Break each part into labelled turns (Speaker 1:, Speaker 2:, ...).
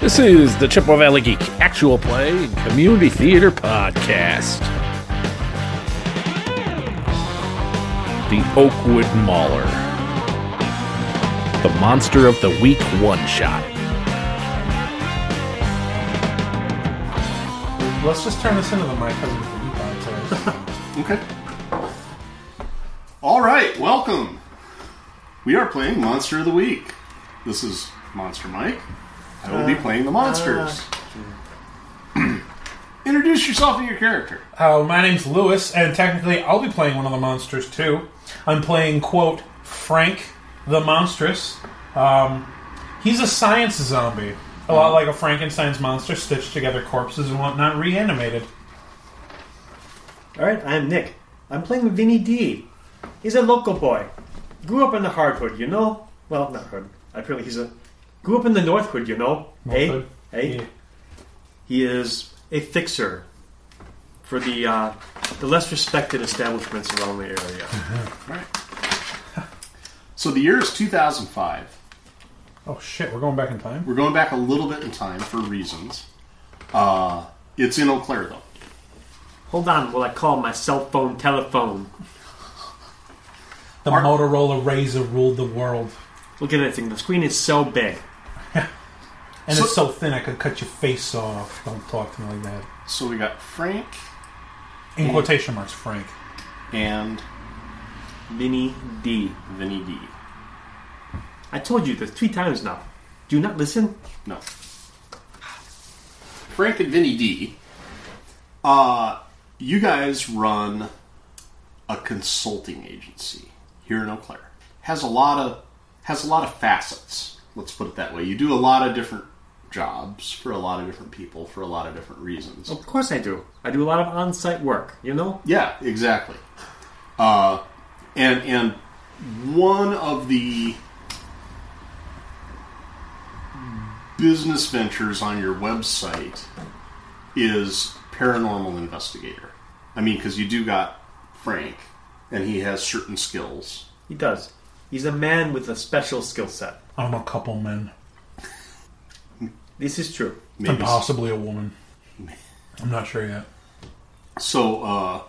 Speaker 1: This is the Chippewa Valley Geek Actual Play and Community Theater Podcast. The Oakwood Mauler. The Monster of the Week one shot.
Speaker 2: Let's just turn this into the My Cousin Vinny podcast.
Speaker 3: Okay. All right, welcome. We are playing Monster of the Week. This is Monster Mike. I will be playing the monsters. Introduce yourself and your character.
Speaker 2: Uh, my name's Lewis, and technically I'll be playing one of the monsters too. I'm playing, quote, Frank the Monstrous. Um, he's a science zombie. A lot like a Frankenstein's monster, stitched together corpses and whatnot, reanimated.
Speaker 4: All right, I'm Nick. I'm playing Vinny D. He's a local boy. Grew up in the hardwood, you know. Well, not hard. Apparently, he's a grew up in the Northwood, you know. Hey,
Speaker 2: Northwood?
Speaker 4: hey.
Speaker 2: Yeah.
Speaker 4: He is a fixer for the uh, the less respected establishments around the area.
Speaker 3: All right. So the year is 2005.
Speaker 2: Oh shit, we're going back in time?
Speaker 3: We're going back a little bit in time for reasons. Uh, it's in Eau Claire, though.
Speaker 4: Hold on, while I call my cell phone telephone.
Speaker 2: The
Speaker 3: Are-
Speaker 2: Motorola Razor ruled the world.
Speaker 4: Look at that thing. The screen is so big.
Speaker 2: And
Speaker 3: So-
Speaker 2: it's so thin I could cut your face off. Don't talk to me like that.
Speaker 3: So we got Frank
Speaker 2: In quotation marks, Frank.
Speaker 3: and
Speaker 4: Vinny D.
Speaker 3: Vinny D.
Speaker 4: I told you this three times now. Do you not listen?
Speaker 3: No. Frank and Vinny D. Uh, you guys run a consulting agency here in Eau Claire. Has a lot of has a lot of facets. Let's put it that way. You do a lot of different jobs for a lot of different people for a lot of different reasons.
Speaker 4: Of course I do. I do a lot of on-site work, you know?
Speaker 3: Yeah, exactly. Uh, and and one of the business ventures on your website is paranormal investigator. I mean, because you do got Frank, and he has certain skills.
Speaker 4: He does. He's a man with a special skill set.
Speaker 2: I'm a couple men.
Speaker 4: This is true.
Speaker 3: Maybe
Speaker 2: And possibly a woman. I'm not sure yet.
Speaker 3: So, uh,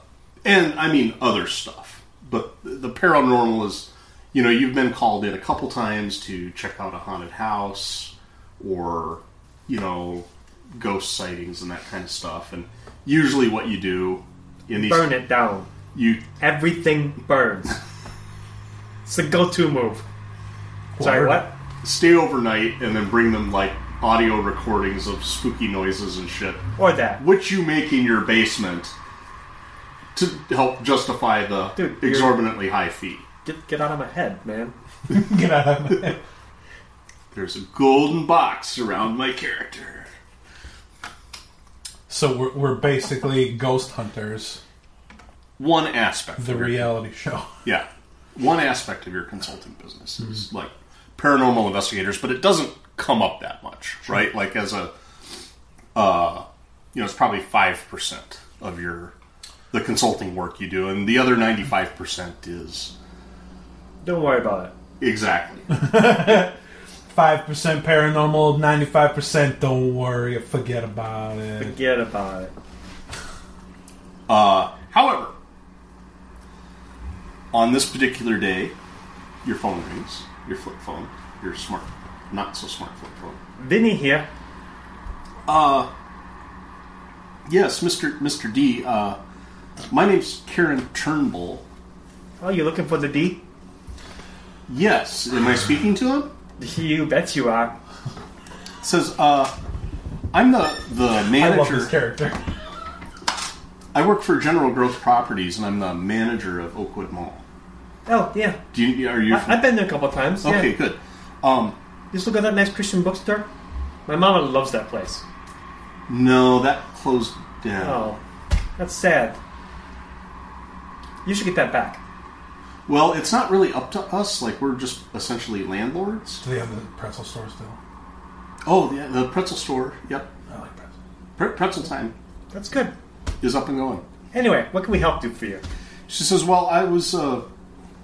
Speaker 3: and I mean other stuff, but the paranormal is, you know, you've been called in a couple times to check out a haunted house or, you know, ghost sightings and that kind of stuff. And usually, what you do in these,
Speaker 4: Burn it down.
Speaker 3: you
Speaker 4: Everything burns. it's the go-to move. Sorry,
Speaker 2: Word.
Speaker 4: what?
Speaker 3: stay overnight and then bring them like audio recordings of spooky noises and shit,
Speaker 4: Or that.
Speaker 3: which you make in your basement to help justify the
Speaker 4: Dude, you're-
Speaker 3: exorbitantly high fee.
Speaker 4: Get, get out of my head, man.
Speaker 2: Get out of my
Speaker 3: There's a golden box around my character.
Speaker 2: So we're, we're basically ghost hunters,
Speaker 3: One aspect. of
Speaker 2: the
Speaker 3: your-
Speaker 2: reality show.
Speaker 3: Yeah. One aspect of your consulting business is like paranormal investigators, but it doesn't come up that much, right? Like as a, uh, you know, it's probably five percent of your the consulting work you do, and the other ninety five percent is
Speaker 4: Don't worry about it.
Speaker 3: exactly.
Speaker 2: 5% paranormal, 95% don't worry, forget about it.
Speaker 4: Forget about it.
Speaker 3: Uh, however, on this particular day, your phone rings, your flip phone, your smart, not so smart flip phone.
Speaker 4: Vinny here.
Speaker 3: Yes, Mr. Mr. D. Uh, my name's Karen Turnbull.
Speaker 4: Oh, you looking for the D?
Speaker 3: Yes, am I speaking to him?
Speaker 4: You bet you are.
Speaker 3: It says, uh, I'm the the
Speaker 2: I love
Speaker 3: manager.
Speaker 2: this character.
Speaker 3: I work for General Growth Properties, and I'm the manager of Oakwood Mall.
Speaker 4: Oh, yeah.
Speaker 3: Do you are you?
Speaker 4: I, I've been there a couple of times.
Speaker 3: okay,
Speaker 4: Yeah.
Speaker 3: good. Um,
Speaker 4: Just look at that nice Christian bookstore. My mama loves that place.
Speaker 3: no, that closed down.
Speaker 4: Oh, that's sad. You should get that back.
Speaker 3: Well, it's not really up to us. Like we're just essentially landlords.
Speaker 2: Do they have the pretzel store still?
Speaker 3: Oh, the, the pretzel store. Yep,
Speaker 2: I like pretzel.
Speaker 3: Pre- pretzel time
Speaker 4: That's good.
Speaker 3: is up and going.
Speaker 4: Anyway, what can we help do for you?
Speaker 3: She says, "Well, I was uh,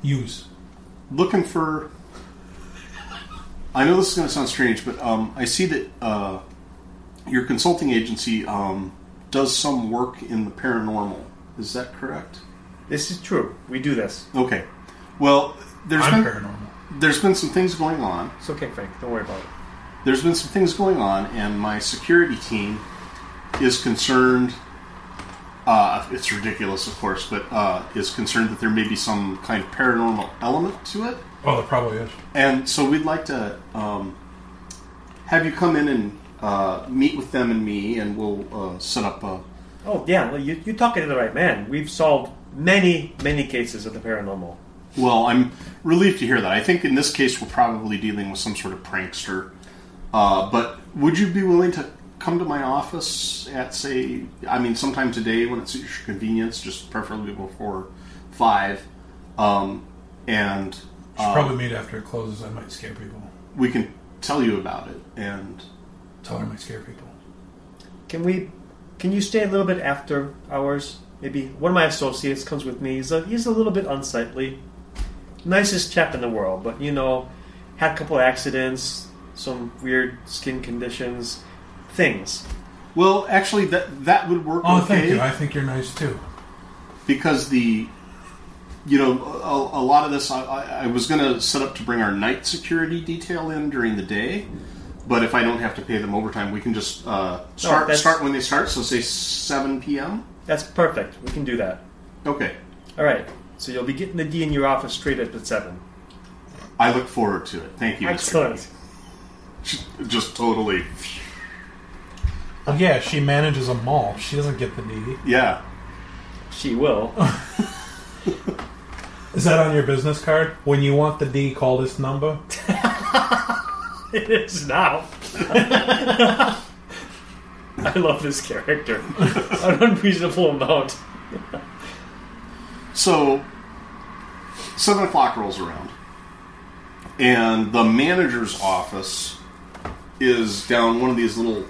Speaker 2: Use.
Speaker 3: looking for. I know this is going to sound strange, but um, I see that uh, your consulting agency um, does some work in the paranormal. Is that correct?
Speaker 4: This is true. We do this.
Speaker 3: Okay. Well, there's
Speaker 2: I'm
Speaker 3: been
Speaker 2: paranormal.
Speaker 3: there's been some things going on.
Speaker 4: It's okay, Frank. Don't worry about it.
Speaker 3: There's been some things going on, and my security team is concerned. Uh, it's ridiculous, of course, but uh, is concerned that there may be some kind of paranormal element to it.
Speaker 2: Well, Oh, there probably is.
Speaker 3: And so we'd like to um, have you come in and uh, meet with them and me, and we'll uh, set up a.
Speaker 4: Oh yeah, well, you, you're talking to the right man. We've solved many, many cases of the paranormal.
Speaker 3: Well, I'm relieved to hear that. I think in this case we're probably dealing with some sort of prankster. Uh, but would you be willing to come to my office at, say, I mean, sometime today when it suits your convenience, just preferably before 5, um, and
Speaker 2: Should probably meet after it closes. I might scare people.
Speaker 3: we can tell you about it. And
Speaker 2: Tell her I might scare people.
Speaker 4: Can we? Can you stay a little bit after hours? Maybe one of my associates comes with me. He's a, he's a little bit unsightly. Nicest chap in the world, but you know, had a couple accidents, some weird skin conditions, things.
Speaker 3: Well, actually, that that would work.
Speaker 2: Oh,
Speaker 3: okay.
Speaker 2: thank you. I think you're nice too.
Speaker 3: because the you know a, a lot of this I, I, I was going to set up to bring our night security detail in during the day but if i don't have to pay them overtime we can just uh, start
Speaker 4: that's-
Speaker 3: start when they start so say 7 p.m
Speaker 4: That's perfect. We can do that.
Speaker 3: okay
Speaker 4: All right. So you'll be getting the D in your office straight up at seven.
Speaker 3: i look forward to it thank you
Speaker 4: Excellent.
Speaker 3: just totally
Speaker 2: Well, yeah, she manages a mall. She doesn't get the D.
Speaker 3: yeah
Speaker 4: She will.
Speaker 2: Is that on your business card? When you want the D, call this number.
Speaker 4: it is now. I love this character. An unreasonable amount.
Speaker 3: so seven o'clock rolls around and the manager's office is down one of these little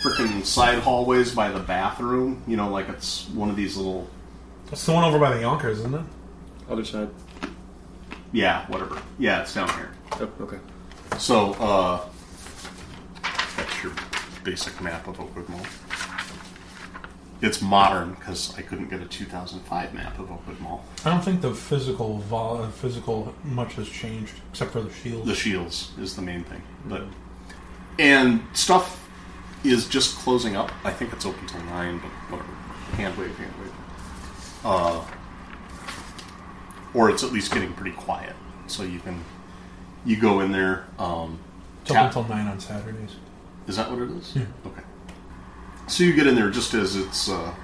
Speaker 3: freaking side hallways by the bathroom you know like it's one of these little
Speaker 2: It's the one over by the Yonkers, isn't it?
Speaker 4: Other side.
Speaker 3: yeah whatever yeah it's down here
Speaker 4: Oh, okay.
Speaker 3: so uh that's your basic map of oakwood mall it's modern because i couldn't get a 2005 map of oakwood mall
Speaker 2: I don't think the physical vol- uh, physical much has changed except for the shield.
Speaker 3: the shields is the main thing. But and stuff is just closing up. I think it's open till nine, but whatever. Hand wave, hand wave. Uh, or it's at least getting pretty quiet, so you can you go in there. Um,
Speaker 2: it's open
Speaker 3: tap-
Speaker 2: until nine on Saturdays.
Speaker 3: is that what it is? Okay. So you get in there just as it's. Uh,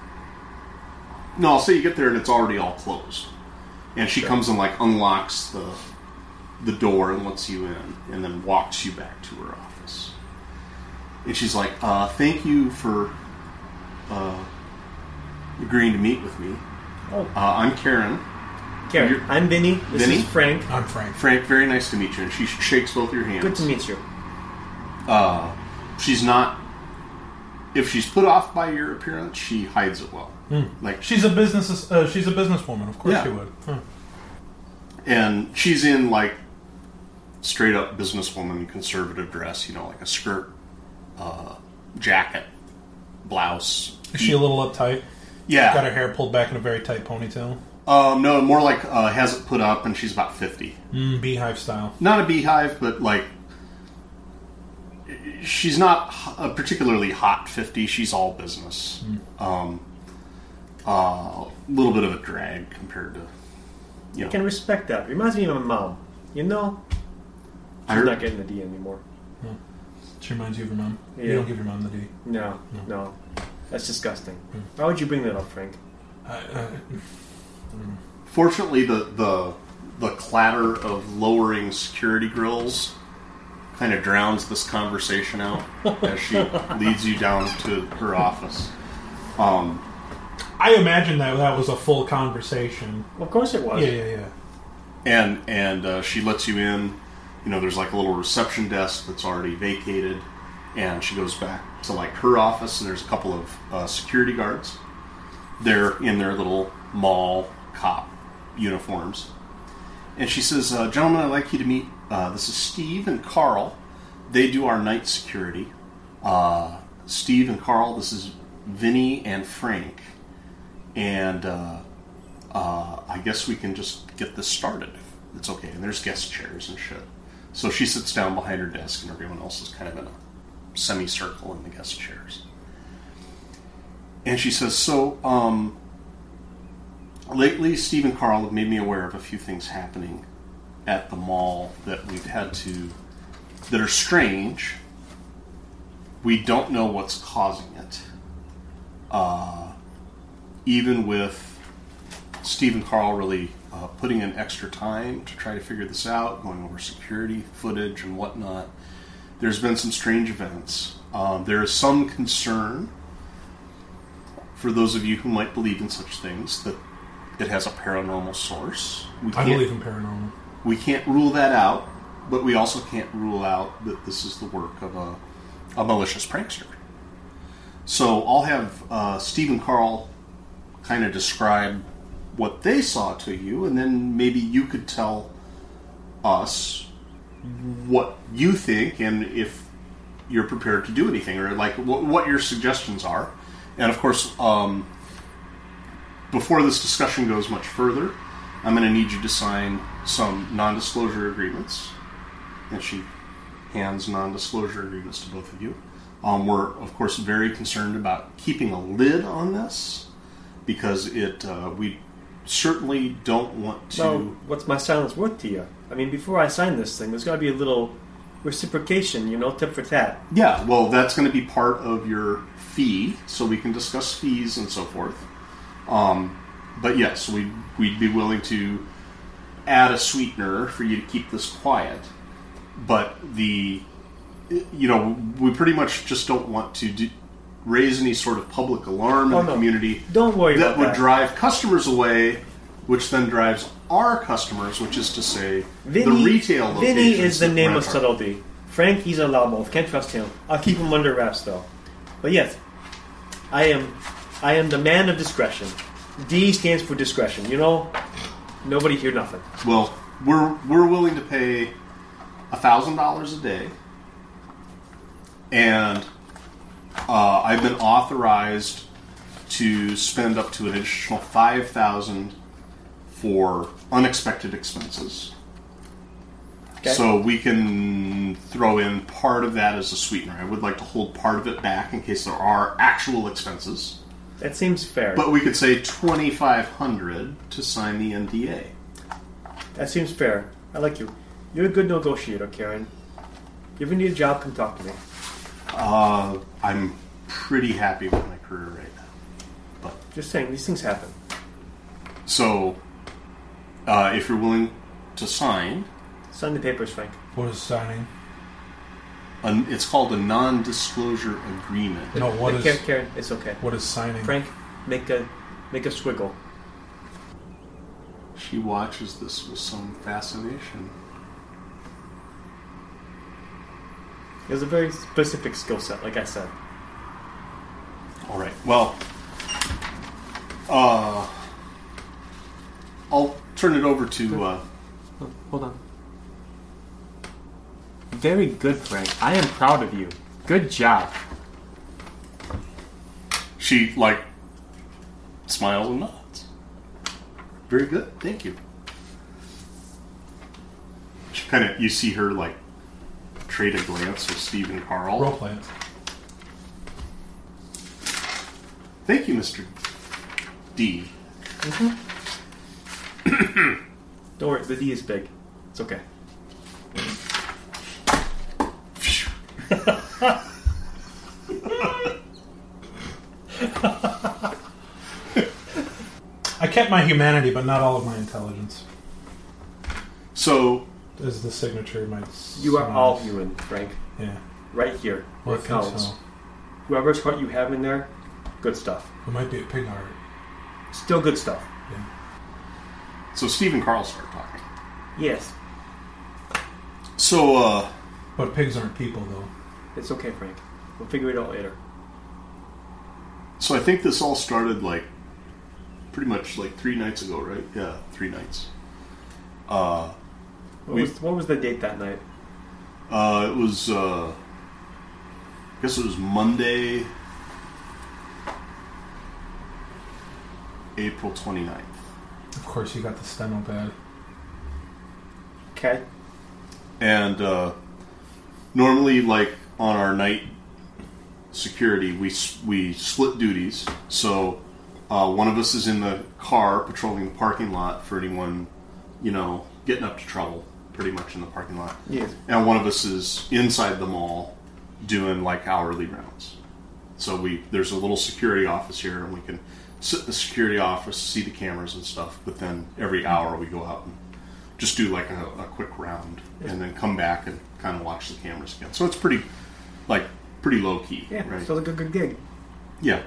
Speaker 3: no, I'll say you get there and it's already all closed, and she comes and like unlocks the the door and lets you in, and then walks you back to her office. And she's like, uh, "Thank you for uh, agreeing to meet with me.
Speaker 4: Oh,
Speaker 3: Uh, I'm Karen.
Speaker 4: Karen.
Speaker 3: you're-
Speaker 4: I'm Vinny. This
Speaker 3: Vinny?
Speaker 4: is Frank.
Speaker 2: I'm Frank.
Speaker 3: Frank, very nice to meet you." And she shakes both your hands.
Speaker 4: Good to meet you.
Speaker 3: uh, she's not. If she's put off by your appearance, she hides it well. Like she,
Speaker 2: She's a business. Uh, she's a businesswoman. Of course
Speaker 3: Yeah.
Speaker 2: she would. Huh.
Speaker 3: and she's in like straight up businesswoman conservative dress. You know, like a skirt, uh, jacket, blouse.
Speaker 2: Is she a little uptight?
Speaker 3: Yeah.
Speaker 2: Got her hair pulled back in a very tight ponytail.
Speaker 3: Um, no, more like uh, has it put up, and she's about fifty.
Speaker 2: Mm, beehive style.
Speaker 3: Not a beehive, but like she's not h- a particularly hot fifty. She's all business. Um, a little bit of a drag compared to you know.
Speaker 4: I can respect that. Reminds me of my mom. You know,
Speaker 3: I
Speaker 4: she's
Speaker 3: re-
Speaker 4: not getting the D anymore.
Speaker 2: She reminds you of your mom. You
Speaker 4: Yeah.
Speaker 2: don't give your mom the D.
Speaker 4: No, no. That's disgusting. Why would you bring that up, Frank?
Speaker 2: I, uh, I,
Speaker 3: fortunately, the the the clatter of lowering security grills kind of drowns this conversation out as she leads you down to her office. Um,
Speaker 2: I imagine that that was a full conversation.
Speaker 4: Of course it was.
Speaker 2: Yeah, yeah, yeah.
Speaker 3: and and uh, she lets you in. You know, there's like a little reception desk that's already vacated, and she goes back to like her office, and there's a couple of uh, security guards. They're in their little mall cop uniforms, and she says, uh, "Gentlemen, I'd like you to meet. Uh, this is Steve and Carl. They do our night security. Uh, Steve and Carl. This is Vinny and Frank, and uh, uh, I guess we can just get this started. It's okay. And there's guest chairs and shit. So she sits down behind her desk, and everyone else is kind of in a semicircle in the guest chairs. And she says, "So, um, lately, Steve and Carl have made me aware of a few things happening at the mall that we've had to that are strange. We don't know what's causing it. Uh, even with Steve and Carl really uh, putting in extra time to try to figure this out, going over security footage and whatnot, there's been some strange events. Um, there is some concern for those of you who might believe in such things that it has a paranormal source. We
Speaker 2: I
Speaker 3: can't,
Speaker 2: believe in paranormal.
Speaker 3: we can't rule that out, but we also can't rule out that this is the work of a, a malicious prankster. So I'll have uh, Steve and Carl kind of describe what they saw to you, and then maybe you could tell us what you think and if you're prepared to do anything or like what, what your suggestions are. And of course, um, before this discussion goes much further, I'm going to need you to sign some non disclosure agreements. And she hands non disclosure agreements to both of you. Um, we're, of course, very concerned about keeping a lid on this because it uh, we certainly don't want to.
Speaker 4: So, what's my silence worth to you? I mean, before I sign this thing, there's got to be a little reciprocation, you know, tip for tat.
Speaker 3: Yeah, well, that's going to be part of your fee, so we can discuss fees and so forth. Um, but yes, we we'd be willing to add a sweetener for you to keep this quiet. But the you know we pretty much just don't want to do, raise any sort of public alarm
Speaker 4: Oh,
Speaker 3: in the
Speaker 4: no.
Speaker 3: community
Speaker 4: Don't worry
Speaker 3: that
Speaker 4: about
Speaker 3: would
Speaker 4: that.
Speaker 3: drive customers away, which then drives our customers, which is to say
Speaker 4: Vinny,
Speaker 3: the retail.
Speaker 4: Vinny
Speaker 3: locations
Speaker 4: is the
Speaker 3: that
Speaker 4: name of
Speaker 3: rent our-
Speaker 4: subtlety. Frank, he's a lobov. Can't trust him. I'll keep him under wraps, though. But yes, I am, I am the man of discretion. D stands for discretion. You know, nobody hear nothing.
Speaker 3: Well, we're we're willing to pay a thousand dollars a day, and uh, I've been authorized to spend up to an additional five thousand for unexpected expenses.
Speaker 4: Okay.
Speaker 3: So we can throw in part of that as a sweetener. I would like to hold part of it back in case there are actual expenses,
Speaker 4: that seems fair.
Speaker 3: but we could say twenty five hundred to sign the NDA.
Speaker 4: that seems fair. I like you. You're a good negotiator, Karen. If you ever need a job, come talk to me.
Speaker 3: Uh, I'm pretty happy with my career right now.
Speaker 4: Just saying, these things happen.
Speaker 3: So, uh, if you're willing to sign,
Speaker 4: Sign the papers, Frank.
Speaker 2: What is signing?
Speaker 3: an, it's called a non-disclosure agreement.
Speaker 2: No, what
Speaker 4: Hey,
Speaker 2: is
Speaker 4: Karen, Karen, it's okay.
Speaker 2: what is signing?
Speaker 4: Frank, make a make a squiggle.
Speaker 3: She watches this with some fascination.
Speaker 4: It was a very specific skill set, like I said.
Speaker 3: All right. Well, uh, I'll turn it over to. Uh,
Speaker 4: Oh, hold on. Very good, Frank. I am proud of you. Good job.
Speaker 3: she like smiles and nods. Very good. Thank you. She kind of you see her like trade a glance with Steve and Carl.
Speaker 2: Role play it.
Speaker 3: Thank you, Mister D.
Speaker 4: Don't worry, the D is big. It's okay.
Speaker 3: Phew.
Speaker 2: I kept my humanity, but not all of my intelligence.
Speaker 3: So
Speaker 2: Is the signature my? s-
Speaker 4: You are all human, Frank.
Speaker 2: Yeah,
Speaker 4: Right here,
Speaker 2: I
Speaker 4: where it
Speaker 2: think
Speaker 4: counts.
Speaker 2: so.
Speaker 4: Whoever's heart you have in there, good stuff.
Speaker 2: It might be a pig art.
Speaker 4: Still good stuff.
Speaker 2: Yeah.
Speaker 3: so Steve and Carl start talking.
Speaker 4: Yes,
Speaker 3: So uh,
Speaker 2: But pigs aren't people, though.
Speaker 4: it's okay, Frank. We'll figure it out later.
Speaker 3: so I think this all started like pretty much like three nights ago, right? Yeah, three nights. Uh,
Speaker 4: What,
Speaker 3: We-
Speaker 4: was, what was the date that night?
Speaker 3: Uh, it was uh, guess it was Monday, April 29th.
Speaker 2: Of course, you got the steno bad.
Speaker 4: Okay.
Speaker 3: And uh, normally, like on our night security, we s- we split duties. So uh, one of us is in the car patrolling the parking lot for anyone, you know, getting up to trouble, pretty much in the parking lot.
Speaker 4: Yes.
Speaker 3: And one of us is inside the mall doing like hourly rounds. So we there's a little security office here, and we can sit in the security office, see the cameras and stuff. But then every hour we go out and just do like a, a quick round, and then come back and kind of watch the cameras again. So it's pretty like pretty low key,
Speaker 4: Yeah,
Speaker 3: right?
Speaker 4: sounds like a good gig.
Speaker 3: yeah.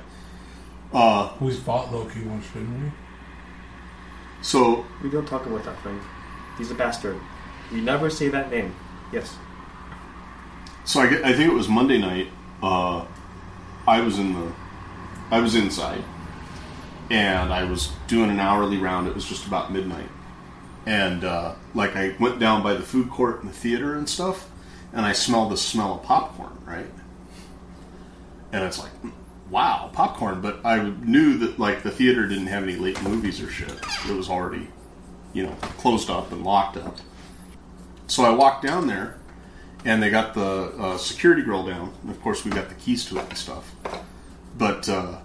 Speaker 2: We fought Loki once, didn't we?
Speaker 3: So
Speaker 4: We don't talk about that, Frank. He's a bastard. You never say that name. Yes.
Speaker 3: So I, gue- I think it was Monday night. Uh, I was in the, I was inside, and I was doing an hourly round. It was just about midnight, and uh, like I went down by the food court and the theater and stuff, and I smelled the smell of popcorn, right? And it's like, wow, popcorn. But I knew that like the theater didn't have any late movies or shit. It was already, you know, closed up and locked up. So I walked down there and they got the uh, security girl down. And of course, we got the keys to it and stuff. But uh,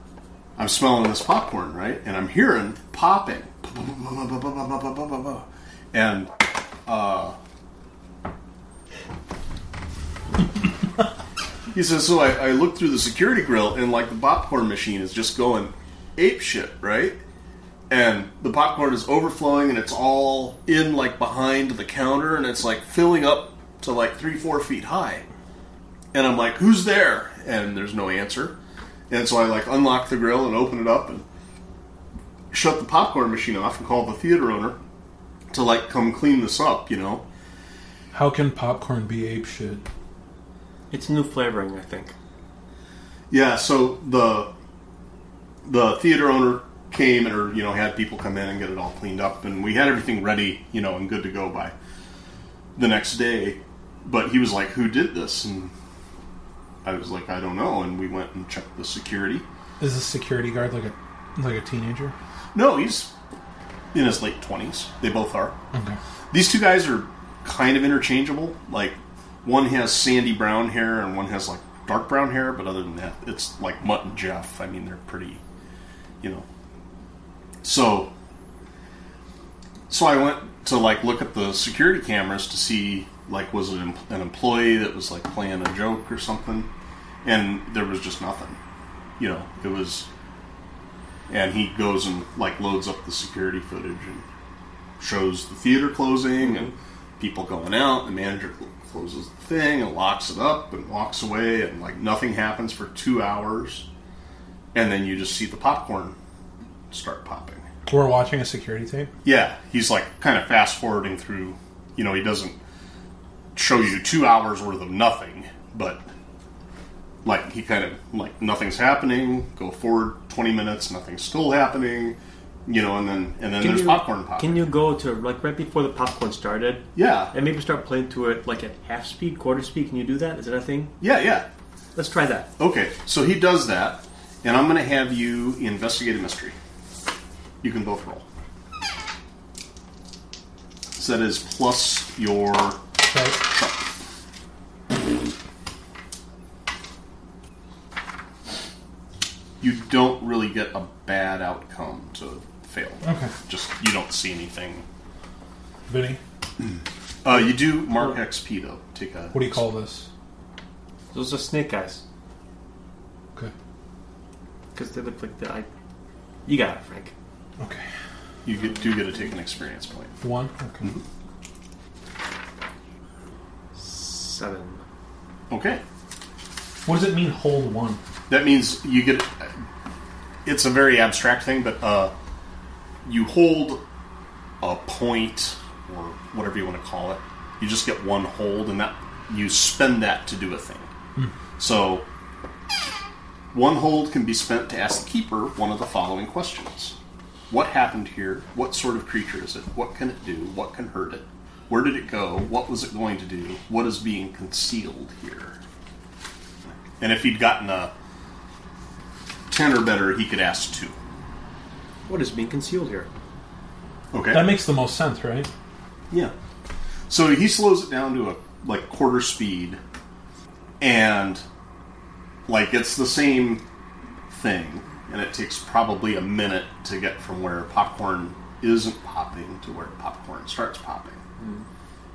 Speaker 3: I'm smelling this popcorn, right? And I'm hearing popping. And uh, he says, so I, I look through the security grill, and like the popcorn machine is just going ape shit, right? and the popcorn is overflowing and it's all in like behind the counter and it's like filling up to like three four feet high and i'm like who's there and there's no answer and so i like unlock the grill and open it up and shut the popcorn machine off and call the theater owner to like come clean this up you know
Speaker 2: How can popcorn be ape shit?
Speaker 4: It's new flavoring, I think.
Speaker 3: Yeah, so the the theater owner came and or you know had people come in and get it all cleaned up and we had everything ready, you know, and good to go by the next day. But he was like, "Who did this?" and I was like, "I don't know." And we went and checked the security.
Speaker 2: Is this security guard like a like a teenager?
Speaker 3: No, he's in his late 20s. They both are.
Speaker 2: Okay.
Speaker 3: These two guys are kind of interchangeable. Like one has sandy brown hair and one has like dark brown hair, but other than that, it's like Mutt and Jeff. I mean, they're pretty, you know. So, so I went to like look at the security cameras to see like was it an em- an employee that was like playing a joke or something, and there was just nothing. You know, it was. And he goes and like loads up the security footage and shows the theater closing and people going out. The manager cl- closes the thing and locks it up and walks away, and like nothing happens for two hours. And then you just see the popcorn start popping.
Speaker 2: We're watching a security tape.
Speaker 3: Yeah, he's like kind of fast forwarding through. You know, he doesn't show you two hours worth of nothing, but like he kind of like nothing's happening. Go forward twenty minutes, nothing's still happening. You know, and then and then there's
Speaker 4: you,
Speaker 3: popcorn popping.
Speaker 4: Can you go to like right before the popcorn started
Speaker 3: yeah,
Speaker 4: and maybe start playing to it like at half speed, quarter speed? Can you do that? Is that a thing?
Speaker 3: yeah, yeah.
Speaker 4: Let's try that.
Speaker 3: Okay, so he does that, and I'm going to have you investigate a mystery. You can both roll. So that is plus your.
Speaker 2: Right.
Speaker 3: You don't really get a bad outcome to fail.
Speaker 2: Okay.
Speaker 3: Just you don't see anything.
Speaker 2: Vinny,
Speaker 3: Uh, you do mark XP though. Take a.
Speaker 2: what do you call this?
Speaker 4: Those are snake eyes
Speaker 2: Okay.
Speaker 4: because they look like the eye. You got it, Frank.
Speaker 2: Okay.
Speaker 3: You get, do get to take an experience point.
Speaker 2: One. Okay.
Speaker 4: Seven.
Speaker 3: Okay.
Speaker 2: What does it mean? Hold one.
Speaker 3: That means you get. It's a very abstract thing, but uh, you hold a point or whatever you want to call it. You just get one hold, and that you spend that to do a thing. So one hold can be spent to ask the keeper one of the following questions: What happened here? What sort of creature is it? What can it do? What can hurt it? Where did it go? What was it going to do? What is being concealed here? And if he'd gotten a 10 or better, he could ask two.
Speaker 4: What is being concealed here?
Speaker 3: Okay?
Speaker 2: That makes the most sense, right?
Speaker 3: Yeah. So he slows it down to a like quarter speed, and like it's the same thing, and it takes probably a minute to get from where popcorn isn't popping to where popcorn starts popping.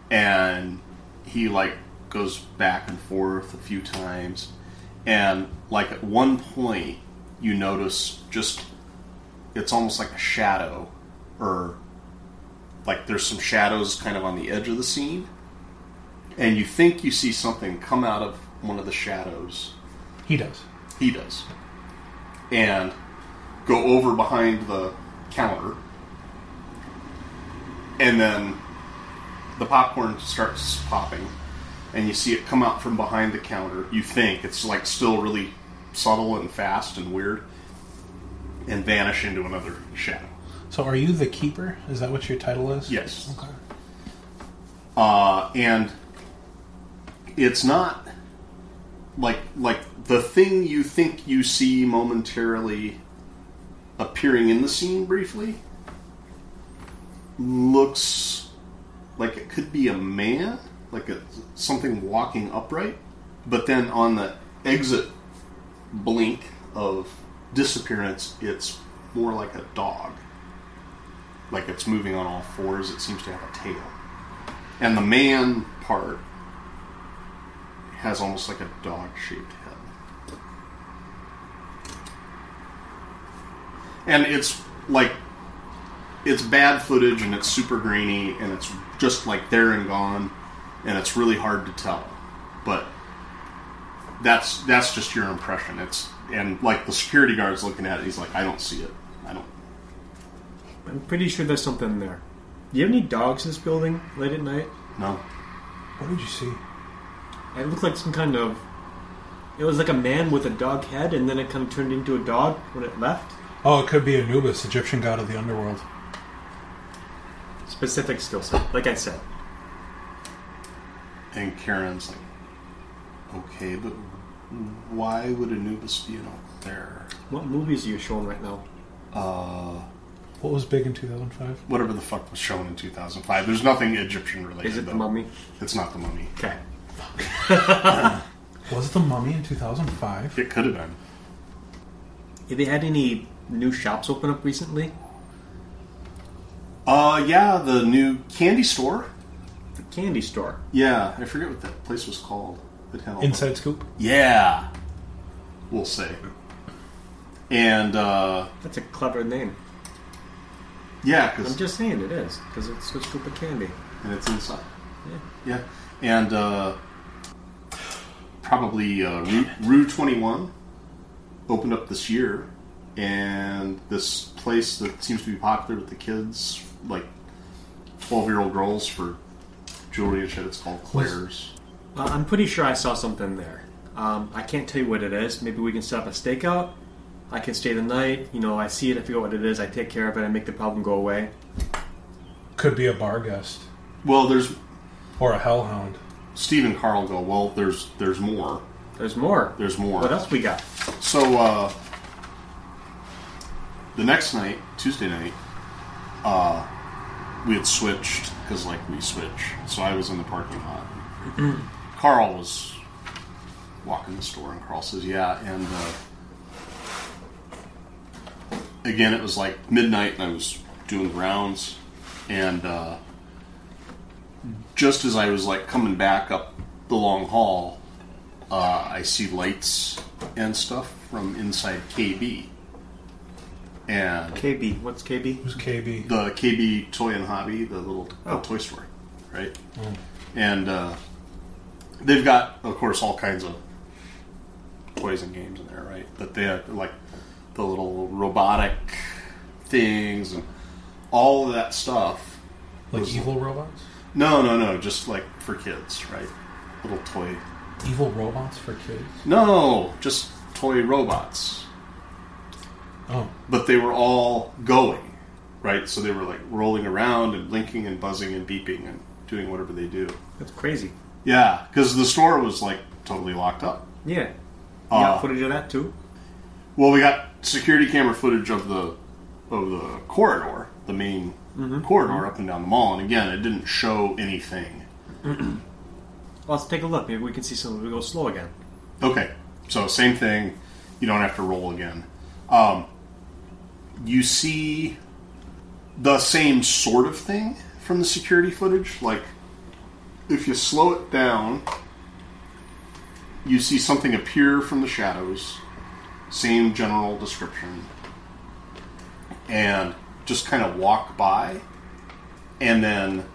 Speaker 3: And he like goes back and forth a few times, and like at one point you notice just it's almost like a shadow or like there's some shadows kind of on the edge of the scene and you think you see something come out of one of the shadows
Speaker 2: He does.
Speaker 3: he does and go over behind the counter and then the popcorn starts popping and you see it come out from behind the counter you think it's like still really subtle and fast and weird and vanish into another shadow
Speaker 2: So are you the keeper? Is that what your title is?
Speaker 3: Yes.
Speaker 2: Okay.
Speaker 3: uh, and it's not like like the thing you think you see momentarily appearing in the scene briefly looks like it could be a man like a, something walking upright but then on the exit blink of disappearance it's more like a dog like it's moving on all fours it seems to have a tail and the man part has almost like a dog shaped head. And it's like it's bad footage and it's super grainy and it's just like there and gone and it's really hard to tell. But that's that's just your impression. It's and like the security guard's looking at it, he's like, I don't see it. I don't
Speaker 4: I'm pretty sure there's something there. Do you have any dogs in this building late at night?
Speaker 3: know.
Speaker 2: What did you see?
Speaker 4: It looked like some kind of. It was like a man with a dog head, and then it kind of turned into a dog when it left.
Speaker 2: Oh, it could be Anubis, Egyptian god of the underworld.
Speaker 4: Specific skill set, like I said.
Speaker 3: And Karen's like, okay, but why would Anubis be an uncle there?
Speaker 4: What movies are you showing right now?
Speaker 3: Uh,
Speaker 2: What was big in 2005?
Speaker 3: whatever the fuck was shown in 2005. There's nothing Egyptian related.
Speaker 4: Is it
Speaker 3: though.
Speaker 4: the mummy?
Speaker 3: It's not the mummy.
Speaker 4: Okay.
Speaker 2: Was it the mummy in 2005?
Speaker 3: It could have been.
Speaker 4: Have they had any new shops open up recently?
Speaker 3: Uh, yeah, the new candy store.
Speaker 4: The candy store.
Speaker 3: Yeah, I forget what that place was called. It had all the-
Speaker 2: Inside scoop?
Speaker 3: Yeah, we'll say. And uh,
Speaker 4: That's a clever name.
Speaker 3: yeah,
Speaker 4: I'm
Speaker 3: 'cause-
Speaker 4: just saying it is, because it's so stupid candy.
Speaker 3: and it's inside.
Speaker 4: Yeah.
Speaker 3: Yeah, and uh, probably uh, Rue, Rue 21 opened up this year, and this place that seems to be popular with the kids, like 12 year old girls for jewelry and shit, it's called Claire's.
Speaker 4: Well, I'm pretty sure I saw something there. Um, I can't tell you what it is. Maybe we can set up a stakeout. I can stay the night. You know, I see it, I figure out what it is, I take care of it, I make the problem go away.
Speaker 2: Could be a bar guest.
Speaker 3: Well, there's
Speaker 2: Or a hellhound.
Speaker 3: Steve and Carl go, well, there's there's more.
Speaker 4: There's more.
Speaker 3: There's more.
Speaker 4: What else we got?
Speaker 3: So uh, the next night, Tuesday night, uh, we had switched because like we switch. So I was in the parking lot. Carl was walking the store, and Carl says, "Yeah." And uh, again, it was like midnight, and I was doing the rounds, and uh, just as I was like coming back up the long hall, uh, I see lights and stuff from inside KB. And
Speaker 4: KB. What's KB?
Speaker 2: Who's KB?
Speaker 3: the KB Toy and Hobby, the little
Speaker 4: Oh.
Speaker 3: toy store, right? And uh, they've got, of course, all kinds of toys and games in there, right? But they have like the little robotic things and all of that stuff.
Speaker 2: Like evil robots?
Speaker 3: No, no, no, just like for kids, right? Little toy.
Speaker 2: Evil robots for kids?
Speaker 3: No, just toy robots.
Speaker 2: Oh.
Speaker 3: but they were all going, right? So they were like rolling around and blinking and buzzing and beeping and doing whatever they do.
Speaker 4: That's crazy.
Speaker 3: Yeah, because the store was like totally locked up.
Speaker 4: Yeah. You got
Speaker 3: Uh,
Speaker 4: footage of that too?
Speaker 3: Well, we got security camera footage of the of the corridor, the main corridor up and down the mall, and again, it didn't show anything.
Speaker 4: Well, let's take a look. Maybe we can see something. We go slow again.
Speaker 3: Okay, so same thing. You don't have to roll again. Um, you see the same sort of thing from the security footage. Like, if you slow it down, you see something appear from the shadows. Same general description. And just kind of walk by. And then,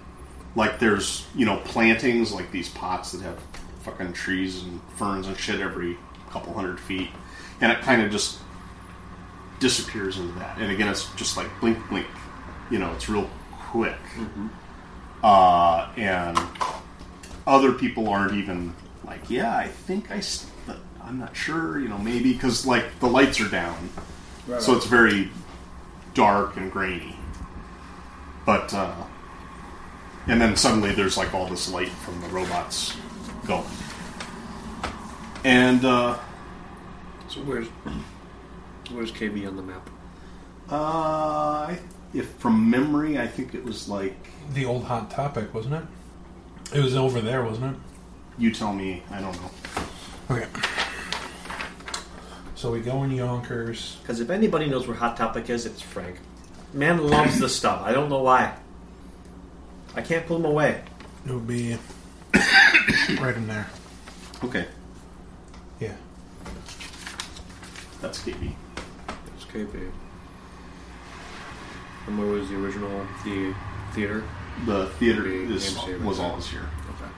Speaker 3: like, there's, you know, plantings, like these pots that have fucking trees and ferns and shit every couple hundred feet. And it kind of just disappears into that. And again, it's just like blink, blink. You know, it's real quick. Uh, and other people aren't even like, yeah, I think I, s- but I'm not sure. You know, maybe because like the lights are down, so it's very dark and grainy. But uh, and then suddenly there's like all this light from the robots going, and uh,
Speaker 4: So where's where's KB on the map?
Speaker 3: uh, I- if from memory, I think it was like
Speaker 2: The old hot topic, wasn't it? It was over there, wasn't it?
Speaker 3: you tell me. I don't know.
Speaker 2: Okay. So we go in Yonkers.
Speaker 4: Because if anybody knows where Hot Topic is, it's Frank. Man loves the stuff. I don't know why. I can't pull him away.
Speaker 2: It would be right in there.
Speaker 3: Okay,
Speaker 2: Yeah.
Speaker 3: that's KB.
Speaker 4: It's KB. And where was the original the theater?
Speaker 3: The theater
Speaker 4: The
Speaker 3: is,
Speaker 4: AMC right
Speaker 3: was
Speaker 4: there.
Speaker 3: always here.
Speaker 4: Okay.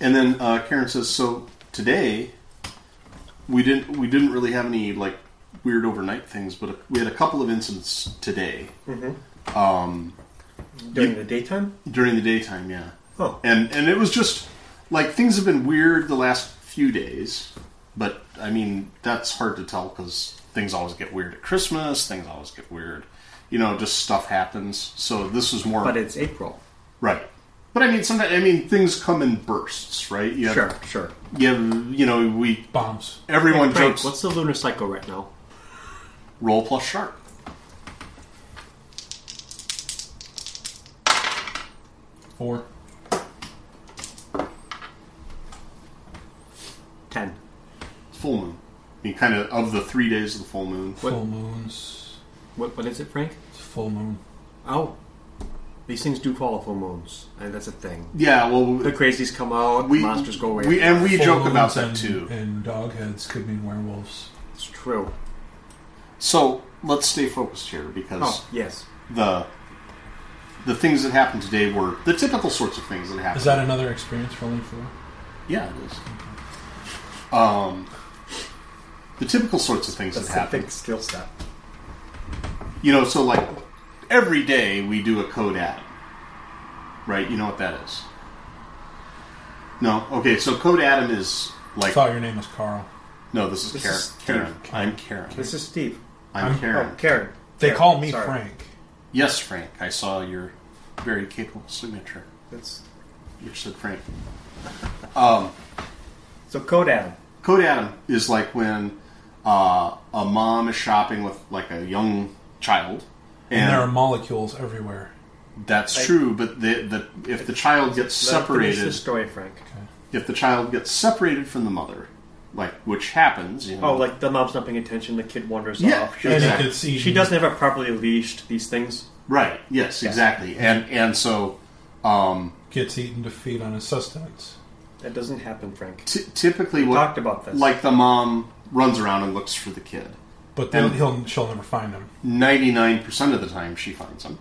Speaker 3: And then uh, Karen says, "So today we didn't we didn't really have any like weird overnight things, but we had a couple of incidents today
Speaker 4: During the daytime?
Speaker 3: during the daytime, yeah.
Speaker 4: Oh.
Speaker 3: And and it was just like things have been weird the last few days, but I mean that's hard to tell because things always get weird at Christmas, things always get weird, you know, just stuff happens. So this was more
Speaker 4: But it's April.
Speaker 3: right. But I mean, sometimes I mean things come in bursts, right? You have,
Speaker 4: Sure, sure.
Speaker 3: You, have, you know, we
Speaker 2: Bombs.
Speaker 3: everyone
Speaker 4: Frank,
Speaker 3: jokes.
Speaker 4: what's the lunar cycle right now?
Speaker 3: Roll plus sharp.
Speaker 2: Four.
Speaker 4: Ten.
Speaker 3: It's full moon. I mean, kind of of the three days of the full moon.
Speaker 4: What-
Speaker 2: Full moons.
Speaker 4: What what is it, Frank?
Speaker 2: It's full moon.
Speaker 4: Oh. These things do follow full moons. And that's a thing.
Speaker 3: Yeah, well,
Speaker 4: The crazies come out,
Speaker 3: we
Speaker 4: the monsters go away.
Speaker 3: We, and we
Speaker 2: Full
Speaker 3: joke
Speaker 2: moons
Speaker 3: about that
Speaker 2: and-
Speaker 3: too.
Speaker 2: And dog heads could mean werewolves.
Speaker 4: it's true.
Speaker 3: So let's stay focused here because
Speaker 4: Oh, yes.
Speaker 3: the the things that happened today were the typical sorts of things that happened.
Speaker 2: Is that another experience rolling for?
Speaker 3: yeah, it is. Um, the typical sorts of things that happened.
Speaker 4: skill set.
Speaker 3: You know, so like every day we do a code atom. Right? You know what that is? No? Okay, so code atom is
Speaker 2: I
Speaker 3: like.
Speaker 2: thought your name was Carl.
Speaker 3: No, this is
Speaker 4: This
Speaker 3: Karen.
Speaker 4: is Steve.
Speaker 3: Karen. I'm Karen.
Speaker 4: This is Steve.
Speaker 3: I'm, Karen.
Speaker 4: Oh, Karen.
Speaker 2: They
Speaker 4: Karen,
Speaker 2: call me
Speaker 4: sorry.
Speaker 2: Frank.
Speaker 3: Yes, Frank. I saw your very capable signature,
Speaker 4: That's,
Speaker 3: which said Frank.
Speaker 4: so code Adam.
Speaker 3: Code Adam is like when uh, a mom is shopping with like a young child,
Speaker 2: And
Speaker 3: and,
Speaker 2: there are molecules everywhere.
Speaker 3: that's true. But the, the if the child gets
Speaker 4: Finish
Speaker 3: separated,
Speaker 4: the story, Frank.
Speaker 3: if the child gets separated from the mother, like which happens, you know,
Speaker 4: Oh, like the mom's not paying attention. The kid wanders
Speaker 3: Yeah.
Speaker 4: off.
Speaker 3: Yeah.
Speaker 4: She,
Speaker 2: And
Speaker 3: Exactly.
Speaker 2: it could see.
Speaker 4: she doesn't have it properly leashed. These things.
Speaker 3: right? Yes, exactly. And and so
Speaker 2: Gets eaten to feed on his sustenance.
Speaker 4: That doesn't happen, Frank.
Speaker 3: t- typically, what
Speaker 4: Talked about this.
Speaker 3: like the mom runs around and looks for the kid.
Speaker 2: But then
Speaker 3: And-
Speaker 2: he'll she'll never find him.
Speaker 3: 99% of the time she finds him.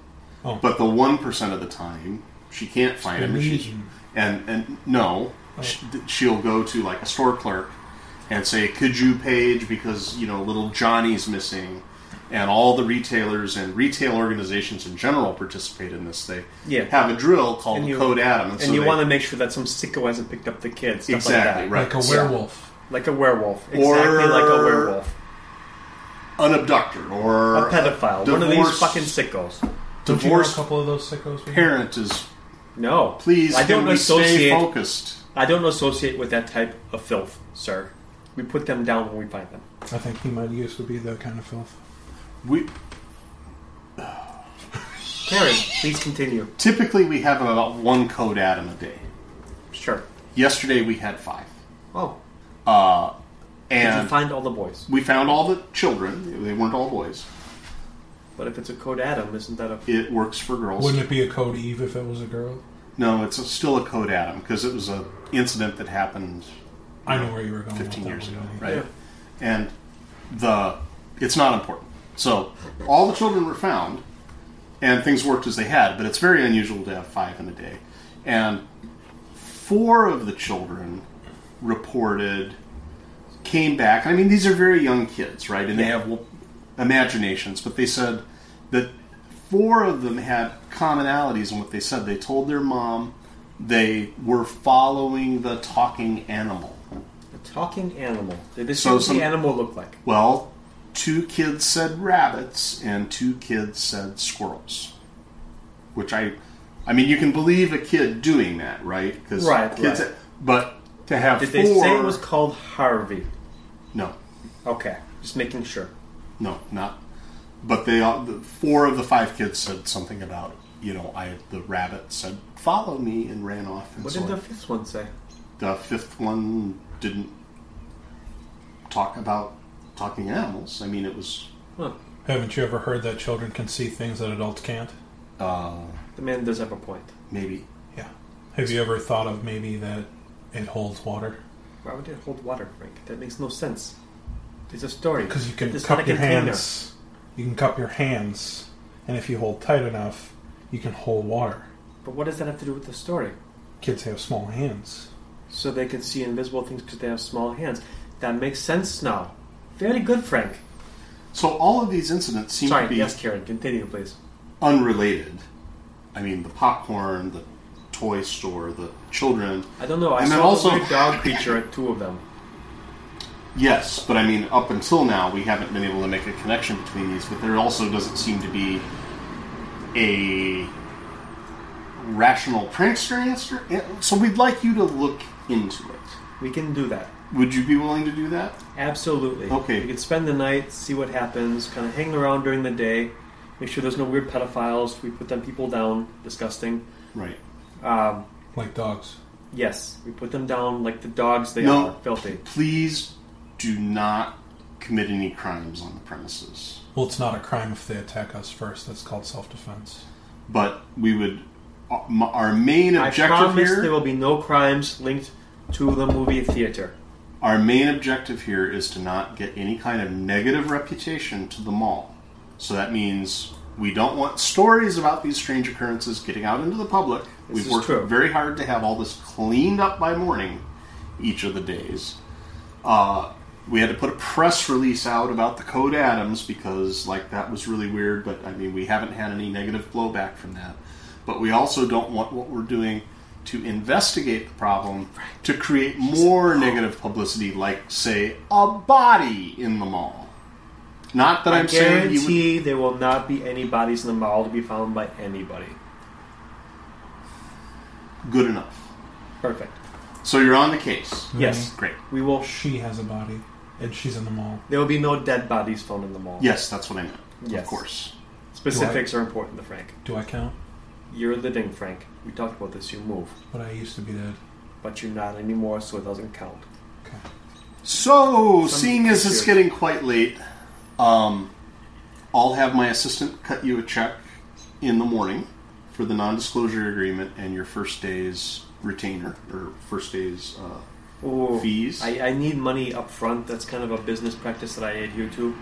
Speaker 2: Oh.
Speaker 3: But the 1% of the time she can't find him.
Speaker 2: been
Speaker 3: And, she's,
Speaker 2: eaten.
Speaker 3: and, and no,
Speaker 4: Oh.
Speaker 3: sh she'll go to like a store clerk and say, Could you page because, you know, little Johnny's missing? And all the retailers and retail organizations in general participate in this. They
Speaker 4: Yeah.
Speaker 3: have a drill called
Speaker 4: And you-
Speaker 3: Code Adam. And,
Speaker 4: And
Speaker 3: so
Speaker 4: you
Speaker 3: they-
Speaker 4: want to make sure that some sicko hasn't picked up the kid. Stuff
Speaker 3: Exactly,
Speaker 4: like that.
Speaker 3: right.
Speaker 2: Like a
Speaker 3: so-
Speaker 2: werewolf.
Speaker 4: Like a werewolf. Exactly like a werewolf.
Speaker 3: an abductor
Speaker 4: A
Speaker 3: or
Speaker 4: pedophile. One of these
Speaker 3: divorced-
Speaker 4: fucking sickos.
Speaker 2: Did you know a
Speaker 3: divorced
Speaker 2: couple of those sickos? we had?
Speaker 3: parent is
Speaker 4: No,
Speaker 3: please
Speaker 4: I
Speaker 3: can
Speaker 4: don't
Speaker 3: we stay
Speaker 4: associate.
Speaker 3: focused.
Speaker 4: I don't associate with that type of filth, sir. We put them down when we find them.
Speaker 2: I think he might use would be that kind of filth.
Speaker 3: We
Speaker 4: Karen, please continue.
Speaker 3: typically we have about one code atom a day.
Speaker 4: Sure.
Speaker 3: Yesterday we had five,
Speaker 4: Oh, did you
Speaker 3: and
Speaker 4: find all the boys?
Speaker 3: we found all the children. They weren't all boys.
Speaker 4: But if it's a code atom, isn't that a
Speaker 3: It works for girls.
Speaker 2: Wouldn't it be a code Eve if it was a girl?
Speaker 3: No, it's still a code atom because it was a incident that happened
Speaker 2: I know where you were going. with
Speaker 3: 15
Speaker 2: that
Speaker 3: years
Speaker 2: one,
Speaker 3: ago,
Speaker 2: Danny.
Speaker 3: right? And the it's not important. So all the children were found, and things worked as they had. But it's very unusual to have five in a day. And four of the children reported came back. I mean, these are very young kids, right? And they have w- imaginations. But they said that four of them had commonalities in what they said. They told their mom they were following the talking animal.
Speaker 4: a talking animal? Did this
Speaker 3: So
Speaker 4: what
Speaker 3: some-
Speaker 4: the animal look like?
Speaker 3: Well, two kids said rabbits and two kids said squirrels. Which I, I mean, you can believe a kid doing that, right? 'Cause
Speaker 4: Right,
Speaker 3: kids.
Speaker 4: right.
Speaker 3: But to have
Speaker 4: Did
Speaker 3: four,
Speaker 4: they say it was called Harvey?
Speaker 3: no,
Speaker 4: Okay, just making sure.
Speaker 3: no, not. But they all, the, four of the five kids said something about you know I the rabbit said follow me and ran off. And
Speaker 4: What
Speaker 3: so
Speaker 4: did the
Speaker 3: on.
Speaker 4: fifth one say?
Speaker 3: the fifth one didn't talk about talking animals. I mean, it was
Speaker 4: Huh.
Speaker 2: Haven't you ever heard that children can see things that adults can't?
Speaker 3: uh,
Speaker 4: The man does have a point.
Speaker 3: maybe
Speaker 2: Yeah. Have you ever thought of maybe that it holds water?
Speaker 4: Why would it hold water, Frank? That makes no sense. It's a story.
Speaker 2: Because you can
Speaker 4: It's
Speaker 2: cup
Speaker 4: not a
Speaker 2: your
Speaker 4: container.
Speaker 2: hands. You can cup your hands, and if you hold tight enough, you can hold water.
Speaker 4: But what does that have to do with the story?
Speaker 2: Kids have small hands.
Speaker 4: So they can see invisible things because they have small hands. That makes sense now. Very good, Frank.
Speaker 3: So all of these incidents seem to
Speaker 4: Sorry,
Speaker 3: be
Speaker 4: yes, Karen, continue, please.
Speaker 3: unrelated. I mean, the popcorn, the toy store, the children.
Speaker 4: I don't know. I
Speaker 3: And
Speaker 4: saw
Speaker 3: then
Speaker 4: a
Speaker 3: also-
Speaker 4: weird dog creature at two of them.
Speaker 3: Yes, but I mean, up until now, we haven't been able to make a connection between these. But there also doesn't seem to be a rational prankster answer. So we'd like you to look into it.
Speaker 4: We can do that.
Speaker 3: Would you be willing to do that?
Speaker 4: Absolutely.
Speaker 3: Okay.
Speaker 4: We could spend the night, see what happens, kind of hang around during the day, make sure there's no weird pedophiles. We put them people down. Disgusting.
Speaker 3: Right.
Speaker 4: Um,
Speaker 2: Like dogs.
Speaker 4: yes, we put them down like the dogs they
Speaker 3: No.
Speaker 4: are. Filthy.
Speaker 3: Please do not commit any crimes on the premises.
Speaker 2: Well, it's not a crime if they attack us first. That's called self defense.
Speaker 3: But we would. uh, Our main
Speaker 4: I
Speaker 3: objective
Speaker 4: promise
Speaker 3: here.
Speaker 4: there will be no crimes linked to the movie theater.
Speaker 3: Our main objective here is to not get any kind of negative reputation to the mall. So that means we don't want stories about these strange occurrences getting out into the public. We've
Speaker 4: is
Speaker 3: worked
Speaker 4: true.
Speaker 3: very hard to have all this cleaned up by morning each of the days. Uh, we had to put a press release out about the Code Adams because, like, that was really weird, but I mean, we haven't had any negative blowback from that. But we also don't want what we're doing to investigate the problem to create more negative publicity, like, say, a body in the mall. Not that
Speaker 4: I
Speaker 3: am saying you would.
Speaker 4: guarantee there will not be any bodies in the mall to be found by anybody.
Speaker 3: Good enough.
Speaker 4: Perfect.
Speaker 3: So you're on the case.
Speaker 4: Yes,
Speaker 3: Great.
Speaker 4: we will.
Speaker 2: She has a body, and she's in the mall.
Speaker 4: there will be no dead bodies found in the mall.
Speaker 3: Yes, that's what I meant.
Speaker 4: Yes.
Speaker 3: Of course.
Speaker 4: Specifics are important to Frank.
Speaker 2: Do I count?
Speaker 4: You're living, Frank. We talked about this. You move,
Speaker 2: But I used to be dead.
Speaker 4: but you're not anymore, so it doesn't count.
Speaker 2: Okay.
Speaker 3: So, seeing as it's
Speaker 4: serious.
Speaker 3: getting quite late, um, I'll have my assistant cut you a check in the morning for the non-disclosure agreement and your first day's retainer or first day's. Uh,
Speaker 4: Ooh,
Speaker 3: Fees?
Speaker 4: I, I need money up front. That's kind of a business practice that I adhere to,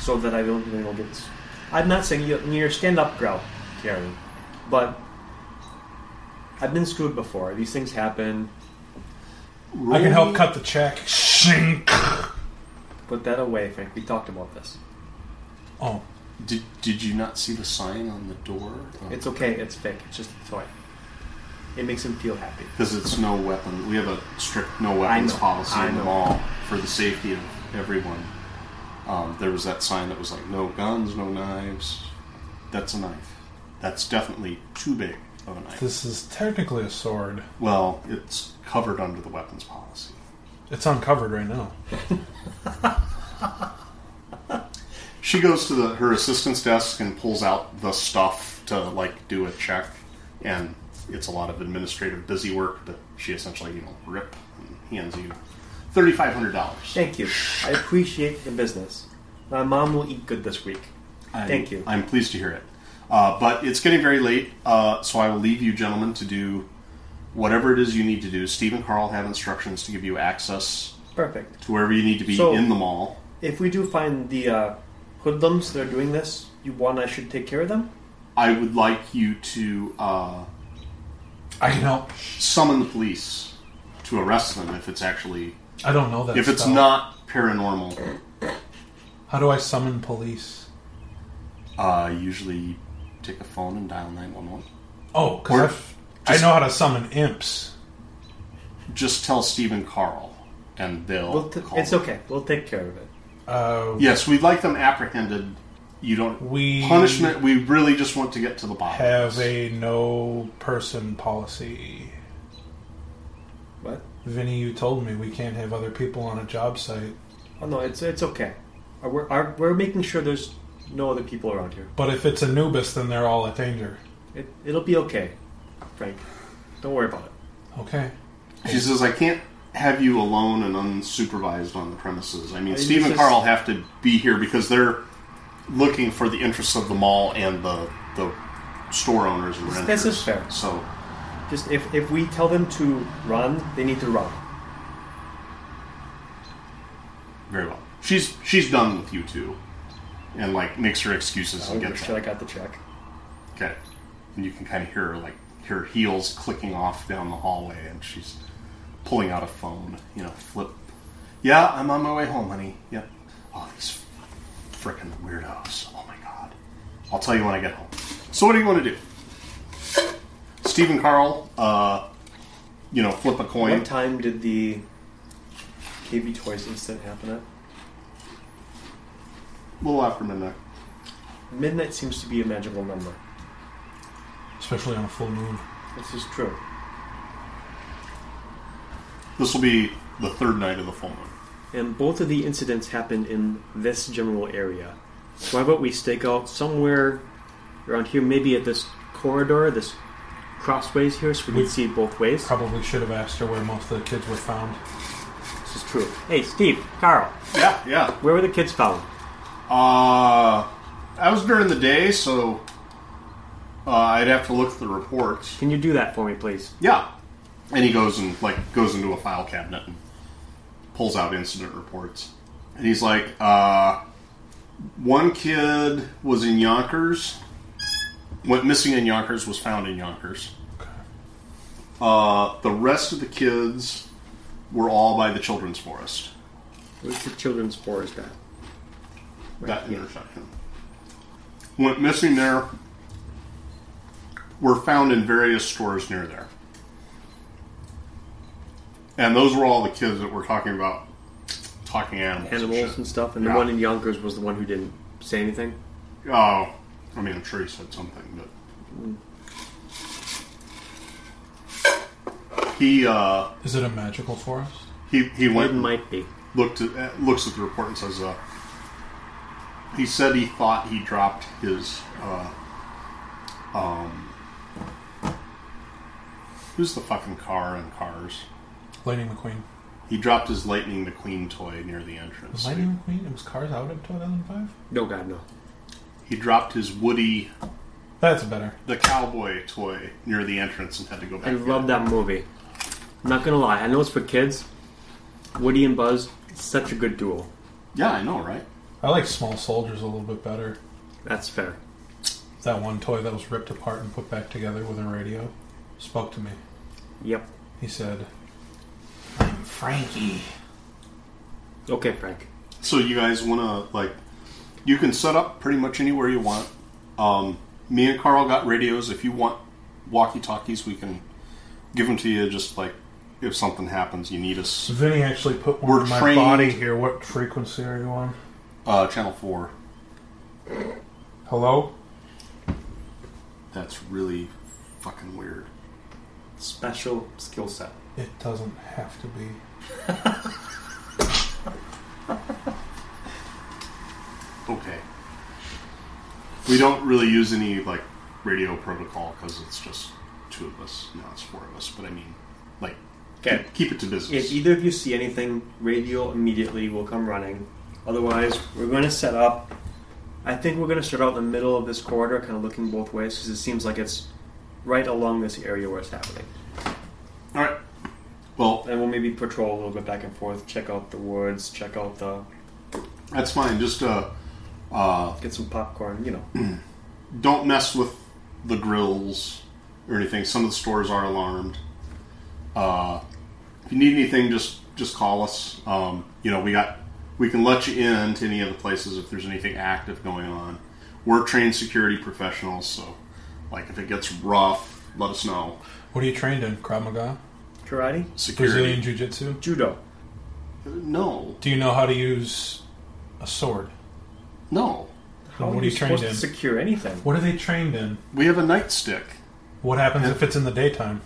Speaker 4: so that I don't you know, get. I'm not saying you you're stand up, girl, Karen, but I've been screwed before. These things happen.
Speaker 2: I can
Speaker 3: roll-
Speaker 2: help cut the check. Shink.
Speaker 4: Put that away, Frank. We talked about this.
Speaker 2: Oh,
Speaker 3: Did, did you not see the sign on the door? Um,
Speaker 4: It's okay. It's fake. It's just a toy. It makes him feel happy.
Speaker 3: because it's no weapon. We have a strict no
Speaker 4: I
Speaker 3: weapons
Speaker 4: know.
Speaker 3: policy
Speaker 4: I
Speaker 3: in the
Speaker 4: know.
Speaker 3: mall for the safety of everyone. Um, there was that sign that was like, "No guns, no knives." That's a knife. That's definitely too big. of a knife.
Speaker 2: This is technically a sword.
Speaker 3: Well, it's covered under the weapons policy.
Speaker 2: It's uncovered right now.
Speaker 3: She goes to the, her assistant's desk and pulls out the stuff to like do a check, and it's a lot of administrative busy work that she essentially you know rip and hands you thirty five hundred dollars.
Speaker 4: Thank you. I appreciate the business. My mom will eat good this week. Thank you.
Speaker 3: I'm pleased to hear it. Uh, but it's getting very late, uh, so I will leave you gentlemen to do whatever it is you need to do. Steve and Carl have instructions to give you access
Speaker 4: Perfect.
Speaker 3: to wherever you need to be
Speaker 4: So-
Speaker 3: in the mall.
Speaker 4: If we do find the uh, hoodlums that are doing this, you want I should take care of them?
Speaker 3: I would like you to uh,
Speaker 2: I can help.
Speaker 3: summon the police to arrest them if it's actually
Speaker 2: I don't know that.
Speaker 3: if it's
Speaker 2: spell.
Speaker 3: not paranormal.
Speaker 2: how do I summon police?
Speaker 3: Uh, usually you take a phone and dial nine one one.
Speaker 2: Oh,
Speaker 3: Or
Speaker 2: because I
Speaker 3: just-
Speaker 2: know how to summon imps.
Speaker 3: Just tell Steve and Carl, and they'll.
Speaker 4: We'll t-
Speaker 3: call
Speaker 4: it's
Speaker 3: them.
Speaker 4: okay. We'll take care of it.
Speaker 2: Uh,
Speaker 3: Yes, we'd like them apprehended. You don't
Speaker 2: We-
Speaker 3: punishment. We really just want to get to the bottom. of
Speaker 2: Have
Speaker 3: this.
Speaker 2: a no person policy.
Speaker 4: What?
Speaker 2: Vinny, you told me we can't have other people on a job site,
Speaker 4: Oh no, it's it's okay. Uh, We're our, we're making sure there's no other people around here.
Speaker 2: but if it's Anubis, then they're all at danger.
Speaker 4: It, it'll be okay, Frank. Don't worry about it.
Speaker 2: Okay.
Speaker 3: She says, "I can't have you alone and unsupervised on the premises. I mean,
Speaker 4: I
Speaker 3: Steve and
Speaker 4: just-
Speaker 3: Carl have to be here because they're looking for the interests of the mall and the the store owners and renters.
Speaker 4: This is fair.
Speaker 3: So,
Speaker 4: Just if if we tell them to run, they need to run.
Speaker 3: very well. She's she's done with you two, and like makes her excuses
Speaker 4: I'm
Speaker 3: and
Speaker 4: gonna
Speaker 3: gets
Speaker 4: sure I
Speaker 3: out.
Speaker 4: got the check.
Speaker 3: Okay, and you can kind of hear her like her heels clicking off down the hallway, and she's pulling out a phone. You know, flip. Yeah, I'm on my way home, honey. Yep. All these frickin' weirdos. Oh my god. I'll tell you when I get home. So, what do you want to do? Steve and Carl, uh, you know, flip a coin.
Speaker 4: What time did the KB Toys incident happen at?
Speaker 3: A little after midnight.
Speaker 4: Midnight seems to be a magical number.
Speaker 2: Especially on a full moon.
Speaker 4: This is true.
Speaker 3: This will be the third night of the full moon.
Speaker 4: And both of the incidents happened in this general area. So why don't we stake out somewhere around here, maybe at this corridor, this crossways here, so we
Speaker 2: We-
Speaker 4: can see both ways?
Speaker 2: Probably should have asked her where most of the kids were found.
Speaker 4: This is true. Hey, Steve, Carl,
Speaker 3: Yeah, yeah.
Speaker 4: where were the kids found?
Speaker 3: Uh, I was during the day, so uh, I'd have to look at the reports.
Speaker 4: Can you do that for me, please?
Speaker 3: Yeah, and he goes and like goes into a file cabinet and pulls out incident reports, and he's like, uh, one kid was in Yonkers, went missing in Yonkers, was found in Yonkers. Uh, the rest of the kids were all by the children's forest.
Speaker 4: Where's the children's forest at?
Speaker 3: that
Speaker 4: Yeah.
Speaker 3: intersection. Went missing there. Were found in various stores near there. And those were all the kids that were talking about talking animals. and
Speaker 4: Animals
Speaker 3: shit.
Speaker 4: and stuff, and
Speaker 3: Yeah.
Speaker 4: the one in Yonkers was the one who didn't say anything.
Speaker 3: Oh, I mean, I'm sure he said something, but
Speaker 4: Mm.
Speaker 3: he uh,
Speaker 2: Is it a magical forest?
Speaker 3: he he went
Speaker 4: It
Speaker 3: and
Speaker 4: might be.
Speaker 3: looked at, uh, looks at the report and says, uh, he said he thought he dropped his. Uh, um, who's the fucking car in Cars?
Speaker 2: Lightning McQueen.
Speaker 3: He dropped his Lightning McQueen toy near the entrance.
Speaker 2: Lightning McQueen? It was Cars out of 2005?
Speaker 4: No, God, no.
Speaker 3: He dropped his Woody
Speaker 2: That's better.
Speaker 3: the cowboy toy near the entrance and had to go back.
Speaker 4: I
Speaker 3: in.
Speaker 4: love that movie. I'm not gonna lie, I know it's for kids. Woody and Buzz, such a good duo.
Speaker 3: Yeah, I know, right?
Speaker 2: I like Small Soldiers a little bit better.
Speaker 4: That's fair.
Speaker 2: That one toy that was ripped apart and put back together with a radio spoke to me.
Speaker 4: Yep.
Speaker 2: He said, I'm Frankie.
Speaker 4: Okay, Frank.
Speaker 3: So you guys want to like, you can set up pretty much anywhere you want. Um, me and Carl got radios. If you want walkie talkies, we can give them to you. Just like if something happens, you need us.
Speaker 2: Vinny actually put one
Speaker 3: We're
Speaker 2: in my
Speaker 3: trained-
Speaker 2: body here. What frequency are you on?
Speaker 3: Uh, channel four.
Speaker 2: Hello?
Speaker 3: That's really fucking weird.
Speaker 4: Special skill set.
Speaker 2: It doesn't have to be.
Speaker 3: Okay. We don't really use any like radio protocol because it's just two of us. No, it's four of us. But I mean, like,
Speaker 4: Okay.
Speaker 3: keep it to business.
Speaker 4: If either of you see anything, radio immediately will come running. Otherwise, we're going to set up. I think we're going to start out in the middle of this corridor, kind of looking both ways, because it seems like it's right along this area where it's happening.
Speaker 3: All right. Well,
Speaker 4: And we'll maybe patrol a little bit back and forth, check out the woods, check out the.
Speaker 3: that's fine. Just uh, uh,
Speaker 4: get some popcorn, you know.
Speaker 3: don't mess with the grills or anything. Some of the stores are alarmed. Uh, if you need anything, just just call us. Um, you know, we got we can let you in to any of the places if there's anything active going on. We're trained security professionals, so like if it gets rough, let us know.
Speaker 2: What are you trained in? Krav Maga?
Speaker 4: Karate?
Speaker 2: Brazilian
Speaker 3: Security?
Speaker 2: Jiu Jitsu?
Speaker 4: Judo.
Speaker 3: No,
Speaker 2: Do you know how to use a sword?
Speaker 3: no.
Speaker 4: How
Speaker 2: what
Speaker 4: are
Speaker 2: are
Speaker 4: you
Speaker 2: you trained
Speaker 4: supposed to
Speaker 2: in?
Speaker 4: secure anything?
Speaker 2: What are they trained in?
Speaker 3: We have a nightstick.
Speaker 2: What happens if it's in the daytime?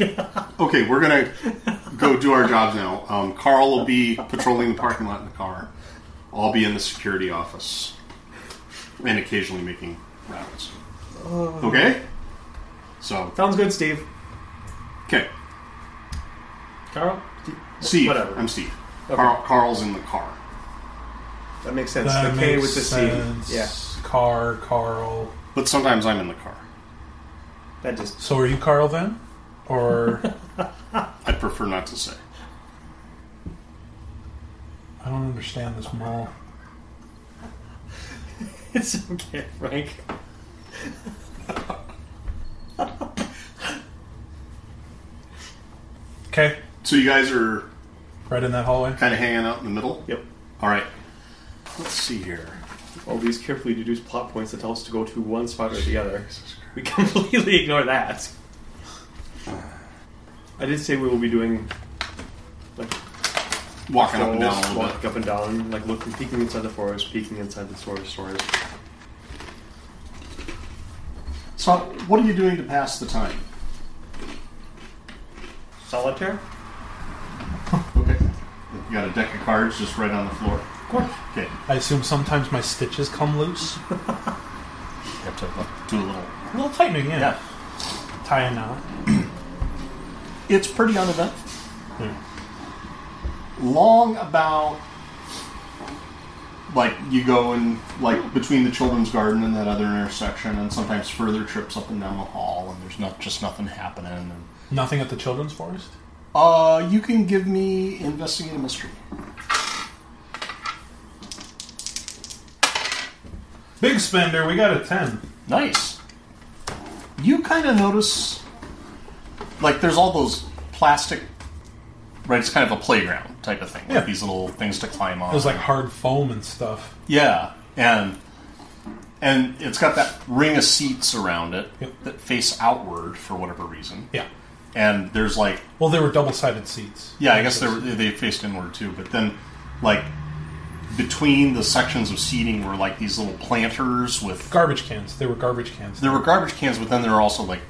Speaker 3: Okay, we're gonna go do our jobs now. Um, Carl will be patrolling the parking lot in the car. I'll be in the security office and occasionally making rounds.
Speaker 4: Uh,
Speaker 3: Okay. So
Speaker 4: Sounds good, Steve.
Speaker 3: okay,
Speaker 4: Carl?
Speaker 3: Steve.
Speaker 4: Whatever.
Speaker 3: I'm Steve.
Speaker 4: Okay.
Speaker 3: Carl, Carl's in the car.
Speaker 4: That makes sense. the K with the C. Yeah.
Speaker 2: Car, Carl.
Speaker 3: But sometimes I'm in the car.
Speaker 4: That just.
Speaker 2: So are you Carl then? Or
Speaker 3: I'd prefer not to say.
Speaker 2: I don't understand this mall.
Speaker 4: It's okay, Frank.
Speaker 2: Okay,
Speaker 3: So you guys are
Speaker 2: right in that hallway.
Speaker 3: kind of hanging out in the middle.
Speaker 4: Yep.
Speaker 3: All right. Let's see here.
Speaker 4: All these carefully deduced plot points that tell us to go to one spot or the other. We completely ignore that. I did say we will be doing like
Speaker 3: Walking up and down a
Speaker 4: rolls,
Speaker 3: little
Speaker 4: walk
Speaker 3: bit.
Speaker 4: up and down, like looking, peeking inside the forest, peeking inside the forest stores.
Speaker 3: So what are you doing to pass the time?
Speaker 4: Solitaire?
Speaker 3: Okay. You got a deck of cards just right on the floor. Of course. Okay.
Speaker 2: I assume sometimes my stitches come loose.
Speaker 3: Have to do a little.
Speaker 2: A little tightening, yeah. Tie a knot.
Speaker 3: It's pretty uneventful. Hmm. Long about like you go and like between the children's garden and that other intersection, and sometimes further trips up and down the hall, and there's not just nothing happening. And,
Speaker 2: Nothing at the children's forest?
Speaker 3: uh, you can give me investigate a mystery.
Speaker 2: Big spender, we got a 10.
Speaker 3: Nice. You kind of notice, like, there's all those plastic, right? It's kind of a playground type of thing.
Speaker 2: Yeah.
Speaker 3: Like these little things to climb on.
Speaker 2: It was like hard foam and stuff.
Speaker 3: yeah, and and it's got that ring of seats around it
Speaker 2: Yep.
Speaker 3: that face outward for whatever reason.
Speaker 2: Yeah.
Speaker 3: And there's like,
Speaker 2: Well, they were double sided seats.
Speaker 3: yeah, I guess they were, they faced inward too. But then, like, between the sections of seating were like these little planters with
Speaker 2: Garbage cans. They were garbage cans.
Speaker 3: there were garbage cans, but then there were also like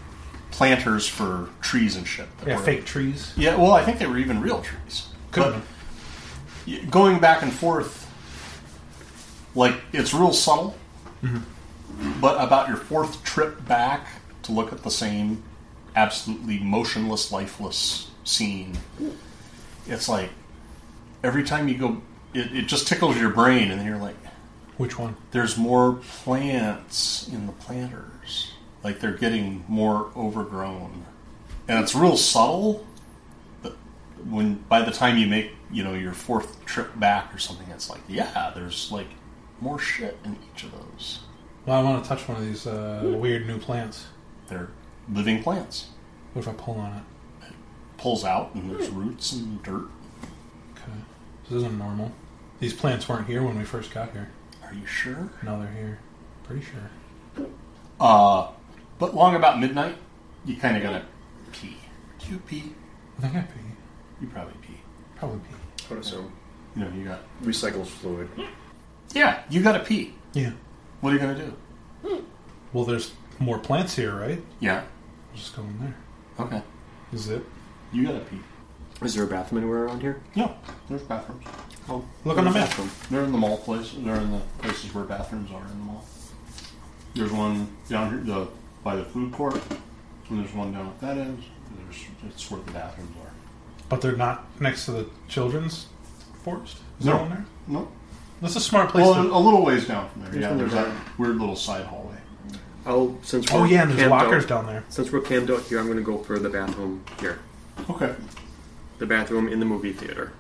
Speaker 3: planters for trees and shit. that
Speaker 2: yeah,
Speaker 3: were-
Speaker 2: fake trees.
Speaker 3: Yeah, well, I think they were even real trees.
Speaker 2: Could've
Speaker 3: But y- going back and forth, like it's real subtle.
Speaker 2: Mm-hmm.
Speaker 3: But about your fourth trip back to look at the same absolutely motionless, lifeless scene, it's like every time you go, it, it just tickles your brain, and then you're like,
Speaker 2: Which one?
Speaker 3: there's more plants in the planters. Like they're getting more overgrown, and it's real subtle. But when by the time you make you know your fourth trip back or something, it's like yeah, there's like more shit in each of those.
Speaker 2: Well, I want to touch one of these uh, weird new plants.
Speaker 3: They're living plants.
Speaker 2: What if I pull on it?
Speaker 3: Pulls out and there's roots and dirt.
Speaker 2: Okay. This isn't normal. These plants weren't here when we first got here.
Speaker 3: Are you sure?
Speaker 2: Now they're here. Pretty sure.
Speaker 3: Uh, but long about midnight, you kind of gotta pee. Do you pee?
Speaker 2: I think I pee.
Speaker 3: You probably pee.
Speaker 2: Probably pee.
Speaker 4: I would assume.
Speaker 3: You know you got.
Speaker 4: Recycles fluid.
Speaker 3: Yeah, you gotta pee.
Speaker 2: Yeah.
Speaker 3: What are you gonna do?
Speaker 2: Well, there's more plants here, right?
Speaker 3: Yeah.
Speaker 2: Just go in there.
Speaker 3: Okay.
Speaker 2: Is it?
Speaker 3: You gotta pee.
Speaker 4: Is there a bathroom anywhere around here?
Speaker 3: Yeah, there's bathrooms. Oh,
Speaker 2: Look on the map.
Speaker 4: Bathroom.
Speaker 3: They're in the mall place. They're in the places where bathrooms are in the mall. There's one down here the, by the food court, and there's one down at that end. and There's it's where the bathrooms are.
Speaker 2: But they're not next to the children's forest. Is
Speaker 3: No.
Speaker 2: there one there?
Speaker 3: No,
Speaker 2: That's a smart place.
Speaker 3: well,
Speaker 2: to-
Speaker 3: a little ways down from there.
Speaker 4: There's
Speaker 3: yeah,
Speaker 4: one
Speaker 3: there's
Speaker 4: there.
Speaker 3: that weird little side hallway.
Speaker 5: Oh, since we're
Speaker 2: oh yeah, and there's
Speaker 5: camped
Speaker 2: lockers
Speaker 5: out-
Speaker 2: down there.
Speaker 5: Since we're camped out here, I'm going to go for the bathroom here.
Speaker 3: Okay,
Speaker 5: The bathroom in the movie theater.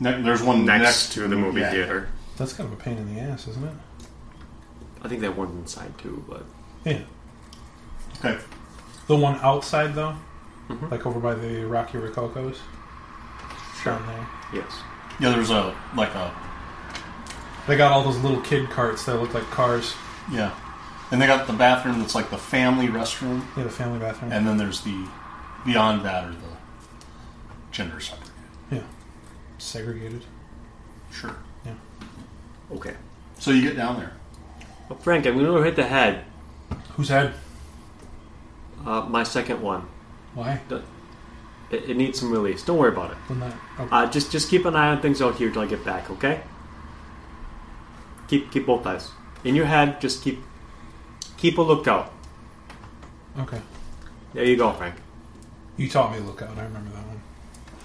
Speaker 3: ne- there's one
Speaker 5: Next,
Speaker 3: next,
Speaker 5: to the movie
Speaker 3: yeah.
Speaker 5: theater.
Speaker 2: That's kind of a pain in the ass, isn't it?
Speaker 5: I think that one's inside too, but
Speaker 2: Yeah.
Speaker 3: Okay,
Speaker 2: The one outside though,
Speaker 3: Mm-hmm.
Speaker 2: like over by the Rocky Rococos. Down there,
Speaker 5: yes.
Speaker 3: yeah, there's a like a
Speaker 2: they got all those little kid carts that look like cars.
Speaker 3: yeah, and they got the bathroom that's like the family restroom,
Speaker 2: Yeah, the family bathroom.
Speaker 3: and then there's the beyond that are the gender separate.
Speaker 2: yeah, segregated.
Speaker 3: Sure.
Speaker 5: Okay.
Speaker 3: So you get down there.
Speaker 5: Well, Frank, I'm going to hit the head.
Speaker 2: Who's had?
Speaker 5: Uh, my second one.
Speaker 2: Why?
Speaker 5: It, it needs some release. Don't worry about it.
Speaker 2: When that? Oh,
Speaker 5: Uh, just just keep an eye on things out here till I get back, okay? Keep keep both eyes in your head. Just keep keep a lookout.
Speaker 2: okay.
Speaker 5: There you go, Frank.
Speaker 2: You taught me to look out. I remember that one.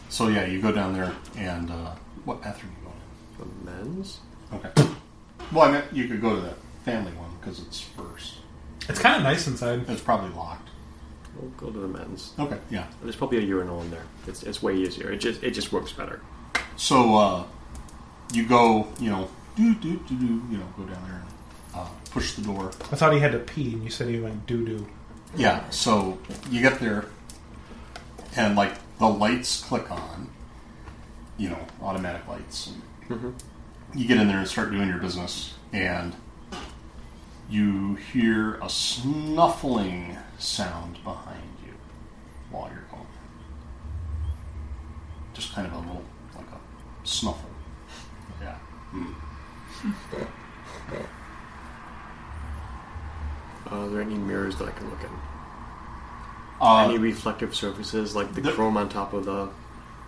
Speaker 3: So yeah, you go down there, and uh, what bathroom you
Speaker 5: The men's.
Speaker 3: going in? Okay. Well, I meant you could go to the family one because it's first.
Speaker 2: It's kind of nice inside.
Speaker 3: It's probably locked.
Speaker 5: We'll go to the men's.
Speaker 3: Okay. Yeah.
Speaker 5: There's probably a urinal in there. It's it's way easier. It just it just works better.
Speaker 3: So uh, you go, you know, do do do do, you know, go down there and uh, push the door.
Speaker 2: I thought he had to pee, and you said he went doo doo.
Speaker 3: Yeah. So you get there, and like the lights click on, you know, automatic lights. And You get in there and start doing your business, and you hear a snuffling sound behind you while you're going. Just kind of a little, like a snuffle. Yeah.
Speaker 5: Uh, are there any mirrors that I can look in?
Speaker 3: Uh,
Speaker 5: Any reflective surfaces like the
Speaker 3: the-
Speaker 5: chrome on top of the?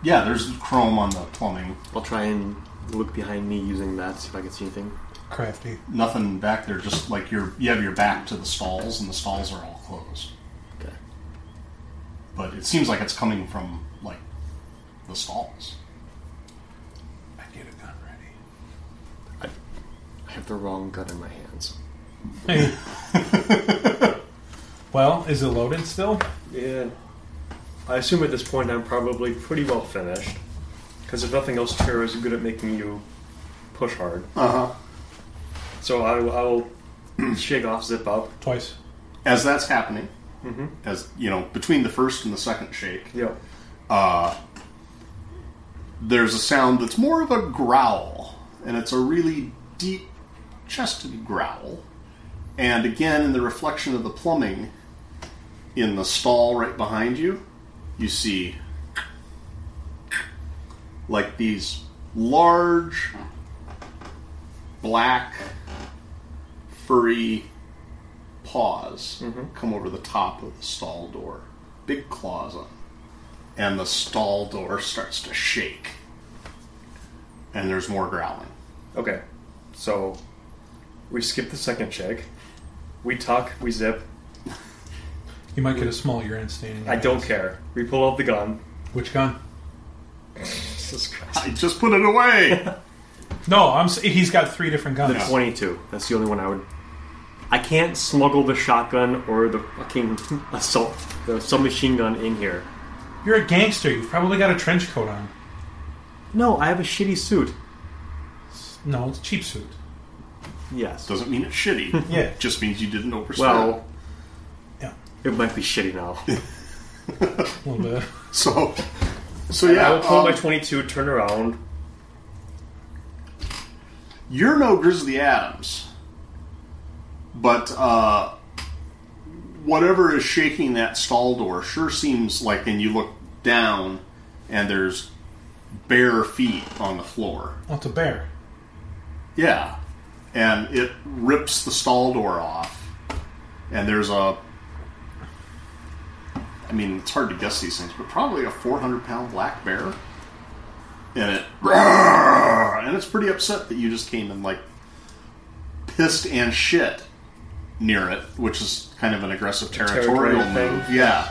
Speaker 3: Yeah, there's chrome on the plumbing.
Speaker 5: I'll try and look behind me using that. See if I can see anything.
Speaker 2: Crafty.
Speaker 3: Nothing back there. Just like your, you have your back to the stalls, and the stalls are all closed.
Speaker 5: Okay.
Speaker 3: But it seems like it's coming from like the stalls.
Speaker 2: I get a gun ready.
Speaker 5: I have the wrong gun in my hands.
Speaker 2: Hey. well, is it loaded still?
Speaker 4: Yeah. I assume at this point I'm probably pretty well finished. Because if nothing else, terror is good at making you push hard.
Speaker 3: Uh huh.
Speaker 4: So I, will- I will shake off, zip up.
Speaker 2: Twice.
Speaker 3: As that's happening, as you know, between the first and the second shake,
Speaker 4: Yep.
Speaker 3: there's a sound that's more of a growl, and it's a really deep chested growl. And again, in the reflection of the plumbing in the stall right behind you, you see like these large, black, furry paws come over the top of the stall door. Big claws on 'em and the stall door starts to shake. And there's more growling.
Speaker 4: Okay. So we skip the second shake. We tuck, we zip.
Speaker 2: You might get a small urine stain. in your
Speaker 4: I don't
Speaker 2: eyes.
Speaker 4: care. We pull out the gun.
Speaker 2: Which gun?
Speaker 4: Jesus Christ.
Speaker 3: I just put it away.
Speaker 2: No, I'm. s- He's got three different guns.
Speaker 5: The 22. That's the only one I would. I can't smuggle the shotgun or the fucking assault, the submachine gun in here.
Speaker 2: You're a gangster. You've probably got a trench coat on.
Speaker 5: No, I have a shitty suit.
Speaker 2: No, it's a cheap suit.
Speaker 5: Yes.
Speaker 3: Doesn't mean it's shitty.
Speaker 2: Yeah.
Speaker 3: Just means you didn't overspend.
Speaker 5: Well,
Speaker 2: Yeah,
Speaker 5: it might be shitty now.
Speaker 2: a little bit.
Speaker 3: so, so
Speaker 4: I
Speaker 3: yeah,
Speaker 4: will pull
Speaker 3: um,
Speaker 4: my 22, turn around.
Speaker 3: you're no Grizzly Adams, but uh, whatever is shaking that stall door sure seems like. And you look down, and there's bare feet on the floor.
Speaker 2: Oh, it's a bear.
Speaker 3: Yeah. And it rips the stall door off. And there's a I mean, it's hard to guess these things, but probably a 400 pound black bear. And it. And it's pretty upset that you just came and, like, pissed and shit near it, which is kind of an aggressive territorial,
Speaker 4: territorial thing.
Speaker 3: move. Yeah.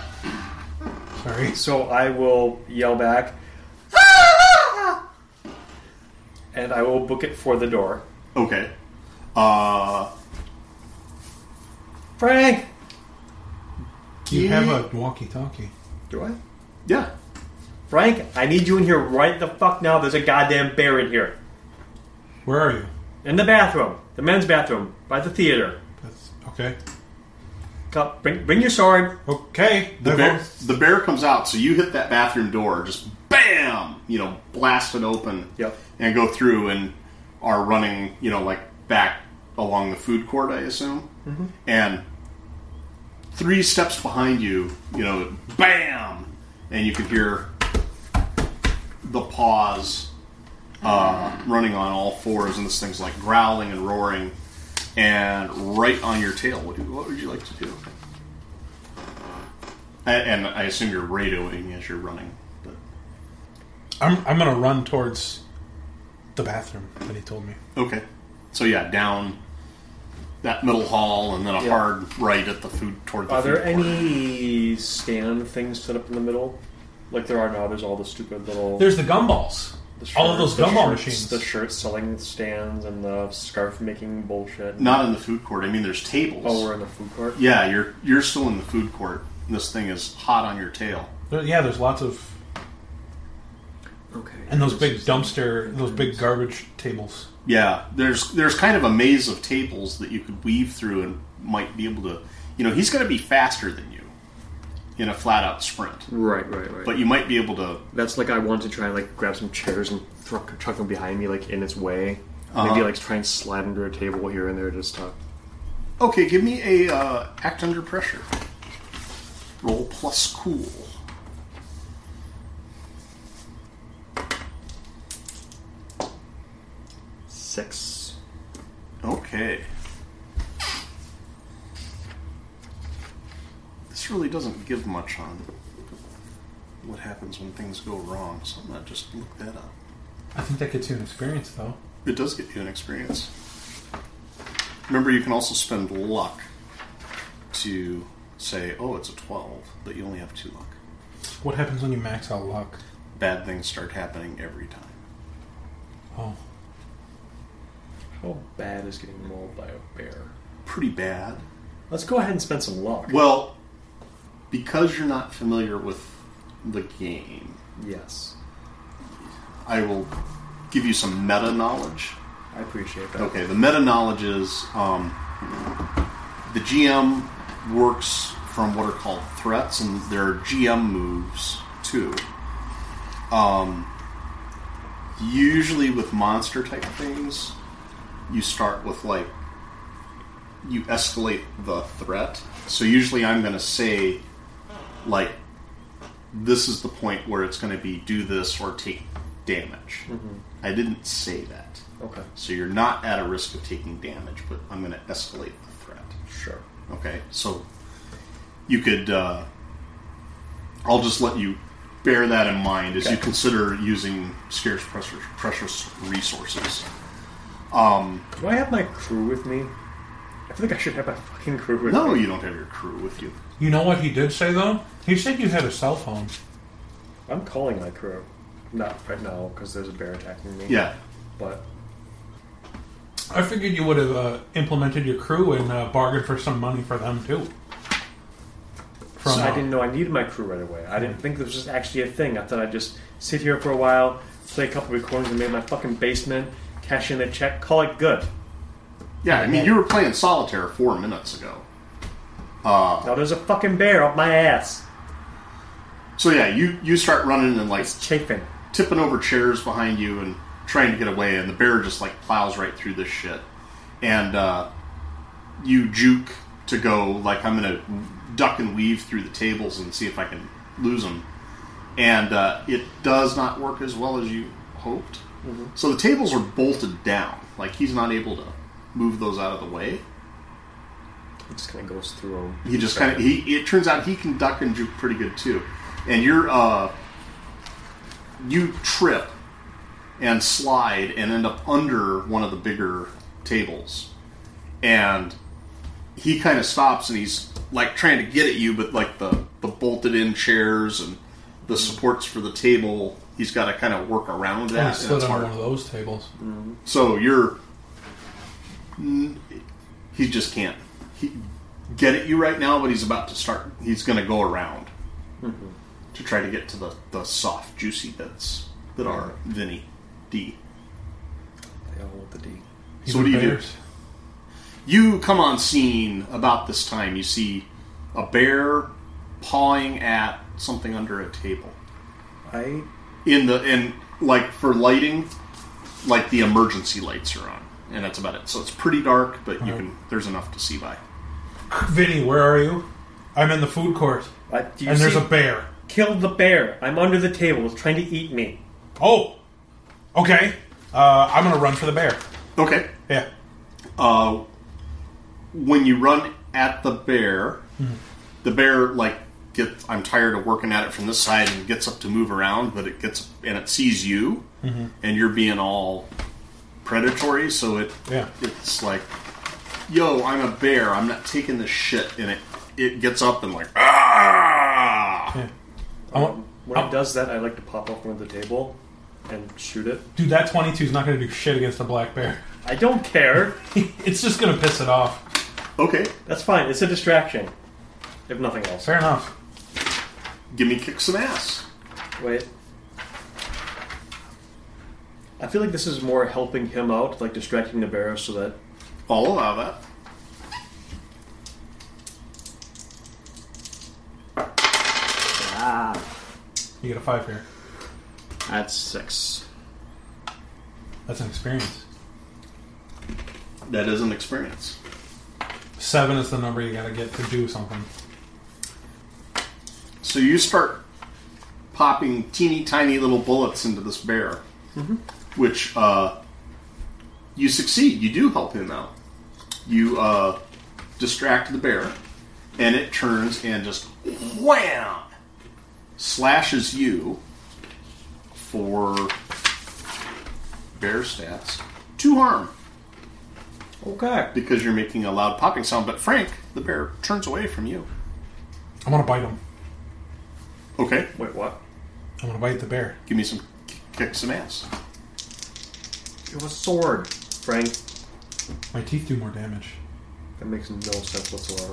Speaker 2: Sorry.
Speaker 4: So I will yell back. and I will book it for the door.
Speaker 3: Okay. Uh,
Speaker 4: Frank!
Speaker 2: Do you have a walkie-talkie?
Speaker 4: Do I?
Speaker 3: yeah.
Speaker 4: Frank, I need you in here right the fuck now. There's a goddamn bear in here.
Speaker 2: Where are you?
Speaker 4: In the bathroom. The men's bathroom. By the theater.
Speaker 2: That's okay.
Speaker 4: Come, bring, bring your sword.
Speaker 2: Okay.
Speaker 3: The
Speaker 2: there
Speaker 3: bear,
Speaker 2: goes-
Speaker 3: the bear comes out, so you hit that bathroom door, just bam, you know, blast it open,
Speaker 4: Yep.
Speaker 3: and go through and are running, you know, like back along the food court, I assume, and three steps behind you, you know, bam, and you can hear the paws uh, running on all fours, and this thing's like growling and roaring, and right on your tail. What, do, what would you like to do? A- And I assume you're radioing as you're running. But.
Speaker 2: I'm I'm gonna run towards the bathroom that he told me.
Speaker 3: Okay. So yeah, down that middle hall, and then a
Speaker 4: Yeah.
Speaker 3: hard right at the food toward the.
Speaker 4: Are there
Speaker 3: food court.
Speaker 4: any stand things set up in the middle? Like there are now. There's all the stupid little.
Speaker 2: There's the gumballs.
Speaker 4: the
Speaker 2: all of those
Speaker 4: the
Speaker 2: gumball
Speaker 4: shirts-
Speaker 2: machines.
Speaker 4: The shirt selling stands and the scarf making bullshit.
Speaker 3: Not in the food court. I mean, there's tables.
Speaker 4: Oh, we're in the food court?
Speaker 3: yeah, you're you're still in the food court. This thing is hot on your tail.
Speaker 2: There- yeah, there's lots of
Speaker 5: Okay.
Speaker 2: and those big dumpster, those big garbage tables.
Speaker 3: Yeah, there's there's kind of a maze of tables that you could weave through and might be able to. You know, he's going to be faster than you in a flat out sprint,
Speaker 5: Right, right, right.
Speaker 3: but you might be able to.
Speaker 5: That's like I want to try and like grab some chairs and throw, chuck them behind me, like in its way. Maybe like try and slide under a table here and there, just to
Speaker 3: Okay, give me a uh, act under pressure. Roll plus cool.
Speaker 5: six.
Speaker 3: Okay. This really doesn't give much on what happens when things go wrong, so I'm gonna just look that up.
Speaker 2: I think that gets you an experience, though.
Speaker 3: It does get you an experience. Remember, you can also spend luck to say, oh, it's a 12, but you only have two luck.
Speaker 2: What happens when you max out luck?
Speaker 3: Bad things start happening every time.
Speaker 2: Oh,
Speaker 4: How bad is getting mauled by a bear?
Speaker 3: Pretty bad.
Speaker 4: Let's go ahead and spend some luck.
Speaker 3: Well, because you're not familiar with the game,
Speaker 4: Yes.
Speaker 3: I will give you some meta knowledge.
Speaker 4: I appreciate that.
Speaker 5: Oh.
Speaker 3: Okay, the meta knowledge is um, the GM works from what are called threats, and there are GM moves too. Um, usually with monster type things, you start with like you escalate the threat. So usually I'm going to say like this is the point where it's going to be do this or take damage. I didn't say that.
Speaker 4: Okay.
Speaker 3: So you're not at a risk of taking damage, but I'm going to escalate the threat.
Speaker 4: Sure.
Speaker 3: Okay, so you could. Uh, I'll just let you bear that in mind as you
Speaker 4: Okay.
Speaker 3: consider using scarce, precious, precious resources.
Speaker 4: Do I have my crew with me? I feel like I should have my fucking crew with
Speaker 3: No,
Speaker 4: me.
Speaker 3: you don't have your crew with you.
Speaker 2: you know what he did say though? He said you had a cell phone.
Speaker 4: I'm calling my crew. Not right now, because there's a bear attacking me.
Speaker 3: Yeah,
Speaker 4: But
Speaker 2: I figured you would have uh, implemented your crew and uh, bargained for some money for them too. From
Speaker 4: So I
Speaker 2: uh,
Speaker 4: didn't know I needed my crew right away. I didn't think this was actually a thing. I thought I'd just sit here for a while, play a couple recordings and made my fucking basement, cash in the check, call it good.
Speaker 3: yeah. I mean, you were playing solitaire four minutes ago.
Speaker 4: Now there's a fucking bear up my ass.
Speaker 3: So yeah, you you start running and like
Speaker 4: It's chafing.
Speaker 3: tipping over chairs behind you and trying to get away, and the bear just like plows right through this shit. And uh, you juke to go, like, I'm going to duck and weave through the tables and see if I can lose them. And uh, it does not work as well as you hoped. So the tables are bolted down. Like, he's not able to move those out of the way.
Speaker 5: He just kind of goes through them.
Speaker 3: He just kind of he. It turns out he can duck and juke pretty good too, and you're uh, you trip and slide and end up under one of the bigger tables, and he kind of stops and he's like trying to get at you, but like the the bolted in chairs and the supports for the table, he's got to kind of work around that.
Speaker 2: I
Speaker 3: and
Speaker 2: slid
Speaker 3: it's
Speaker 2: on
Speaker 3: hard.
Speaker 2: one of those tables.
Speaker 4: Mm.
Speaker 3: So you're. mm, He just can't he get at you right now, but he's about to start. He's going to go around to try to get to the, the soft, juicy bits that are Vinny D.
Speaker 5: They all want the D.
Speaker 3: So what do you do? You come on scene about this time. You see a bear pawing at something under a table.
Speaker 5: I
Speaker 3: in the and like for lighting, like the emergency lights are on, and that's about it. So it's pretty dark, but you can there's enough to see by.
Speaker 2: Vinny, where are you? I'm in the food court,
Speaker 5: I, do you
Speaker 2: and there's
Speaker 5: see-
Speaker 2: a bear.
Speaker 5: killed the bear. I'm under the table. It's trying to eat me.
Speaker 2: Oh, okay. Uh, I'm gonna run for the bear.
Speaker 3: Okay,
Speaker 2: Yeah.
Speaker 3: uh, when you run at the bear, the bear like gets. I'm tired of working at it from this side, and gets up to move around, but it gets and it sees you, and you're being all predatory, so it
Speaker 2: Yeah.
Speaker 3: it's like, yo, I'm a bear. I'm not taking this shit, and it it gets up and like ah.
Speaker 2: I want,
Speaker 5: Um, When it does that, I like to pop up under the table and shoot it.
Speaker 2: dude, that 22 is not gonna do shit against a black bear.
Speaker 5: I don't care.
Speaker 2: it's just gonna piss it off.
Speaker 3: Okay,
Speaker 5: That's fine. It's a distraction. If nothing else.
Speaker 2: Fair enough.
Speaker 3: give me kick some ass.
Speaker 5: Wait. I feel like this is more helping him out, like distracting the bear so that
Speaker 3: I'll allow that.
Speaker 2: You get a five here.
Speaker 5: that's six.
Speaker 2: That's an experience.
Speaker 3: That is an experience.
Speaker 2: Seven is the number you gotta get to do something.
Speaker 3: So you start popping teeny tiny little bullets into this bear, which uh, you succeed. You do help him out. You uh, distract the bear, and it turns and just wham slashes you for bear stats to harm.
Speaker 5: Okay.
Speaker 3: because you're making a loud popping sound. But Frank, the bear, turns away from you.
Speaker 2: I'm gonna bite him.
Speaker 3: Okay,
Speaker 5: Wait, what?
Speaker 2: I'm gonna bite the bear.
Speaker 3: give me some kick some ass.
Speaker 5: It was sword, Frank.
Speaker 2: My teeth do more damage.
Speaker 5: That makes no sense whatsoever.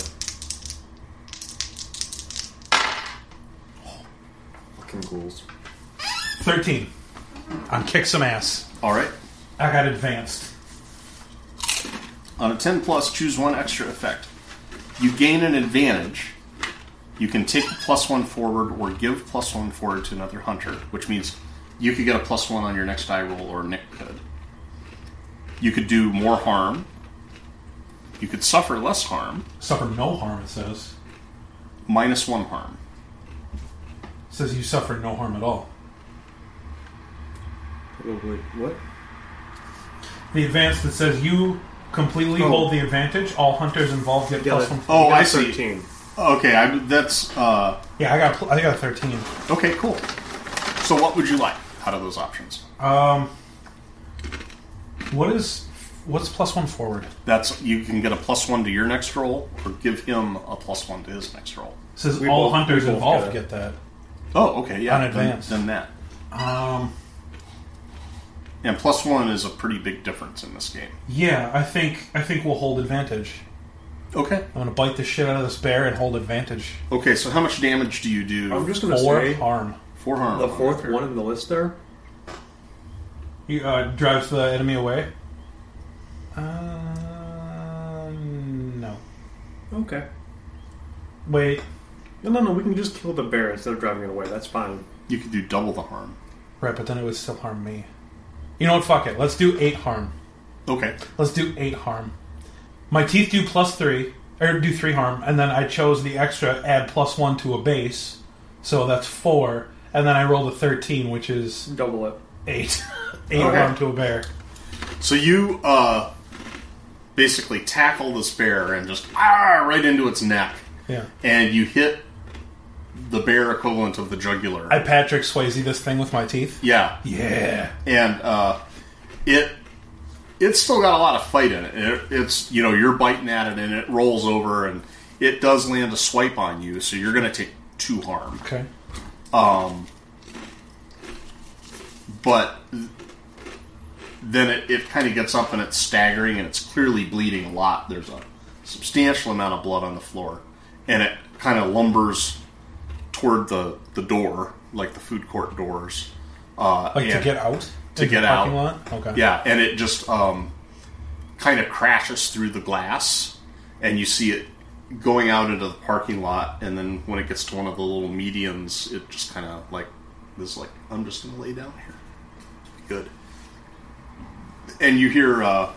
Speaker 5: Fucking ghouls.
Speaker 2: 13. I'm kick some ass.
Speaker 3: All right.
Speaker 2: I got advanced.
Speaker 3: On a 10 plus, choose one extra effect. You gain an advantage. You can take the plus one forward or give plus one forward to another hunter, which means you could get a plus one on your next die roll, or Nick could. You could do more harm. You could suffer less harm,
Speaker 2: Suffer no harm, it says.
Speaker 3: minus one harm.
Speaker 2: It says you suffer no harm at all.
Speaker 5: Probably. What?
Speaker 2: The advance that says you completely
Speaker 5: Oh.
Speaker 2: hold the advantage. All hunters involved get
Speaker 5: Yeah,
Speaker 2: plus
Speaker 5: that-
Speaker 2: one.
Speaker 3: Oh,
Speaker 5: Yeah,
Speaker 3: I see.
Speaker 5: 13.
Speaker 3: Okay, I, that's uh,
Speaker 2: Yeah, I got. a pl- I got a thirteen.
Speaker 3: Okay, cool. So, what would you like out of those options?
Speaker 2: What is? What's plus one forward?
Speaker 3: That's you can get a plus one to your next roll, or give him a plus one to his next roll.
Speaker 2: It says
Speaker 5: We
Speaker 2: all
Speaker 5: both-
Speaker 2: hunters
Speaker 5: we both
Speaker 2: involved
Speaker 5: get
Speaker 2: get that.
Speaker 3: Oh, okay, yeah,
Speaker 2: On
Speaker 3: then-
Speaker 2: advance.
Speaker 3: Then, that.
Speaker 2: Um,
Speaker 3: And plus one is a pretty big difference in this game.
Speaker 2: yeah, I think I think we'll hold advantage.
Speaker 3: Okay.
Speaker 2: I'm gonna bite the shit out of this bear and hold advantage.
Speaker 3: Okay, so how much damage do you
Speaker 5: I'm
Speaker 3: do?
Speaker 5: just gonna
Speaker 2: Or
Speaker 5: say
Speaker 2: harm.
Speaker 3: Four harm.
Speaker 5: the
Speaker 3: on
Speaker 5: fourth
Speaker 3: that bear.
Speaker 5: one in the list there.
Speaker 2: You uh, drives the enemy away. Uh, no.
Speaker 5: Okay.
Speaker 2: Wait.
Speaker 5: No, no, no. We can just kill the bear instead of driving it away. That's fine.
Speaker 3: You could do double the harm.
Speaker 2: Right, but then it would still harm me. You know what? Fuck it. Let's do eight harm.
Speaker 3: Okay.
Speaker 2: Let's do eight harm. My teeth do plus three, or do three harm, and then I chose the extra add plus one to a base, so that's four, and then I rolled a 13, which is
Speaker 5: Double it.
Speaker 2: eight. eight
Speaker 5: Okay.
Speaker 2: harm to a bear.
Speaker 3: So you uh, basically tackle this bear and just ah right into its neck,
Speaker 2: Yeah.
Speaker 3: and you hit the bear equivalent of the jugular.
Speaker 2: I Patrick Swayze this thing with my teeth.
Speaker 3: yeah,
Speaker 2: Yeah.
Speaker 3: and uh, it it's still got a lot of fight in it. it. It's you know you're biting at it and it rolls over and it does land a swipe on you, so you're going to take two harm.
Speaker 2: Okay.
Speaker 3: But then it, it kind of gets up and it's staggering and it's clearly bleeding a lot. There's a substantial amount of blood on the floor, and it kind of lumbers toward the the door, like the food court doors. Uh,
Speaker 2: Like to
Speaker 3: and-
Speaker 2: get out.
Speaker 3: To
Speaker 2: Into
Speaker 3: get
Speaker 2: the parking
Speaker 3: out.
Speaker 2: Lot? Okay.
Speaker 3: Yeah, and it just um, kind of crashes through the glass, and you see it going out into the parking lot. And then when it gets to one of the little medians, it just kind of like is like, I'm just gonna lay down here. Good. And you hear uh,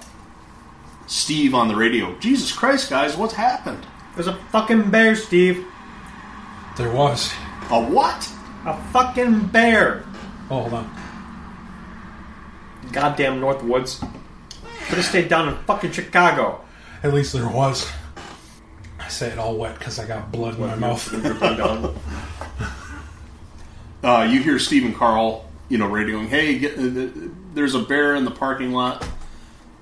Speaker 3: Steve on the radio. Jesus Christ, guys, what's happened?
Speaker 4: There's a fucking bear, Steve.
Speaker 2: There was.
Speaker 3: A what?
Speaker 4: A fucking bear.
Speaker 2: Oh, hold on.
Speaker 4: Goddamn North Woods. Could have stayed down in fucking Chicago.
Speaker 2: At least there was. I say it all wet because I got blood in my mouth.
Speaker 3: uh, you hear Stephen Carl, you know, radioing, "Hey, get, uh, there's a bear in the parking lot,"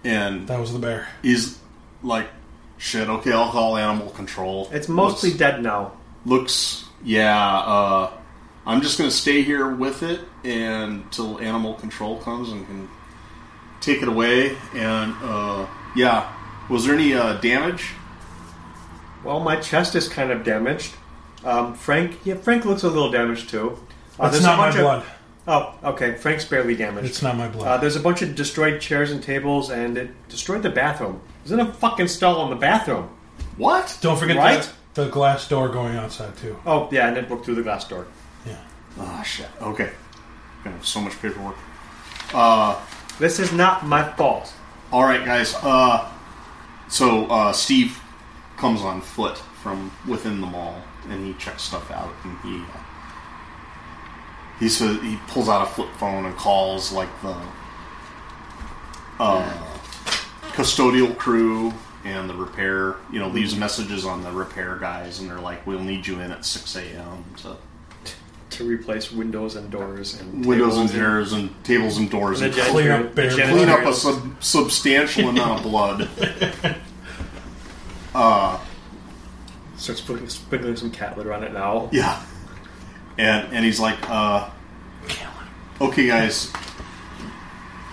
Speaker 3: and
Speaker 2: That was the bear.
Speaker 3: he's like, "Shit, okay, I'll call animal control."
Speaker 4: It's mostly
Speaker 3: looks,
Speaker 4: dead now.
Speaker 3: looks yeah. Uh, I'm just gonna stay here with it until animal control comes and can take it away. And uh, yeah, was there any uh, damage?
Speaker 4: Well, my chest is kind of damaged. Um, Frank, yeah, Frank looks a little damaged too. Uh,
Speaker 2: That's
Speaker 4: there's a
Speaker 2: not my
Speaker 4: bunch of-
Speaker 2: blood.
Speaker 4: Oh, okay. Frank's barely damaged.
Speaker 2: It's not my
Speaker 4: Uh,
Speaker 2: blood.
Speaker 4: there's a bunch of destroyed chairs and tables, and it destroyed the bathroom. There's in a fucking stall in the bathroom.
Speaker 3: What?
Speaker 2: Don't forget
Speaker 4: right?
Speaker 2: the, the glass door going outside, too.
Speaker 4: Oh, yeah, and it broke through the glass door.
Speaker 2: Yeah.
Speaker 3: Oh shit. Okay. Gonna have so much paperwork.
Speaker 4: This is not my fault.
Speaker 3: All right, guys. Uh, so uh, Steve comes on foot from within the mall, and he checks stuff out, and he uh, he says he pulls out a flip phone and calls like the uh, custodial crew and the repair. You know, leaves messages on the repair guys, and they're like, "We'll need you in at six a.m." So
Speaker 4: To replace windows and doors and
Speaker 3: windows and
Speaker 4: tables
Speaker 3: chairs and tables and doors
Speaker 4: The
Speaker 3: and
Speaker 4: janitor-
Speaker 2: Clean up bear
Speaker 4: the
Speaker 2: blood.
Speaker 3: clean up
Speaker 4: janitor-
Speaker 3: a sub- substantial amount of blood.
Speaker 4: Start sprinkling, sprinkling some cat litter on it now.
Speaker 3: Yeah. And and he's like, uh, okay, guys,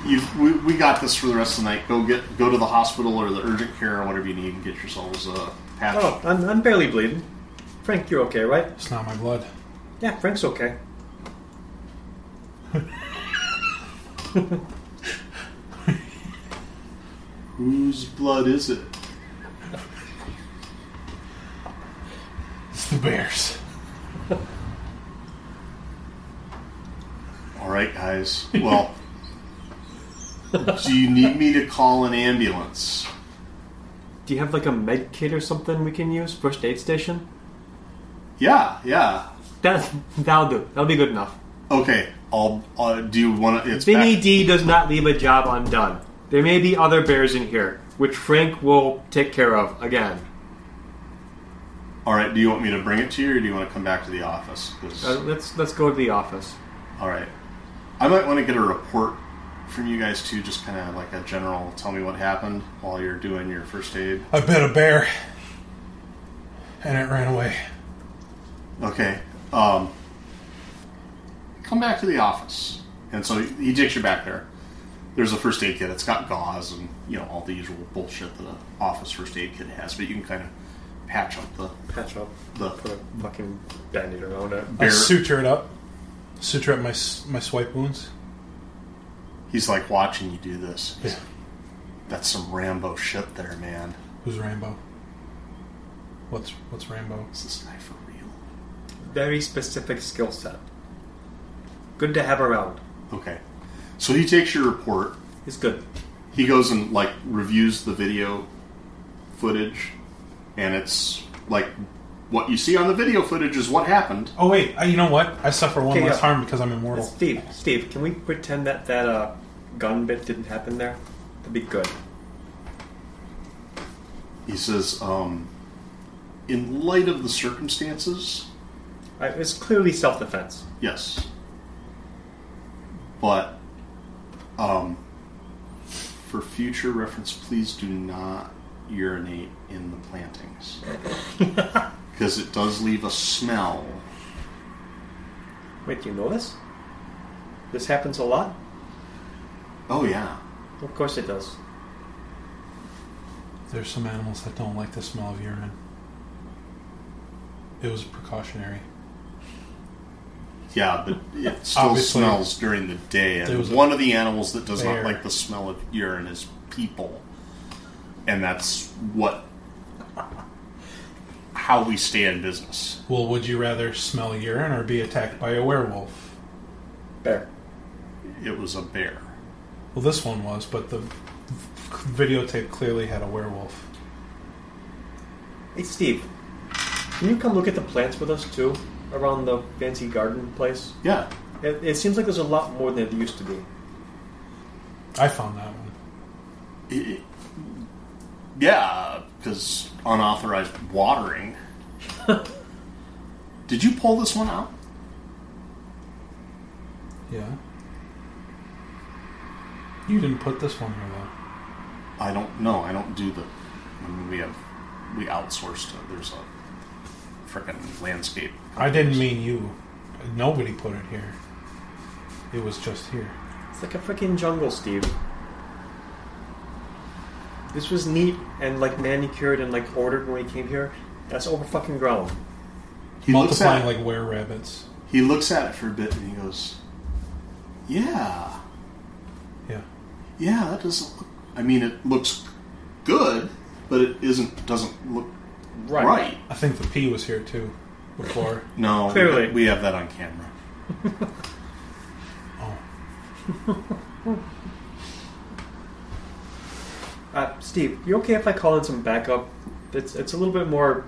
Speaker 3: you we, we got this for the rest of the night. Go get go to the hospital or the urgent care or whatever you need and get yourselves a patch.
Speaker 4: Oh, I'm, I'm barely bleeding. Frank, you're okay, right?
Speaker 2: It's not my blood.
Speaker 4: Yeah, Frank's okay.
Speaker 3: Whose blood is it?
Speaker 2: It's the bear's.
Speaker 3: All right, guys. Well, do you need me to call an ambulance?
Speaker 5: Do you have like a med kit or something we can use? First aid station?
Speaker 3: Yeah, yeah.
Speaker 5: That that'll do. That'll be good enough.
Speaker 3: Okay. I'll. Uh, do you want to? It's
Speaker 5: Vinny
Speaker 3: back-
Speaker 5: D does not leave a job undone. There may be other bears in here, which Frank will take care of again.
Speaker 3: All right. Do you want me to bring it to you, or do you want to come back to the office? 'Cause-
Speaker 5: Uh, let's let's go to the office.
Speaker 3: All right. I might want to get a report from you guys too, just kind of like a general. Tell me what happened while you're doing your first aid.
Speaker 2: I bit a bear. And it ran away.
Speaker 3: Okay. Um, come back to the office, and so he takes you back there. There's a first aid kit. It's got gauze and you know all the usual bullshit that an office first aid kit has, but you can kind of patch up the
Speaker 4: Patch up. Put
Speaker 3: the
Speaker 4: a fucking band-aid around it.
Speaker 2: I
Speaker 3: Bear.
Speaker 2: suture it up. Suture up my s- my swipe wounds.
Speaker 3: He's like watching you do this.
Speaker 2: Yeah.
Speaker 3: That's some Rambo shit there, man.
Speaker 2: Who's Rambo? What's what's Rambo?
Speaker 3: Is this guy for real?
Speaker 4: Very specific skill set. Good to have around.
Speaker 3: Okay. So he takes your report
Speaker 4: It's good.
Speaker 3: he goes and like reviews the video footage and it's like what you see on the video footage is what happened
Speaker 2: Oh wait, I, you know what? I suffer one
Speaker 4: Okay,
Speaker 2: less
Speaker 4: yeah.
Speaker 2: harm because I'm
Speaker 5: Oh.
Speaker 2: immortal.
Speaker 4: Steve, Steve, can we pretend that that uh, gun bit didn't happen there? That'd be good.
Speaker 3: He says, um, in light of the circumstances,
Speaker 4: Right, it's clearly self-defense.
Speaker 3: Yes. But um, for future reference, please do not urinate in the plantings. Because it does leave a smell.
Speaker 4: Wait, do you know this? This happens a lot.
Speaker 3: Oh, yeah.
Speaker 4: Of course it does.
Speaker 2: There's some animals that don't like the smell of urine. It was precautionary.
Speaker 3: Yeah, but it still
Speaker 2: Obviously.
Speaker 3: smells during the day.
Speaker 2: There was
Speaker 3: And
Speaker 2: a
Speaker 3: one of the animals that does
Speaker 2: bear.
Speaker 3: not like the smell of urine is people. And that's what. How we stay in business.
Speaker 2: Well, would you rather smell urine or be attacked by a werewolf?
Speaker 4: Bear.
Speaker 3: It was a bear.
Speaker 2: Well, this one was, but the videotape clearly had a werewolf.
Speaker 4: Hey, Steve. Can you come look at the plants with us too, around the fancy garden place?
Speaker 3: Yeah,
Speaker 4: It, it seems like there's a lot more than it used to be.
Speaker 2: I found that one.
Speaker 3: It- yeah, because unauthorized watering. Did you pull this one out?
Speaker 2: Yeah. You didn't put this one here, though.
Speaker 3: I don't know. I don't do the. I mean, we have we outsourced. It. There's a frickin' landscape.
Speaker 2: I didn't mean you. Nobody put it here. It was just here.
Speaker 4: It's like a freaking jungle, Steve. This was neat and like manicured and like ordered when we came here. That's over fucking grown.
Speaker 3: He looks at
Speaker 2: Multiplying like were rabbits.
Speaker 3: he looks at it for a bit and he goes, "Yeah,
Speaker 2: Yeah.
Speaker 3: yeah, that doesn't. Look, I mean, it looks good, but it isn't. Doesn't look right.
Speaker 2: I think the pea was here, too, before.
Speaker 3: No, we-
Speaker 4: Clearly.
Speaker 3: we have that on camera.
Speaker 2: oh.
Speaker 4: Uh, Steve, you okay if I call in some backup? It's it's a little bit more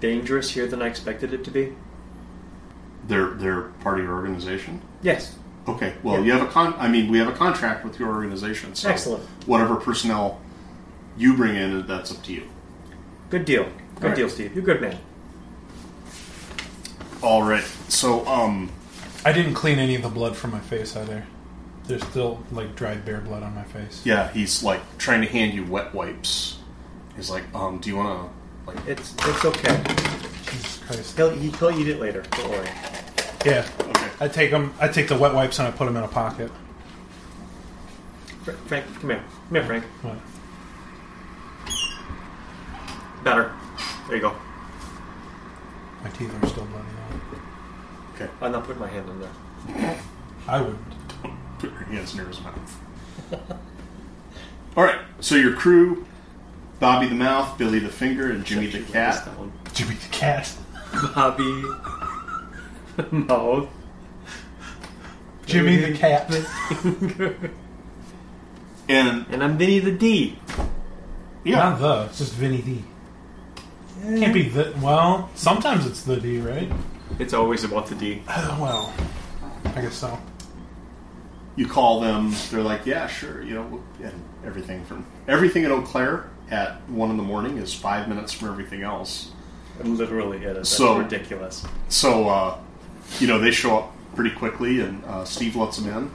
Speaker 4: dangerous here than I expected it to be.
Speaker 3: They're they're part of your organization.
Speaker 4: Yes.
Speaker 3: Okay. Well, you have a con. I mean, we have a contract with your organization. So
Speaker 4: Excellent.
Speaker 3: Whatever personnel you bring in, that's up to you.
Speaker 4: Good deal. Good
Speaker 3: Alright.
Speaker 4: deal, Steve. You're a good man.
Speaker 3: All right. So, um,
Speaker 2: I didn't clean any of the blood from my face either. There's still, like, dried bear blood on my face.
Speaker 3: yeah, he's like trying to hand you wet wipes. He's like, um, do you want to like?
Speaker 4: It's it's okay.
Speaker 2: Jesus Christ.
Speaker 4: He'll he, he'll eat it later. Don't worry.
Speaker 2: Yeah.
Speaker 3: Okay.
Speaker 2: I take them. I take the wet wipes and I put them in a pocket.
Speaker 4: Fr- Frank, come here. Come here, Frank.
Speaker 2: What?
Speaker 4: Better. There you go.
Speaker 2: My teeth are still bloody. though.
Speaker 3: Okay.
Speaker 4: I'll not put my hand in there.
Speaker 2: I wouldn't.
Speaker 3: Put your hands near his mouth. All right. So your crew: Bobby the Mouth, Billy the Finger, and Jimmy the
Speaker 5: That's
Speaker 3: Cat.
Speaker 5: that one.
Speaker 2: Jimmy the cat.
Speaker 5: Bobby. Mouth.
Speaker 2: Jimmy the cat.
Speaker 3: And
Speaker 5: And I'm Vinny the D.
Speaker 3: yeah,
Speaker 2: Not the. It's just Vinny D. Can't be the. Well, sometimes it's the D, right?
Speaker 5: It's always about the D.
Speaker 2: Uh, well, I guess so.
Speaker 3: you call them. They're like, yeah, sure, you know, and everything from everything at Eau Claire at one in the morning is five minutes from everything else.
Speaker 4: Literally, it is. That's
Speaker 3: So-
Speaker 4: ridiculous.
Speaker 3: So, uh, you know, they show up pretty quickly, and uh, Steve lets them in.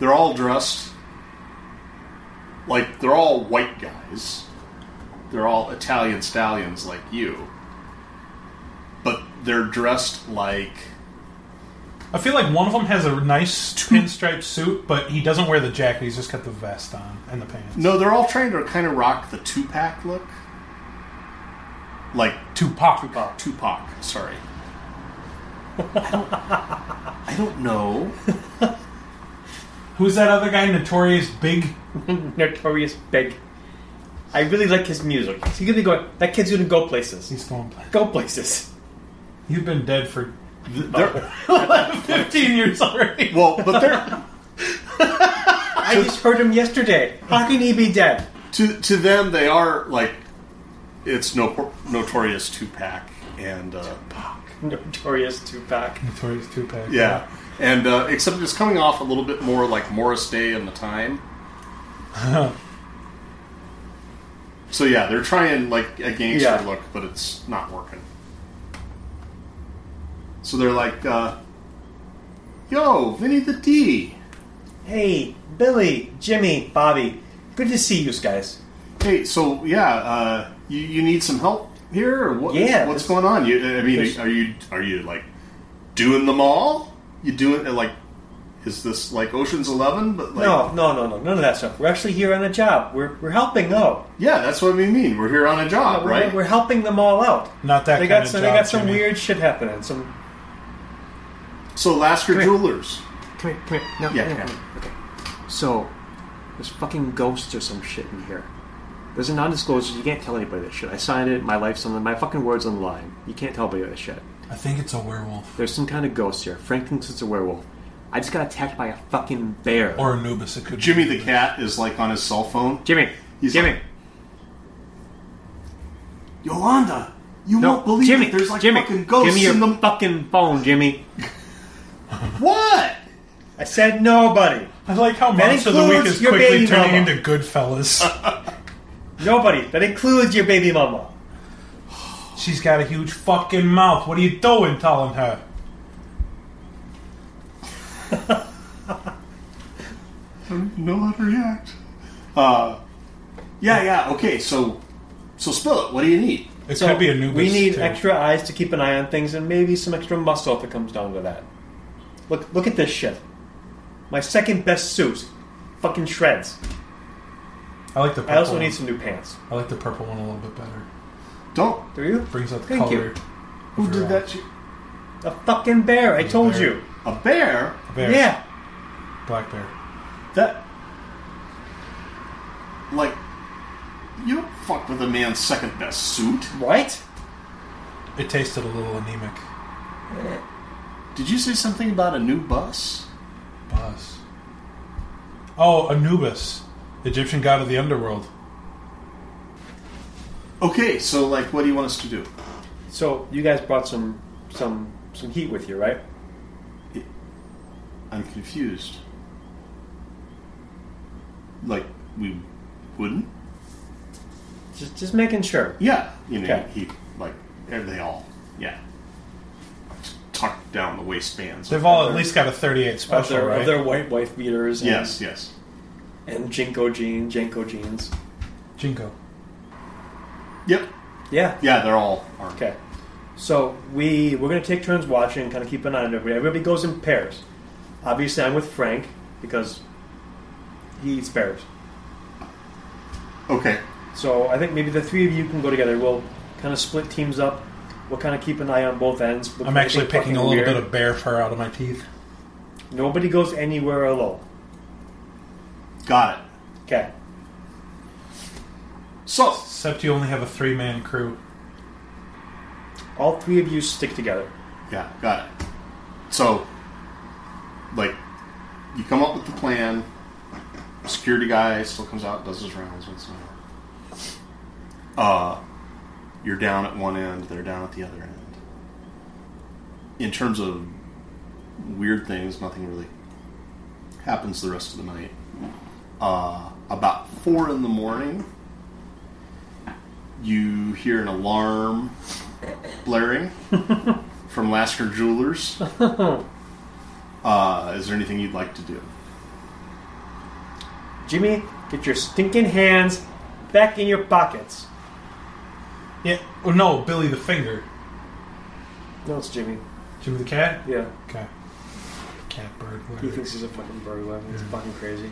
Speaker 3: They're all dressed like they're all white guys. They're all Italian stallions like you, but they're dressed like
Speaker 2: I feel like one of them has a nice pinstripe suit, but he doesn't wear the jacket. He's just got the vest on and the pants.
Speaker 3: no. They're all trying to kind of rock the two pack look, like uh,
Speaker 2: Tupac.
Speaker 3: Tupac. Sorry. I don't, I don't know.
Speaker 2: Who's that other guy? Notorious Big.
Speaker 4: Notorious Big. I really like his music. He's gonna go. That kid's gonna go places.
Speaker 2: He's going. black.
Speaker 4: Go places.
Speaker 2: He's been dead for
Speaker 3: They're,
Speaker 2: 15 years already.
Speaker 3: well, but they're
Speaker 4: I just heard him yesterday. How can he be dead?
Speaker 3: to to them they are like it's no notorious Tupac and uh,
Speaker 4: Notorious Tupac.
Speaker 2: Notorious Tupac.
Speaker 3: yeah and uh, except it's coming off a little bit more like Morris Day and the Time. So yeah, they're trying like a gangster
Speaker 4: Yeah.
Speaker 3: look, but it's not working. So they're like, uh, "Yo, Vinny the D.
Speaker 4: Hey, Billy, Jimmy, Bobby, good to see you guys.
Speaker 3: Hey, so yeah, uh, you, you need some help here, or what,
Speaker 4: Yeah,
Speaker 3: what's
Speaker 4: this-
Speaker 3: going on? You, I
Speaker 4: this-
Speaker 3: mean, are you are you like doing them all? You doing uh, like, is this like Ocean's Eleven? But like,
Speaker 4: No, no, no, no, none of that stuff. We're actually here on a job. We're, we're helping out.
Speaker 3: yeah, that's what we mean. We're here on a job,
Speaker 4: We're,
Speaker 3: right?
Speaker 4: we're helping them all out.
Speaker 2: Not that
Speaker 4: They
Speaker 2: kind
Speaker 4: got
Speaker 2: of
Speaker 4: some,
Speaker 2: job,
Speaker 4: they got some
Speaker 2: Jimmy.
Speaker 4: weird shit happening. Some
Speaker 3: so Lasker
Speaker 5: here.
Speaker 3: Jewelers.
Speaker 5: Come here, come here. No,
Speaker 3: Yeah,
Speaker 5: no, no,
Speaker 3: okay.
Speaker 5: no. Okay. So, there's fucking ghosts or some shit in here. There's a non-disclosure. You can't tell anybody this shit. I signed it. My life's on the. My fucking words on the line. You can't tell anybody this shit.
Speaker 2: I think it's a werewolf
Speaker 5: There's some kind of ghost here. Frank thinks it's a werewolf. I just got attacked by a fucking bear.
Speaker 2: or Anubis. It could be
Speaker 3: Jimmy the Cat is like on his cell phone.
Speaker 5: Jimmy,
Speaker 3: He's
Speaker 5: Jimmy,
Speaker 3: like- Yolanda, you
Speaker 5: no,
Speaker 3: won't believe
Speaker 5: Jimmy,
Speaker 3: it. There's like
Speaker 5: Jimmy,
Speaker 3: fucking ghosts
Speaker 5: give me your
Speaker 3: in the
Speaker 5: fucking phone, Jimmy.
Speaker 3: what?
Speaker 4: I said nobody.
Speaker 2: I like how
Speaker 4: That
Speaker 2: Monster of the Week
Speaker 4: includes
Speaker 2: is
Speaker 4: your
Speaker 2: quickly
Speaker 4: baby
Speaker 2: turning
Speaker 4: mama. Uh.
Speaker 2: into Goodfellas.
Speaker 4: Nobody. That includes your baby mama.
Speaker 2: She's got a huge fucking mouth. What are you doing telling her?
Speaker 3: know how to react. Uh, yeah, yeah. Okay, so so spill it. What do you need?
Speaker 2: It
Speaker 4: So
Speaker 2: could be Anubis.
Speaker 4: We need
Speaker 2: too.
Speaker 4: extra eyes to keep an eye on things, and maybe some extra muscle if it comes down to that. Look, look at this shit. My second best suit, fucking shreds.
Speaker 2: I like the purple
Speaker 4: I also
Speaker 2: one.
Speaker 4: need some new pants.
Speaker 2: I like the purple one a little bit better.
Speaker 3: Don't.
Speaker 4: Do you?
Speaker 2: Brings out the
Speaker 5: Thank you.
Speaker 2: color.
Speaker 3: Who did that? To you?
Speaker 4: A fucking bear. I told
Speaker 2: bear.
Speaker 4: you.
Speaker 3: A bear?
Speaker 2: Bear.
Speaker 4: Yeah.
Speaker 2: Black bear.
Speaker 3: That like you don't fuck with a man's second best suit.
Speaker 4: Right?
Speaker 2: It tasted a little anemic.
Speaker 3: Did you say something about a new bus?
Speaker 2: Buzz. Oh, Anubis, Egyptian god of the underworld.
Speaker 3: Okay, so like, what do you want us to do?
Speaker 4: So you guys brought some some some heat with you, right?
Speaker 3: I'm confused. Like we wouldn't?
Speaker 4: Just just making sure.
Speaker 3: Yeah, you know
Speaker 4: Okay.
Speaker 3: he like and they all yeah tucked down the waistbands.
Speaker 2: They've all at least got a 38
Speaker 4: Of
Speaker 2: special,
Speaker 4: their,
Speaker 2: right?
Speaker 4: of their white wife beaters and,
Speaker 3: yes, yes.
Speaker 4: and Jinko jeans, Jenko jeans.
Speaker 2: Jinko.
Speaker 3: Yep.
Speaker 4: Yeah.
Speaker 3: Yeah, they're all armed.
Speaker 4: Okay. So we we're gonna take turns watching, kind of keep an eye on everybody. Everybody goes in pairs. Obviously, I'm with Frank because he eats bears.
Speaker 3: Okay.
Speaker 4: So I think maybe the three of you can go together. We'll kind of split teams up. We'll kind of keep an eye on both ends. Look
Speaker 2: I'm
Speaker 4: for
Speaker 2: actually
Speaker 4: anything
Speaker 2: picking a
Speaker 4: fucking
Speaker 2: little
Speaker 4: weird.
Speaker 2: bit of bear fur out of my teeth.
Speaker 4: Nobody goes anywhere alone.
Speaker 3: Got it.
Speaker 4: Okay.
Speaker 3: So
Speaker 2: Except you only have a three man crew.
Speaker 4: All three of you stick together.
Speaker 3: Yeah, got it. So, like, you come up with the plan. Security guy still comes out, does his rounds once in a while. Uh, you're down at one end, they're down at the other end. In terms of weird things, nothing really happens the rest of the night. Uh, about four in the morning, you hear an alarm blaring from Lasker Jewelers. uh, is there anything you'd like to do?
Speaker 4: Jimmy, get your stinking hands back in your pockets.
Speaker 2: Yeah. Well, no, Billy the Finger.
Speaker 4: No, it's Jimmy.
Speaker 2: Jimmy the Cat?
Speaker 4: Yeah.
Speaker 2: Okay. Cat bird.
Speaker 4: He
Speaker 2: whatever.
Speaker 4: thinks he's a fucking burglar. He's fucking crazy.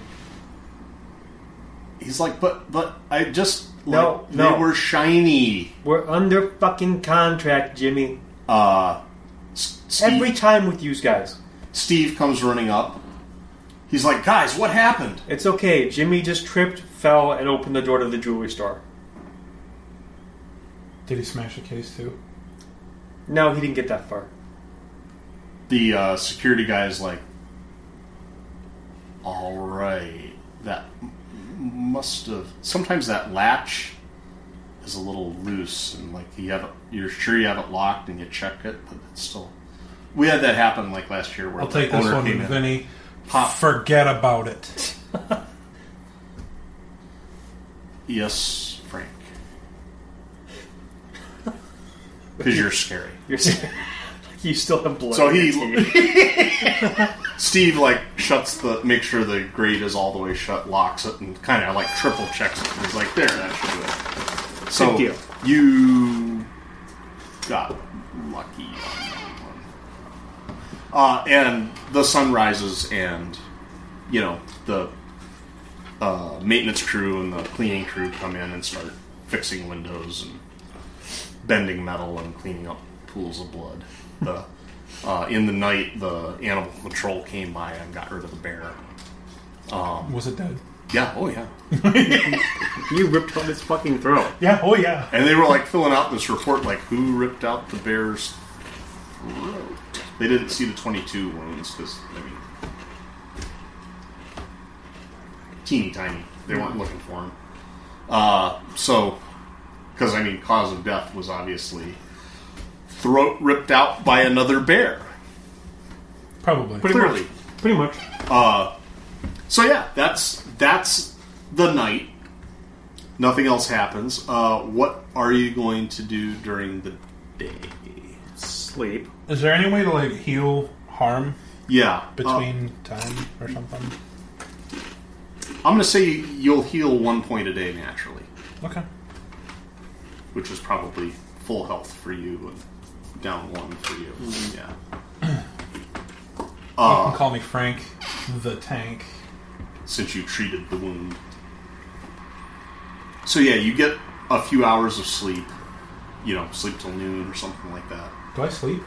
Speaker 3: He's like, but but I just
Speaker 4: No,
Speaker 3: like,
Speaker 4: no.
Speaker 3: they were shiny.
Speaker 4: We're under fucking contract, Jimmy.
Speaker 3: Uh, S- Steve,
Speaker 4: Every time with you guys.
Speaker 3: Steve comes running up. He's like, guys, what happened?
Speaker 4: It's okay. Jimmy just tripped, fell, and opened the door to the jewelry store.
Speaker 2: Did he smash a case too?
Speaker 4: No, he didn't get that far.
Speaker 3: The uh, security guy is like, all right, that m- must have. Sometimes that latch is a little loose, and like you have, it, you're sure you have it locked, and you check it, but it's still. We had that happen like last year, where
Speaker 2: I'll
Speaker 3: the
Speaker 2: take this
Speaker 3: owner
Speaker 2: one,
Speaker 3: came in.
Speaker 2: Vinny.
Speaker 3: Pop.
Speaker 2: Forget about it.
Speaker 3: Yes, Frank. because you're scary.
Speaker 4: You're serious. you still have blood.
Speaker 3: So
Speaker 4: on
Speaker 3: he-
Speaker 4: your teeth.
Speaker 3: Steve like shuts the make sure the grate is all the way shut, locks it, and kind of like triple checks it. He's like, there, that should do it.
Speaker 5: Good
Speaker 3: So
Speaker 5: deal.
Speaker 3: you got lucky on that one. Uh, and the sun rises, and you know the uh, maintenance crew and the cleaning crew come in and start fixing windows and bending metal and cleaning up pools of blood. The, uh, in the night, the animal control came by and got rid of the bear.
Speaker 2: Was it dead?
Speaker 3: Yeah, oh yeah.
Speaker 5: You ripped out its fucking throat.
Speaker 2: Yeah. Oh yeah.
Speaker 3: And they were like filling out this report, like who ripped out the bear's throat. They didn't see the 22 wounds because I mean, teeny tiny. They weren't looking for him. Uh, so, because I mean, cause of death was obviously throat ripped out by another bear.
Speaker 2: Probably.
Speaker 3: Clearly.
Speaker 5: Pretty much.
Speaker 3: So yeah, that's that's the night. Nothing else happens. Uh, what are you going to do during the day?
Speaker 5: Sleep.
Speaker 2: Is there any way to like heal harm
Speaker 3: Yeah, uh,
Speaker 2: between
Speaker 5: Oh.
Speaker 2: time or something?
Speaker 3: I'm going to say you'll heal one point a day naturally,
Speaker 2: Okay.
Speaker 3: which is probably full health for you and down one for you. Yeah.
Speaker 5: Oh.
Speaker 2: you can call me Frank, the tank.
Speaker 3: since you treated the wound. So yeah, you get a few hours of sleep. You know, sleep till noon or something like that.
Speaker 2: Do I sleep?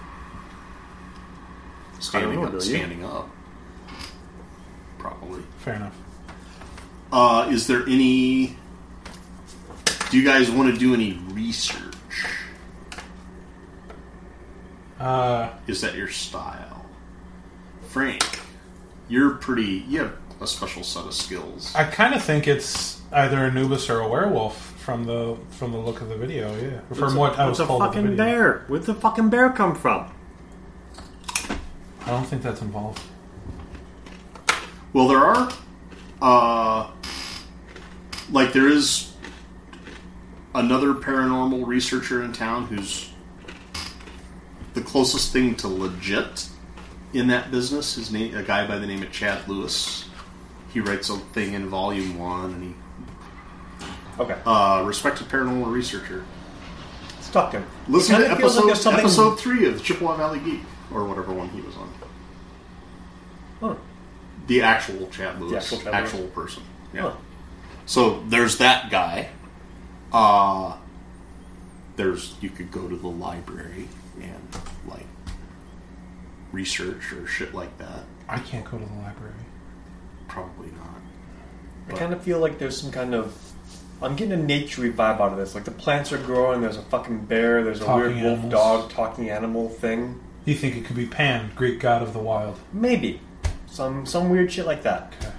Speaker 3: Standing
Speaker 5: know, do
Speaker 3: up,
Speaker 5: you?
Speaker 3: standing up. Probably.
Speaker 2: Fair enough.
Speaker 3: Uh, is there any? Do you guys want to do any research?
Speaker 2: Uh,
Speaker 3: Is that your style, Frank? You're pretty. You have a special set of skills.
Speaker 2: I kind of think it's either Anubis or a werewolf from the from the look of the video. Yeah, Or from what I was
Speaker 5: What's a
Speaker 2: told. with the
Speaker 5: fucking
Speaker 2: video.
Speaker 5: bear? Where'd the fucking bear come from?
Speaker 2: I don't think that's involved.
Speaker 3: Well, there are, uh, like there is another paranormal researcher in town who's the closest thing to legit in that business. His name, a guy by the name of Chad Lewis. He writes a thing in volume one, and he
Speaker 4: Okay.
Speaker 3: uh, respected paranormal researcher.
Speaker 4: Let's talk to him.
Speaker 3: Listen to
Speaker 4: kinda feels like
Speaker 3: episode
Speaker 4: there's something-
Speaker 3: episode three of the Chippewa Valley Geek or whatever one he was on.
Speaker 4: Oh,
Speaker 3: The actual Chad Lewis,
Speaker 4: actual
Speaker 3: actual,
Speaker 4: Chad Lewis.
Speaker 3: person. Yeah.
Speaker 4: oh.
Speaker 3: So there's that guy. Uh there's you could go to the library and like research or shit like that.
Speaker 2: I can't go to the library.
Speaker 3: Probably not.
Speaker 4: I kind of feel like there's some kind of. I'm getting a naturey vibe out of this. Like the plants are growing. There's a fucking bear. There's a
Speaker 2: Talking
Speaker 4: weird wolf
Speaker 2: animals.
Speaker 4: dog talking animal thing.
Speaker 2: You think it could be Pan, Greek god of the wild?
Speaker 4: Maybe some some weird shit like that.
Speaker 2: Okay.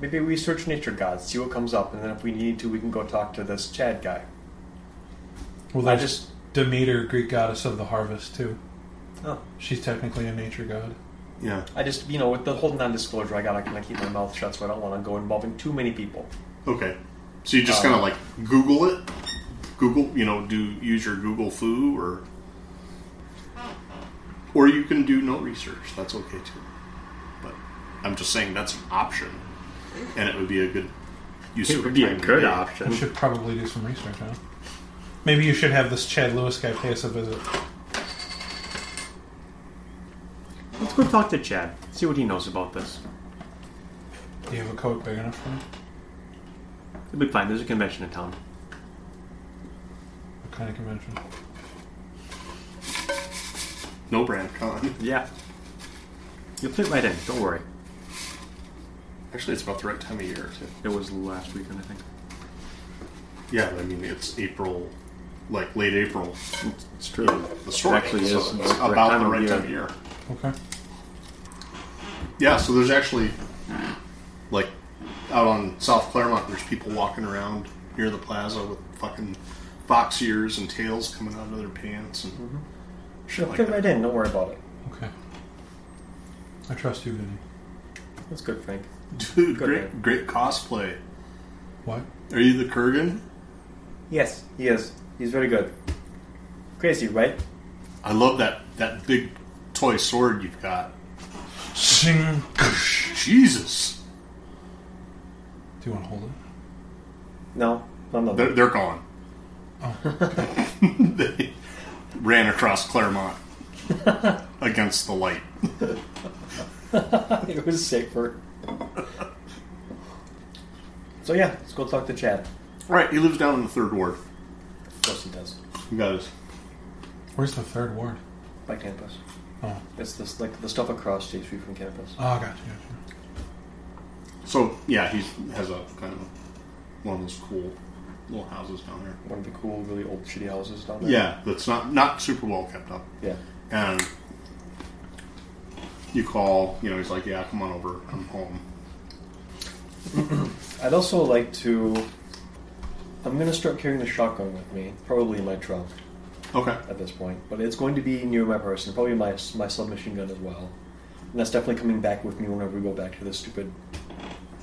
Speaker 4: Maybe we search nature gods, see what comes up, and then if we need to, we can go talk to this Chad guy.
Speaker 2: Well,
Speaker 4: I
Speaker 2: there's
Speaker 4: just
Speaker 2: Demeter, Greek goddess of the harvest, too.
Speaker 4: oh,
Speaker 2: She's technically a nature god.
Speaker 3: Yeah.
Speaker 4: I just you know with the whole non-disclosure, I gotta kind of keep my mouth shut, so I don't want to go involving too many people.
Speaker 3: Okay. So you just
Speaker 4: Um,
Speaker 3: kind of like Google it. Google, you know, do use your Google foo or or you can do no research. That's okay too. But I'm just saying that's an option, and it would be a good use. of
Speaker 5: It
Speaker 3: your
Speaker 5: would be a
Speaker 3: time
Speaker 5: good
Speaker 3: today.
Speaker 2: We
Speaker 5: option.
Speaker 2: should probably do some research, huh? Maybe you should have this Chad Lewis guy pay us a visit.
Speaker 5: Let's go talk to Chad. See what he knows about this.
Speaker 2: Do you have a coat big enough for me?
Speaker 5: It'll be fine. There's a convention in town.
Speaker 2: What kind of convention?
Speaker 3: No brand con.
Speaker 5: Yeah. You'll fit right in. Don't worry.
Speaker 3: Actually, it's about the right time of year too.
Speaker 5: It was last weekend, I think.
Speaker 3: Yeah, but I mean it's April, like late April.
Speaker 5: It's true.
Speaker 3: The story
Speaker 5: It actually
Speaker 3: so
Speaker 5: is
Speaker 3: it's
Speaker 5: the correct
Speaker 3: about
Speaker 5: time
Speaker 3: the
Speaker 5: of
Speaker 3: right
Speaker 5: year.
Speaker 3: time of year.
Speaker 2: Okay.
Speaker 3: Yeah, so there's actually like out on South Claremont, there's people walking around near the plaza with fucking fox ears and tails coming out of their pants and shit
Speaker 4: It'll
Speaker 3: like
Speaker 4: fit
Speaker 3: that.
Speaker 4: right in. Don't worry about it.
Speaker 2: Okay. I trust you, Vinny.
Speaker 4: That's good, Frank.
Speaker 3: Dude,
Speaker 4: Good
Speaker 3: great,
Speaker 4: man.
Speaker 3: great cosplay.
Speaker 2: What?
Speaker 3: Are you the Kurgan?
Speaker 4: Yes, he is. He's very good. Crazy, right?
Speaker 3: I love that that big toy sword you've got.
Speaker 2: Shing.
Speaker 3: Jesus,
Speaker 2: Do you want to hold it?
Speaker 4: No, no, no.
Speaker 3: they're, they're gone. they ran across Claremont against the light.
Speaker 4: it was safer. so yeah, let's go talk to Chad.
Speaker 3: Right, he lives down in the third ward.
Speaker 4: Of course he does.
Speaker 3: You guys,
Speaker 2: Where's the third ward?
Speaker 4: By campus.
Speaker 2: Oh.
Speaker 4: It's this like the stuff across the street from campus.
Speaker 2: Oh, gotcha. gotcha.
Speaker 3: So yeah, he has a kind of one of those cool little houses down there.
Speaker 4: One of the cool, really old, shitty houses down there.
Speaker 3: Yeah, that's not not super well kept up.
Speaker 4: Yeah.
Speaker 3: And you call, you know, he's like, "Yeah, come on over. I'm home."
Speaker 4: I'd also like to. I'm gonna start carrying the shotgun with me, probably in my trunk
Speaker 3: Okay.
Speaker 4: at this point, but it's going to be near my person, probably my my submachine gun as well, and that's definitely coming back with me whenever we go back to this stupid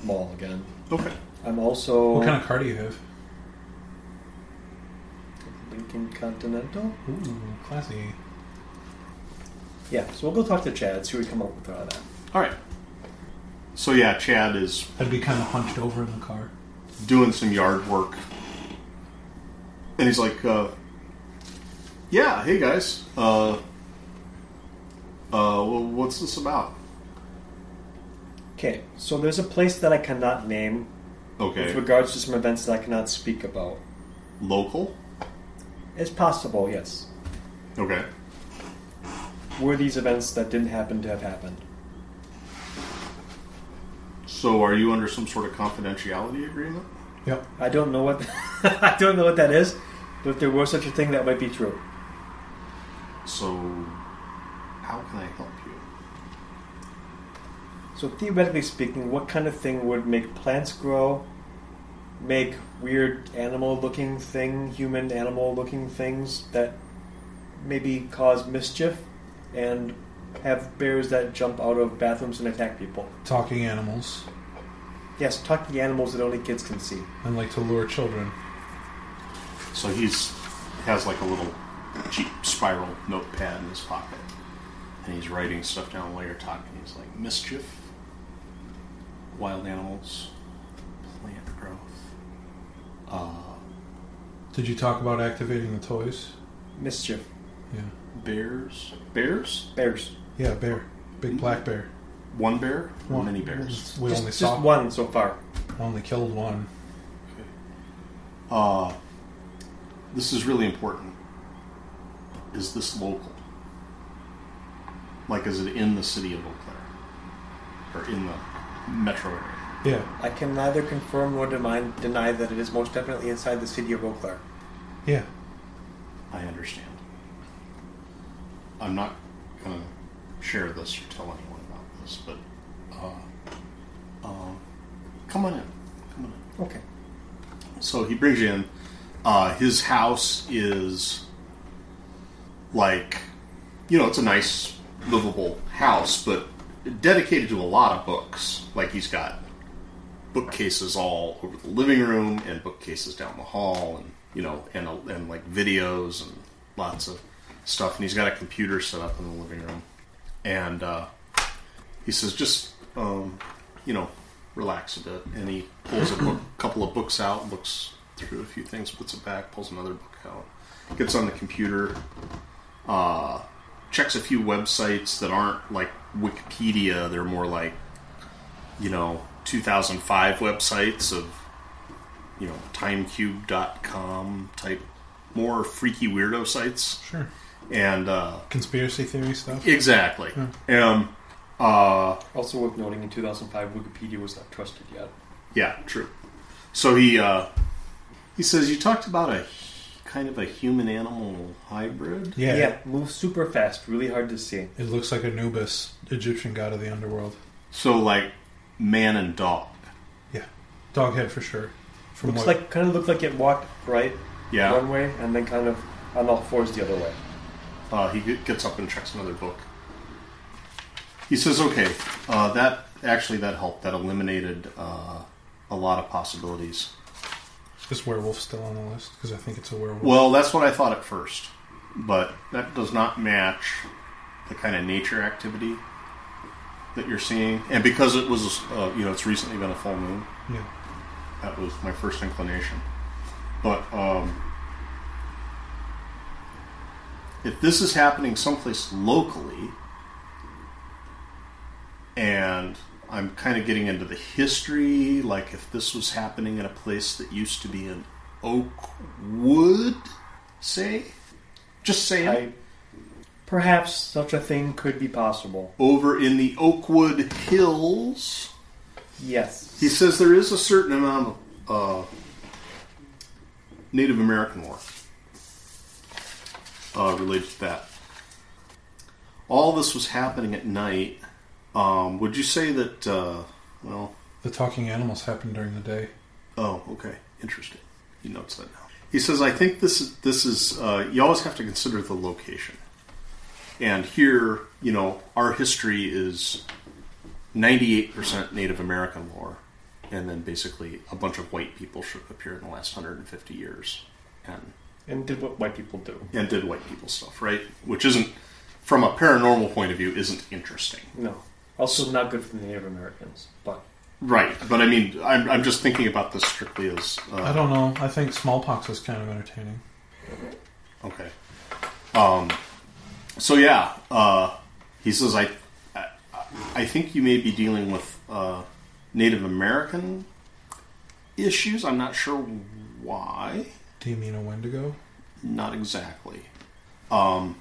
Speaker 4: mall again.
Speaker 3: Okay.
Speaker 4: I'm also
Speaker 2: What kind of car do you have?
Speaker 4: Lincoln Continental.
Speaker 2: Ooh, classy.
Speaker 4: Yeah, so we'll go talk to Chad, see what we come up with out of that.
Speaker 3: All right. So yeah, Chad is
Speaker 2: I'd be kind of hunched over in the car.
Speaker 3: doing some yard work, and he's like, uh, "Yeah, hey guys, uh, uh, well, what's this about?"
Speaker 4: Okay, so there's a place that I cannot name with
Speaker 3: Okay,
Speaker 4: regards to some events that I cannot speak about.
Speaker 3: local.
Speaker 4: It's possible, yes.
Speaker 3: Okay.
Speaker 4: Were these events that didn't happen to have happened?
Speaker 3: So, are you under some sort of confidentiality agreement?
Speaker 2: Yep.
Speaker 4: I don't know what I don't know what that is, but if there were such a thing, that might be true.
Speaker 3: So, how can I help you?
Speaker 4: So theoretically speaking, what kind of thing would make plants grow? Make weird animal-looking thing, human animal-looking things that maybe cause mischief, and have bears that jump out of bathrooms and attack people.
Speaker 2: Talking animals.
Speaker 4: Yes, talking animals that only kids can see.
Speaker 2: and like to lure children.
Speaker 3: So he's has like a little cheap spiral notepad in his pocket, and he's writing stuff down while you're talking. He's like mischief, wild animals, plant growth.
Speaker 2: Did you talk about activating the toys?
Speaker 4: Mischief.
Speaker 2: Yeah.
Speaker 3: Bears, bears,
Speaker 4: Bears.
Speaker 2: Yeah, bear. Big black bear.
Speaker 3: one bear,
Speaker 2: One-
Speaker 3: many bears.
Speaker 2: We
Speaker 4: Just,
Speaker 2: only
Speaker 4: just
Speaker 2: saw
Speaker 4: one so far.
Speaker 2: only killed one.
Speaker 3: Uh, this is really important. Is this local? Like, is it in the city of Eau Claire, or in the metro area?
Speaker 2: Yeah.
Speaker 4: I can neither confirm nor deny, deny that it is most definitely inside the city of Eau Claire.
Speaker 2: Yeah.
Speaker 3: I understand. I'm not going to share this or tell anyone about this, but uh, uh, come on in. Come on in.
Speaker 4: Okay.
Speaker 3: So he brings you in. Uh, his house is like, you know, it's a nice, livable house, but dedicated to a lot of books. Like he's got bookcases all over the living room and bookcases down the hall and you know and and like videos and lots of stuff and he's got a computer set up in the living room and uh, he says just um, you know relax a bit and he pulls a book, couple of books out looks through a few things puts it back pulls another book out gets on the computer uh, checks a few websites that aren't like wikipedia they're more like you know 2005 websites of you know timecube.com type more freaky weirdo sites
Speaker 2: Sure.
Speaker 3: and uh
Speaker 2: Conspiracy theory stuff.
Speaker 3: exactly um uh
Speaker 4: Also worth noting, in 2005, Wikipedia was not trusted yet.
Speaker 3: yeah true so he uh he says you talked about a h- kind of a human animal hybrid
Speaker 2: Yeah.
Speaker 4: moves super fast, really hard to see.
Speaker 2: It looks like Anubis, Egyptian god of the underworld.
Speaker 3: so like man and dog
Speaker 2: Yeah. Dog head for sure. From
Speaker 4: Looks
Speaker 2: what
Speaker 4: like kind of looked like it walked right
Speaker 3: yeah
Speaker 4: one way and then kind of on all fours the other way.
Speaker 3: Uh, he g- gets up and checks another book. He says, "Okay, uh, that actually that helped. That eliminated uh, a lot of possibilities."
Speaker 2: is werewolf still on the list? Because I think it's a werewolf.
Speaker 3: Well, that's what I thought at first. but that does not match the kind of nature activity that you're seeing. And because it was, uh, you know, it's recently been a full moon,
Speaker 2: Yeah.
Speaker 3: that was my first inclination. But um, if this is happening someplace locally, and I'm kind of getting into the history, like if this was happening in a place that used to be an oak wood, say, just saying,
Speaker 4: I, perhaps such a thing could be possible.
Speaker 3: over in the Oakwood Hills.
Speaker 4: Yes.
Speaker 3: He says there is a certain amount of uh, Native American lore uh, related to that. All this was happening at night. Um, would you say that? Uh, well,
Speaker 2: The talking animals happen during the day.
Speaker 3: oh, okay, interesting. He notes that now. He says, "I think this is this is. Uh, you always have to consider the location, and here, you know, our history is ninety-eight percent Native American lore." and then basically a bunch of white people showed up here in the last 150 years and
Speaker 4: And did what white people do.
Speaker 3: and did white people stuff, right? Which isn't from a paranormal point of view isn't interesting,
Speaker 4: No. Also not good for the Native Americans, but
Speaker 3: right? But I mean, I'm, I'm just thinking about this strictly as
Speaker 2: I
Speaker 3: uh,
Speaker 2: don't know. I think smallpox is kind of entertaining.
Speaker 3: okay. Um, so yeah, uh, he says I, I I think you may be dealing with uh, Native American issues. I'm not sure why.
Speaker 2: Do you mean a Wendigo?
Speaker 3: Not exactly. Um,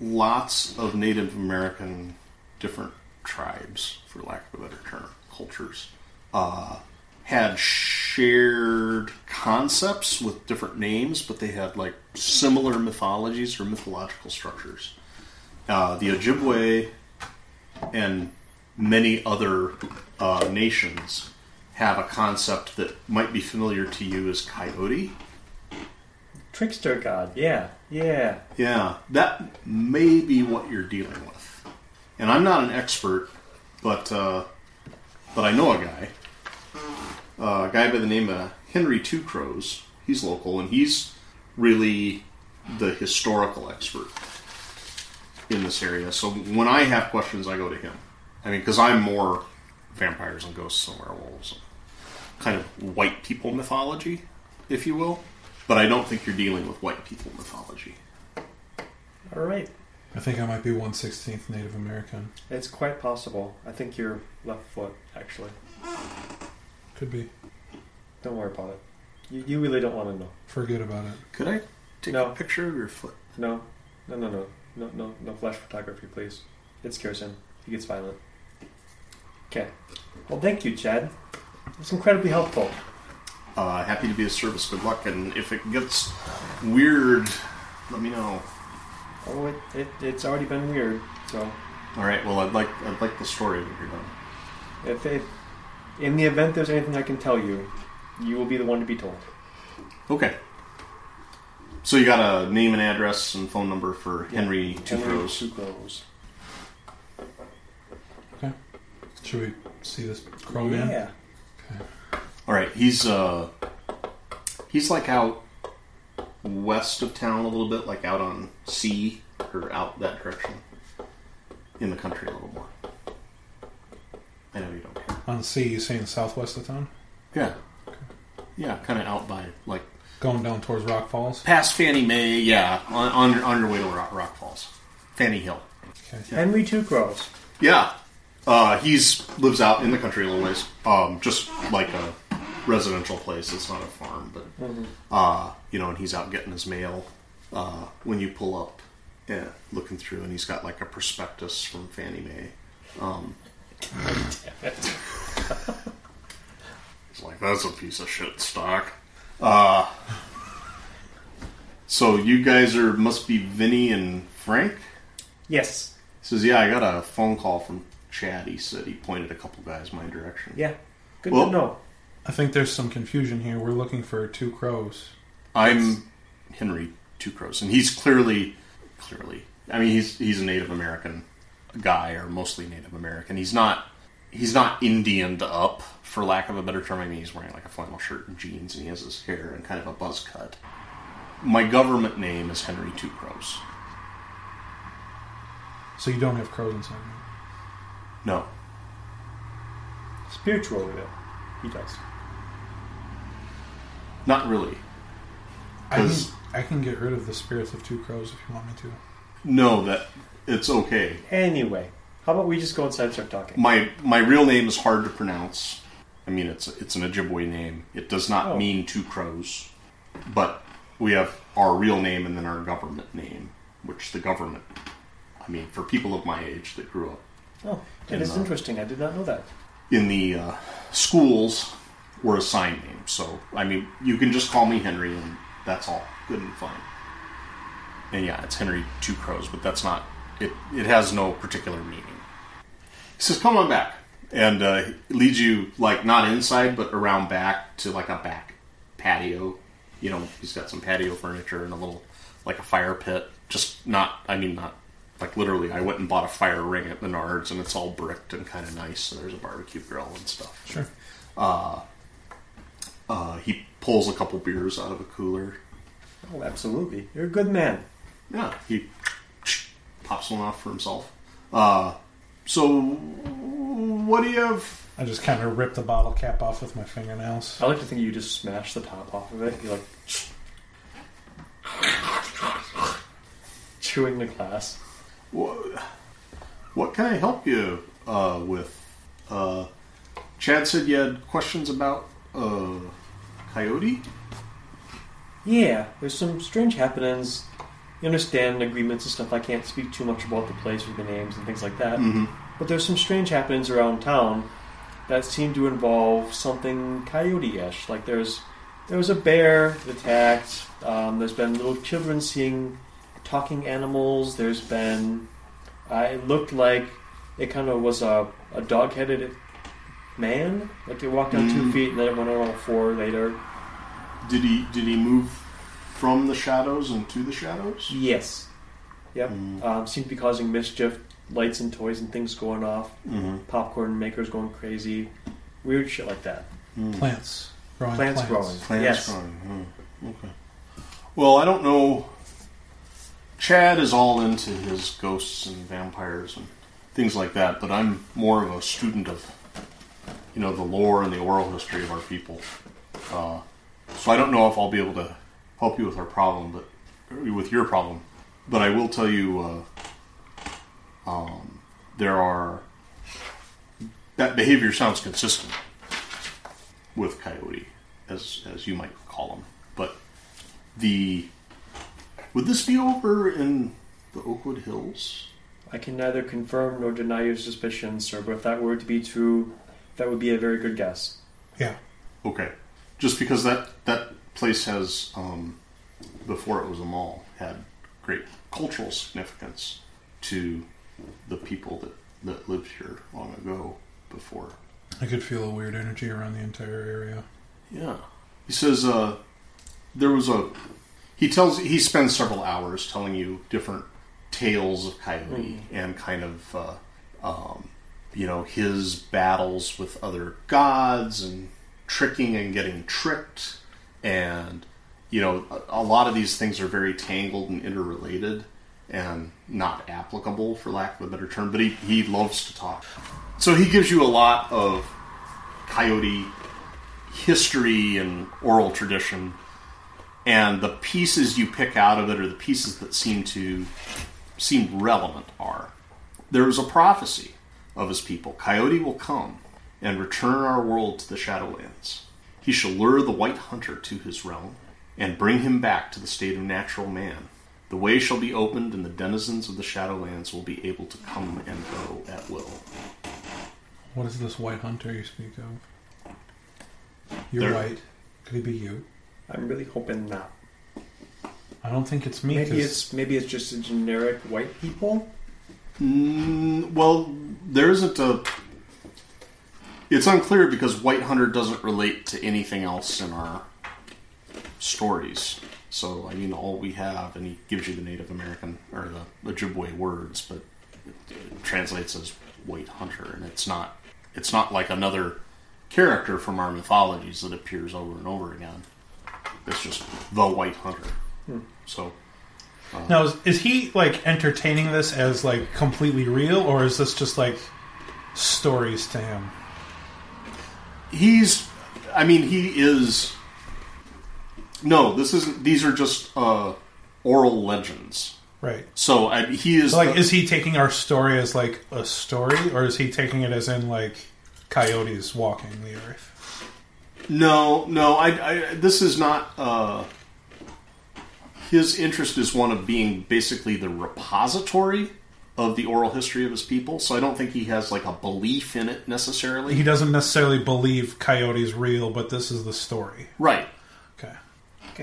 Speaker 3: lots of Native American different tribes, for lack of a better term, cultures, uh, had shared concepts with different names, but they had like similar mythologies or mythological structures. Uh, the Ojibwe and many other uh, nations have a concept that might be familiar to you as coyote.
Speaker 4: trickster god, yeah, yeah.
Speaker 3: Yeah, that may be what you're dealing with. And I'm not an expert, but uh, but I know a guy, uh, a guy by the name of Henry Two Crows. He's local, and he's really the historical expert in this area. So when I have questions, I go to him. I mean, because I'm more vampires and ghosts and werewolves, and kind of white people mythology, if you will. But I don't think you're dealing with white people mythology.
Speaker 4: All right.
Speaker 2: I think I might be one sixteenth Native American.
Speaker 4: It's quite possible. I think your left foot, actually.
Speaker 2: Could be.
Speaker 4: Don't worry about it. You, you really don't want to know.
Speaker 2: Forget about it.
Speaker 3: Could I take
Speaker 4: No.
Speaker 3: a picture of your foot?
Speaker 4: No, no, no, no, no, no, no flash photography, please. It scares him. He gets violent. Okay. Well, thank you, Chad. It's incredibly helpful.
Speaker 3: Uh, happy to be of service. Good luck. And if it gets weird, let me know.
Speaker 4: Oh, it, it, it's already been weird. So,
Speaker 3: All right. Well, I'd like I'd like the story when you're done.
Speaker 4: if, if in the event there's anything I can tell you, you will be the one to be told.
Speaker 3: Okay. So you got a name and address and phone number for Henry Two
Speaker 4: Henry
Speaker 3: Crows.
Speaker 4: Two Crows.
Speaker 2: Okay. Should we see this crow man?
Speaker 4: Yeah.
Speaker 3: All right. He's uh he's like out west of town a little bit, like out on sea or out that direction in the country a little more. I know you don't care.
Speaker 2: On sea, you saying southwest of town?
Speaker 3: Yeah. Yeah, kind of out by like
Speaker 2: Going down towards Rock Falls?
Speaker 3: past Fannie Mae. Yeah, on on your, on your way to Rock, Rock Falls, Fannie Hill.
Speaker 2: Okay.
Speaker 4: Henry Two Crows.
Speaker 3: Yeah, uh, he's lives out in the country a little ways, um, just like a residential place. It's not a farm, but uh, you know, and he's out getting his mail uh, when you pull up. Yeah, looking through, and he's got like a prospectus from Fannie Mae. Um, It's like, that's a piece of shit stock. Uh, so you guys are must be Vinny and Frank.
Speaker 4: Yes.
Speaker 3: He says, yeah, I got a phone call from Chad. He said he pointed a couple guys my direction.
Speaker 4: Yeah. Good
Speaker 3: Well-
Speaker 4: to know.
Speaker 2: I think there's some confusion here. We're looking for two crows.
Speaker 3: I'm Henry Two Crows, and he's clearly, clearly. I mean, he's he's a Native American guy, or mostly Native American. He's not he's not Indianed up, for lack of a better term. I mean, he's wearing like a flannel shirt and jeans, and he has his hair and kind of a buzz cut. My government name is Henry Two Crows.
Speaker 2: So you don't have crows inside you.
Speaker 3: No,
Speaker 4: Spiritually, though, he does.
Speaker 3: not really.
Speaker 2: I can,
Speaker 3: 'Cause-
Speaker 2: I can get rid of the spirits of two crows if you want me to.
Speaker 3: No, that it's okay.
Speaker 4: Anyway, how about we just go inside and start talking?
Speaker 3: My my real name is hard to pronounce. I mean, it's it's an Ojibwe name. It does not
Speaker 4: Oh.
Speaker 3: mean two crows, but we have our real name and then our government name, which the government. I mean, for people of my age that grew up
Speaker 4: Oh, that is interesting. I did not know that.
Speaker 3: in the uh, schools, were assigned names. So I mean, you can just call me Henry, and that's all good and fine. And yeah, it's Henry Two Crows, but that's not it. It has no particular meaning. He says, "Come on back," and uh, leads you like not inside, but around back to like a back patio. You know, he's got some patio furniture and a little like a fire pit. Just not. I mean, not like literally. I went and bought a fire ring at Menards, and it's all bricked and kind of nice. So there's a barbecue grill and stuff.
Speaker 2: Sure.
Speaker 3: Uh, he pulls a couple beers out of a cooler.
Speaker 4: Oh, absolutely. You're a good man.
Speaker 3: Yeah, he pops one off for himself. Uh, so, what do you have?
Speaker 2: I just kind of ripped the bottle cap off with my fingernails.
Speaker 4: I like to think you just smash the top off of it. You're like chewing the glass.
Speaker 3: What, what can I help you uh, with? Uh, Chad said you had questions about uh, Coyote.
Speaker 4: Yeah, there's some strange happenings. You understand agreements and stuff. I can't speak too much about the place or the names and things like that. But there's some strange happenings around town that seem to involve something coyote-ish. Like there's there was a bear attacked. Um, there's been little children seeing talking animals. There's been uh, it looked like it kind of was a, a dog-headed man. Like it walked on two feet and then it went on all four later.
Speaker 3: Did he did he move from the shadows and to the shadows?
Speaker 4: Yes. Yep. Um, seems to be causing mischief. Lights and toys and things going off.
Speaker 3: Mm-hmm.
Speaker 4: Popcorn makers going crazy. Weird shit like that.
Speaker 2: Plants growing.
Speaker 4: Plants, growing.
Speaker 3: Plants
Speaker 4: yes.
Speaker 3: growing, hmm, Okay. Well, I don't know. Chad is all into his ghosts and vampires and things like that, but I'm more of a student of, you know, the lore and the oral history of our people. Uh, so I don't know if I'll be able to help you with our problem, but or with your problem. But I will tell you, uh, um, there are that behavior sounds consistent with Coyote, as as you might call him. But the would this be over in the Oakwood Hills?
Speaker 4: I can neither confirm nor deny your suspicions, sir, but if that were to be true, that would be a very good guess.
Speaker 2: Yeah.
Speaker 3: Okay, just because that that place has um, before it was a mall had great cultural significance to the people that that lived here long ago before
Speaker 2: I could feel a weird energy around the entire area.
Speaker 3: Yeah. He says uh, there was a. He tells he spends several hours telling you different tales of Coyote and kind of uh, um, you know his battles with other gods and tricking and getting tricked and you know a, a lot of these things are very tangled and interrelated and not applicable for lack of a better term but he, he loves to talk so he gives you a lot of coyote history and oral tradition, and the pieces you pick out of it, or the pieces that seem to seem relevant, are there is a prophecy of his people: Coyote will come and return our world to the Shadowlands. He shall lure the White Hunter to his realm and bring him back to the state of natural man. The way shall be opened, and the denizens of the Shadowlands will be able to come and go at will.
Speaker 2: What is this white hunter you speak of? You're
Speaker 3: There-
Speaker 2: white. Could it be you?
Speaker 4: I'm really hoping not.
Speaker 2: I don't think it's me.
Speaker 4: Maybe
Speaker 2: 'cause-
Speaker 4: it's maybe it's just a generic white people.
Speaker 3: Mm, well, there isn't a. It's unclear because White Hunter doesn't relate to anything else in our stories. So, I mean, all we have, and he gives you the Native American or the Ojibwe words, but it, it translates as White Hunter, and it's not. It's not like another character from our mythologies that appears over and over again. It's just the White Hunter. So
Speaker 2: Now, is, is he like entertaining this as like completely real, or is this just like stories to him?
Speaker 3: he's i mean he is no this isn't these are just uh oral legends
Speaker 2: Right.
Speaker 3: so I, he is
Speaker 2: So, like,
Speaker 3: the-
Speaker 2: is he taking our story as like a story, or is he taking it as in like coyotes walking the earth?
Speaker 3: no no I, I this is not uh his interest is one of being basically the repository of the oral history of his people so i don't think he has like a belief in it necessarily
Speaker 2: He doesn't necessarily believe coyotes real, but this is the story.
Speaker 3: right
Speaker 2: Okay.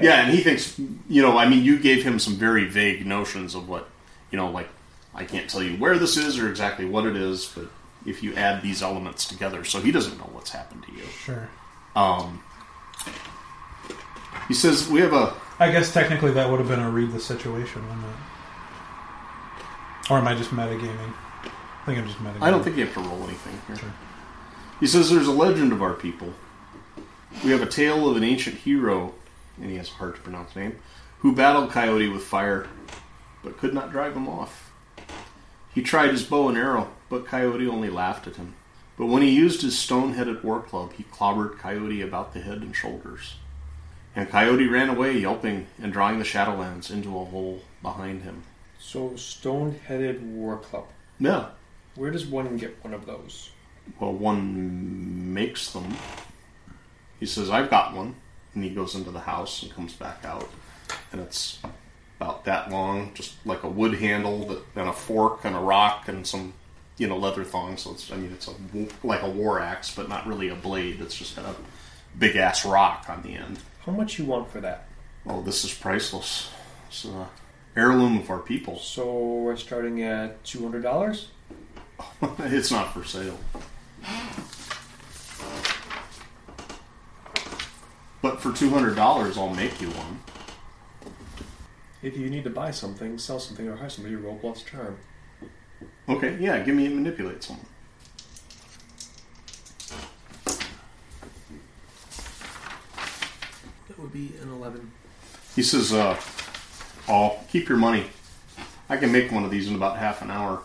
Speaker 3: Yeah, and he thinks, you know, I mean, you gave him some very vague notions of what, you know, like, I can't tell you where this is or exactly what it is, but if you add these elements together, so he doesn't know what's happened to you.
Speaker 2: Sure.
Speaker 3: He says, We have a.
Speaker 2: I guess technically that would have been a read the situation, wouldn't it? Or am I just metagaming? I think I'm just metagaming.
Speaker 3: I don't think you have to roll anything here. He says, There's a legend of our people. We have a tale of an ancient hero, and he has a hard to pronounce name, who battled Coyote with fire, but could not drive him off. He tried his bow and arrow, but Coyote only laughed at him. But when he used his stone headed war club, he clobbered Coyote about the head and shoulders. And Coyote ran away, yelping and drawing the Shadowlands into a hole behind him.
Speaker 6: So stone headed war club.
Speaker 3: Yeah,
Speaker 6: Where does one get one of those?
Speaker 3: Well, one makes them. He says, I've got one. And he goes into the house and comes back out. And it's about that long, just like a wood handle that, and a fork and a rock and some, you know, leather thong. So it's, I mean, it's a, w- like a war axe, but not really a blade. It's just got a big ass rock on the end.
Speaker 6: How much you want for that?
Speaker 3: Oh, this is priceless. It's an heirloom of our people.
Speaker 6: So we're starting at two hundred dollars.
Speaker 3: it's not for sale. But for two hundred dollars, I'll make you one.
Speaker 6: If you need to buy something, sell something, or hire somebody, roll bluff's charm.
Speaker 3: Okay, yeah, give me and manipulate someone.
Speaker 5: That would be an 11.
Speaker 3: He says, uh, "I'll keep your money. I can make one of these in about half an hour.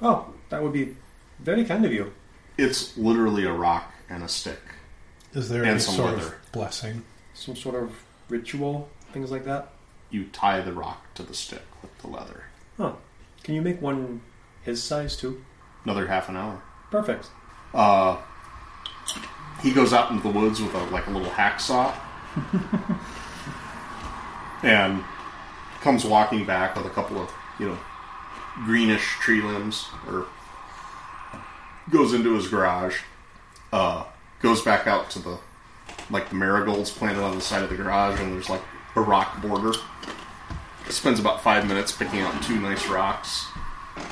Speaker 4: Oh, that would be very kind of you.
Speaker 3: It's literally a rock and a stick.
Speaker 2: Is there
Speaker 3: And
Speaker 2: any
Speaker 3: some
Speaker 2: sort
Speaker 3: leather.
Speaker 2: of blessing?
Speaker 6: Some sort of ritual, things like that.
Speaker 3: You tie the rock to the stick with the leather.
Speaker 4: Can you make one his size too?
Speaker 3: Another half an hour."
Speaker 4: Perfect.
Speaker 3: uh, he goes out into the woods with a like a little hacksaw and comes walking back with a couple of you know greenish tree limbs or goes into his garage uh, goes back out to the like the marigolds planted on the side of the garage and there's like a rock border spends about five minutes picking out two nice rocks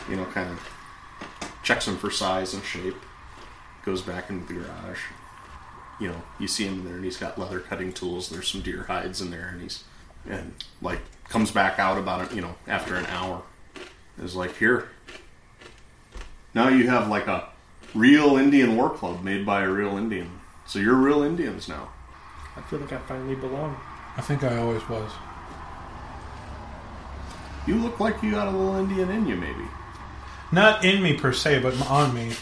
Speaker 3: you know kind of checks them for size and shape goes back into the garage. You know, you see him there, and he's got leather cutting tools. There's some deer hides in there, and he's and like comes back out about it. You know, after an hour, is like here. Now you have like a real Indian war club made by a real Indian. So you're real Indians now.
Speaker 6: I feel like I finally belong.
Speaker 2: I think I always was.
Speaker 3: You look like you got a little Indian in you, maybe.
Speaker 2: Not in me per se, but on me.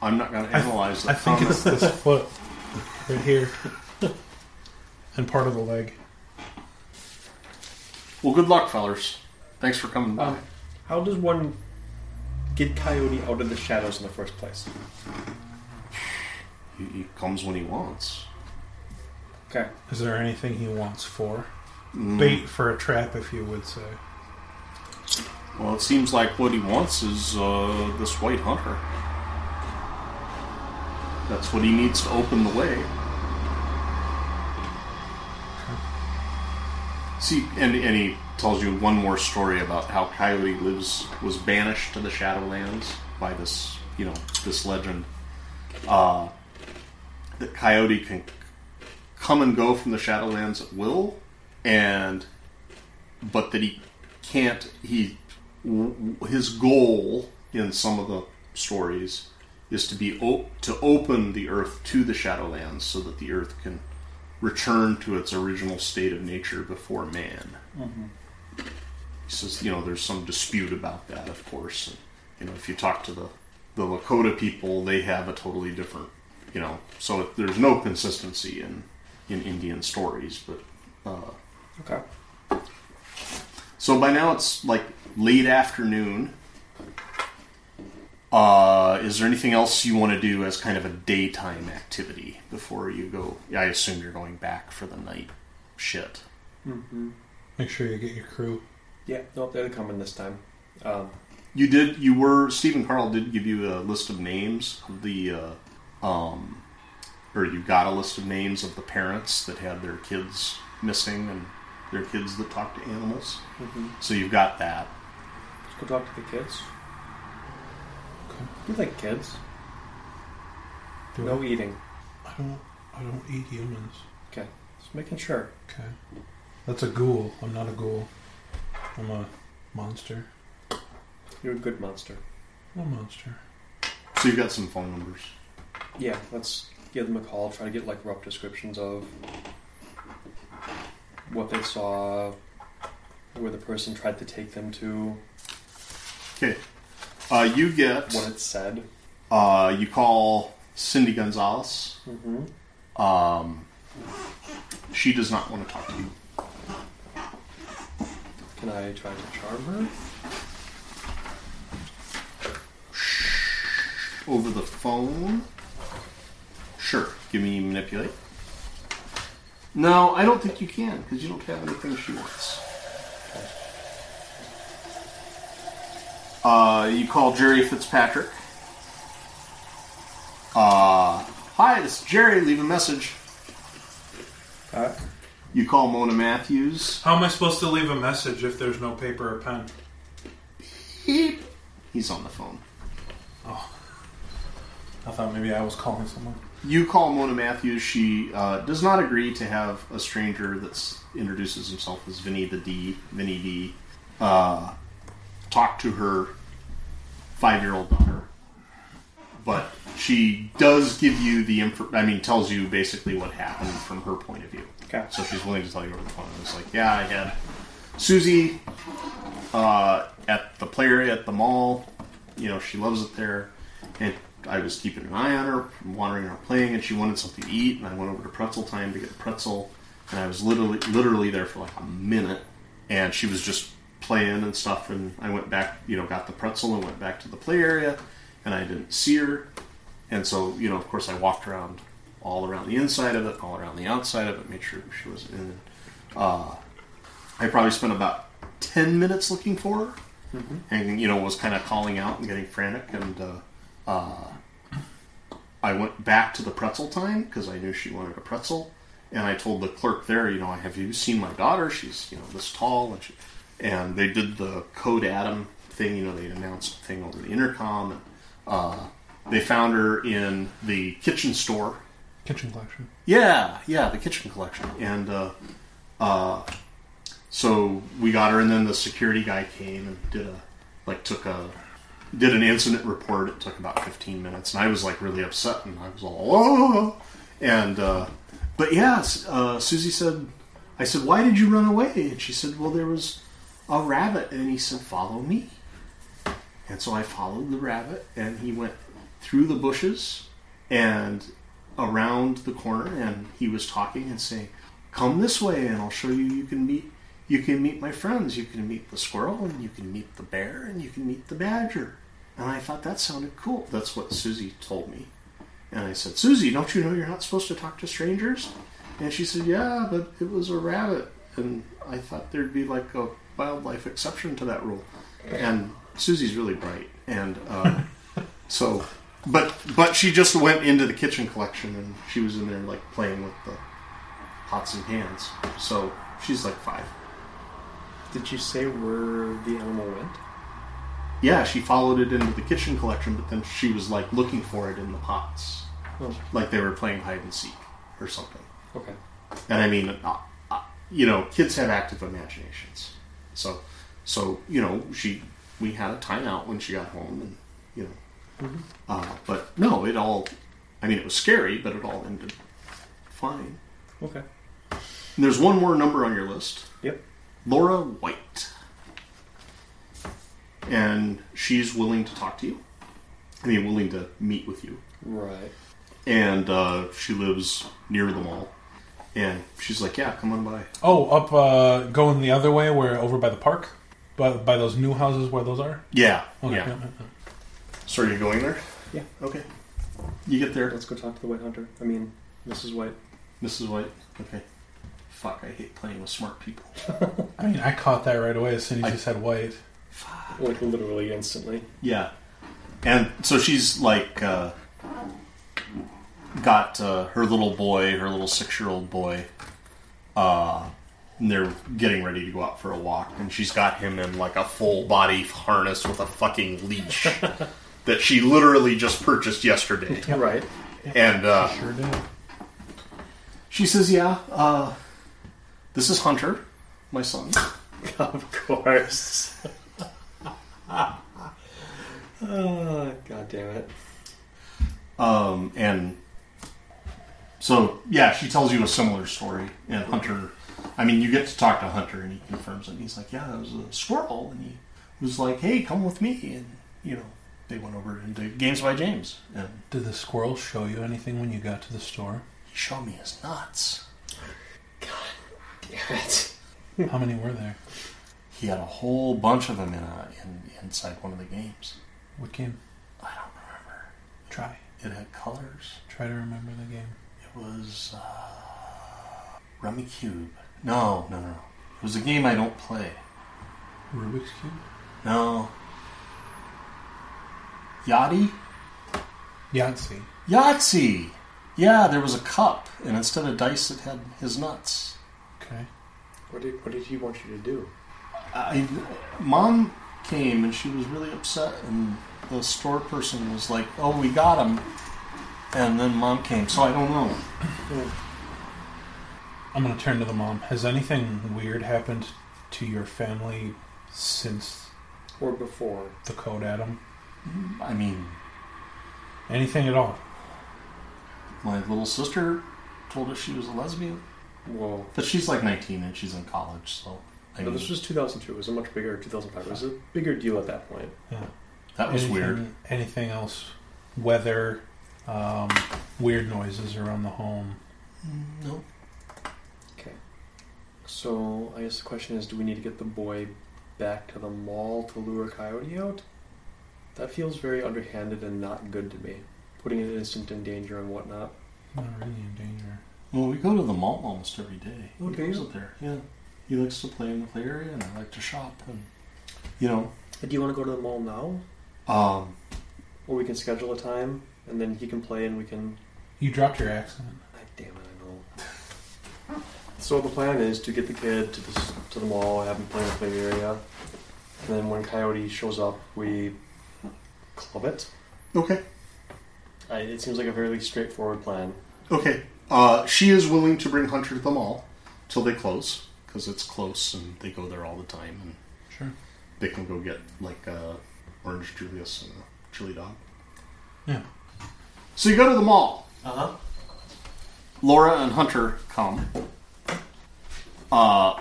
Speaker 3: I'm not going to analyze
Speaker 2: I
Speaker 3: that.
Speaker 2: think it's this foot right here and part of the leg.
Speaker 3: well, good luck, fellers. Thanks for coming
Speaker 2: Oh.
Speaker 3: by.
Speaker 6: Um, how does one get Coyote out of the shadows in the first place?
Speaker 3: he, he comes when he wants.
Speaker 6: Okay.
Speaker 2: Is there anything he wants for? Bait for a trap, if you would say.
Speaker 3: Well, it seems like what he wants is uh, this white hunter. That's what he needs to open the way. See, and, and he tells you one more story about how Coyote lives was banished to the Shadowlands by this, you know, this legend. Uh, that Coyote can come and go from the Shadowlands at will, and but that he can't he w- his goal in some of the stories is to be o- to open the earth to the shadowlands so that the earth can returned to its original state of nature before man. He says, you know, there's some dispute about that, of course. And, you know, if you talk to the, the Lakota people, they have a totally different, you know, so it, there's no consistency in, in Indian stories. But
Speaker 6: Okay.
Speaker 3: so by now it's like late afternoon. Uh, is there anything else you want to do as kind of a daytime activity before you go? I assume you're going back for the night shit.
Speaker 2: Make sure you get your crew.
Speaker 6: Yeah, nope, they're coming this time. Um,
Speaker 3: You did. You were Stephen Carl did give you a list of names of the, uh, um, or you got a list of names of the parents that had their kids missing and their kids that talk to animals.
Speaker 2: Mm-hmm.
Speaker 3: So you've got that.
Speaker 6: let's go talk to the kids. We like kids.
Speaker 2: Do
Speaker 6: no eating.
Speaker 2: I don't. I don't eat humans.
Speaker 6: Okay. Just making sure.
Speaker 2: Okay. That's a ghoul. I'm not a ghoul. I'm a monster.
Speaker 6: You're a good monster.
Speaker 2: I'm a monster.
Speaker 3: So you've got some phone numbers.
Speaker 6: Yeah, let's give them a call, try to get like rough descriptions of what they saw, where the person tried to take them to,
Speaker 3: Okay. Uh, you get.
Speaker 6: what it said.
Speaker 3: Uh, you call Cindy Gonzalez. Um, she does not want to talk to you.
Speaker 6: Can I try to charm her?
Speaker 3: Over the phone? Sure. Give me manipulate. No, I don't think you can because you don't have anything she wants. Uh, you call Jerry Fitzpatrick. Uh, hi, this is Jerry. Leave a message.
Speaker 6: Uh,
Speaker 3: You call Mona Matthews.
Speaker 2: How am I supposed to leave a message if there's no paper or pen?
Speaker 3: Beep. He's on the phone.
Speaker 2: I thought maybe I was calling someone.
Speaker 3: You call Mona Matthews. She uh, does not agree to have a stranger that introduces himself as Vinny the D, Vinny D, uh, talk to her five-year-old daughter. But she does give you the info. I mean, tells you basically what happened from her point of view.
Speaker 6: Okay.
Speaker 3: So she's willing to tell you over the phone. It's like, yeah, I had Susie uh, at the play area at the mall. You know, she loves it there. And I was keeping an eye on her, wandering around playing, and she wanted something to eat. And I went over to Pretzel Time to get a pretzel. And I was literally, literally there for like a minute. And she was just playing and stuff. And I went back, you know, got the pretzel and went back to the play area. And I didn't see her. And so, you know, of course, I walked around all around the inside of it, all around the outside of it, made sure she was in. Uh, I probably spent about 10 minutes looking for her. And, you know, was kind of calling out and getting frantic. And uh, uh, I went back to the pretzel time because I knew she wanted a pretzel. And I told the clerk there, you know, have you seen my daughter? She's, you know, this tall. And, she, and they did the Code Adam thing, you know, they announced the thing over the intercom. And uh, they found her in the kitchen store.
Speaker 2: Kitchen collection.
Speaker 3: Yeah, yeah, the kitchen collection. And uh, uh, so we got her, and then the security guy came and did a like took a did an incident report. It took about fifteen minutes, and I was like really upset, and I was all oh, and uh, but yeah, S- uh, Susie said, I said, why did you run away? And she said, well, there was a rabbit, and he said, follow me. And so I followed the rabbit, and he went through the bushes and around the corner, and he was talking and saying, "Come this way, and I'll show you. You can meet, you can meet my friends. You can meet the squirrel, and you can meet the bear, and you can meet the badger." And I thought that sounded cool. That's what Susie told me. And I said, Susie, don't you know you're not supposed to talk to strangers? And she said, Yeah, but it was a rabbit. And I thought there'd be like a wildlife exception to that rule. And Susie's really bright. And uh, so, but but she just went into the kitchen collection and she was in there like playing with the pots and pans. So she's like five.
Speaker 6: did you say where the animal went?
Speaker 3: Yeah, she followed it into the kitchen collection, but then she was like looking for it in the pots.
Speaker 6: Oh.
Speaker 3: Like they were playing hide and seek or something.
Speaker 6: Okay.
Speaker 3: And I mean, uh, uh, you know, kids have active imaginations. So, so you know, she we had a timeout when she got home, and you know, uh, but no, it all. I mean, it was scary, but it all ended fine.
Speaker 6: Okay.
Speaker 3: There's one more number on your list.
Speaker 6: Yep.
Speaker 3: Laura White. And she's willing to talk to you. I mean, willing to meet with you.
Speaker 6: Right.
Speaker 3: And uh, she lives near the mall. And she's like, yeah, come on by.
Speaker 2: Oh, up uh, going the other way, where over by the park, by, by those new houses where those are.
Speaker 3: Yeah.
Speaker 2: Okay.
Speaker 3: Yeah. So are you going there?
Speaker 6: Yeah.
Speaker 3: Okay. You get there.
Speaker 6: Let's go talk to the White Hunter. I mean, Mrs. White.
Speaker 3: Mrs. White. Okay. Fuck, I hate playing with smart people.
Speaker 2: I mean, I caught that right away as soon as you said white.
Speaker 6: Like, literally instantly.
Speaker 3: Yeah. And so she's like uh, got uh, her little boy, her little six year old boy, uh, and they're getting ready to go out for a walk. And she's got him in like a full body harness with a fucking leash that she literally just purchased yesterday.
Speaker 6: Right.
Speaker 3: And uh,
Speaker 2: Sure did.
Speaker 3: she says, Yeah, uh, this is Hunter, my son.
Speaker 6: Of course. Ah, God damn it.
Speaker 3: Um, and so, yeah, she tells you a similar story. And Hunter, I mean, you get to talk to Hunter, and he confirms it. And he's like, "Yeah, that was a squirrel," and he was like, "Hey, come with me." And you know, they went over into Games by James, and
Speaker 2: Did the squirrel show you anything when you got to the store?
Speaker 3: he showed me his nuts.
Speaker 6: Damn it.
Speaker 2: How many were there?
Speaker 3: He had a whole bunch of them in, a, in inside one of the games.
Speaker 2: What game?
Speaker 3: I don't remember.
Speaker 2: Try.
Speaker 3: It had colors.
Speaker 2: Try to remember the game.
Speaker 3: It was uh, Rummy Cube. No, no, no. It was a game I don't play.
Speaker 2: Rubik's Cube?
Speaker 3: No. Yachty?
Speaker 2: Yahtzee.
Speaker 3: Yahtzee! Yeah, there was a cup, and instead of dice, it had his nuts.
Speaker 2: Okay.
Speaker 6: What did, what did he want you to do?
Speaker 3: I, Mom came and she was really upset, and the store person was like, Oh, we got him. And then Mom came, so I don't know.
Speaker 2: I'm going to turn to the mom. Has anything weird happened to your family since
Speaker 6: Or before?
Speaker 2: the Code Adam?
Speaker 3: I mean,
Speaker 2: Anything at all?
Speaker 3: my little sister told us she was a lesbian,
Speaker 6: Whoa.
Speaker 3: but she's like 19 and she's in college, so. I
Speaker 6: No,
Speaker 3: mean,
Speaker 6: this was 2002. It was a much bigger 2005. It was a bigger deal at that point.
Speaker 3: that was weird.
Speaker 2: Anything- Anything else? Weather, um, weird noises around the home.
Speaker 3: No.
Speaker 6: Okay. So I guess the question is, do we need to get the boy back to the mall to lure Coyote out? That feels very underhanded and not good to me. Putting an instant in danger and whatnot.
Speaker 2: Not really in danger.
Speaker 3: Well, we go to the mall almost every day.
Speaker 6: Oh,
Speaker 3: he
Speaker 6: do
Speaker 3: goes
Speaker 6: you?
Speaker 3: up there. Yeah, he likes to play in the play area, and I like to shop. And you know,
Speaker 6: Do you want to go to the mall now,
Speaker 3: um,
Speaker 6: or we can schedule a time and then he can play and we can?
Speaker 2: You dropped your accent.
Speaker 6: Ah, damn it, I know. So the plan is to get the kid to the s- to the mall, have him play in the play area, and then when Coyote shows up, we club it.
Speaker 3: okay,
Speaker 6: I, it seems like a very straightforward plan.
Speaker 3: okay. Uh, she is willing to bring Hunter to the mall till they close because it's close, and they go there all the time, and
Speaker 2: Sure.
Speaker 3: they can go get like uh, orange Julius and a chili dog.
Speaker 2: Yeah.
Speaker 3: So you go to the mall.
Speaker 6: Uh huh.
Speaker 3: Laura and Hunter come. Uh,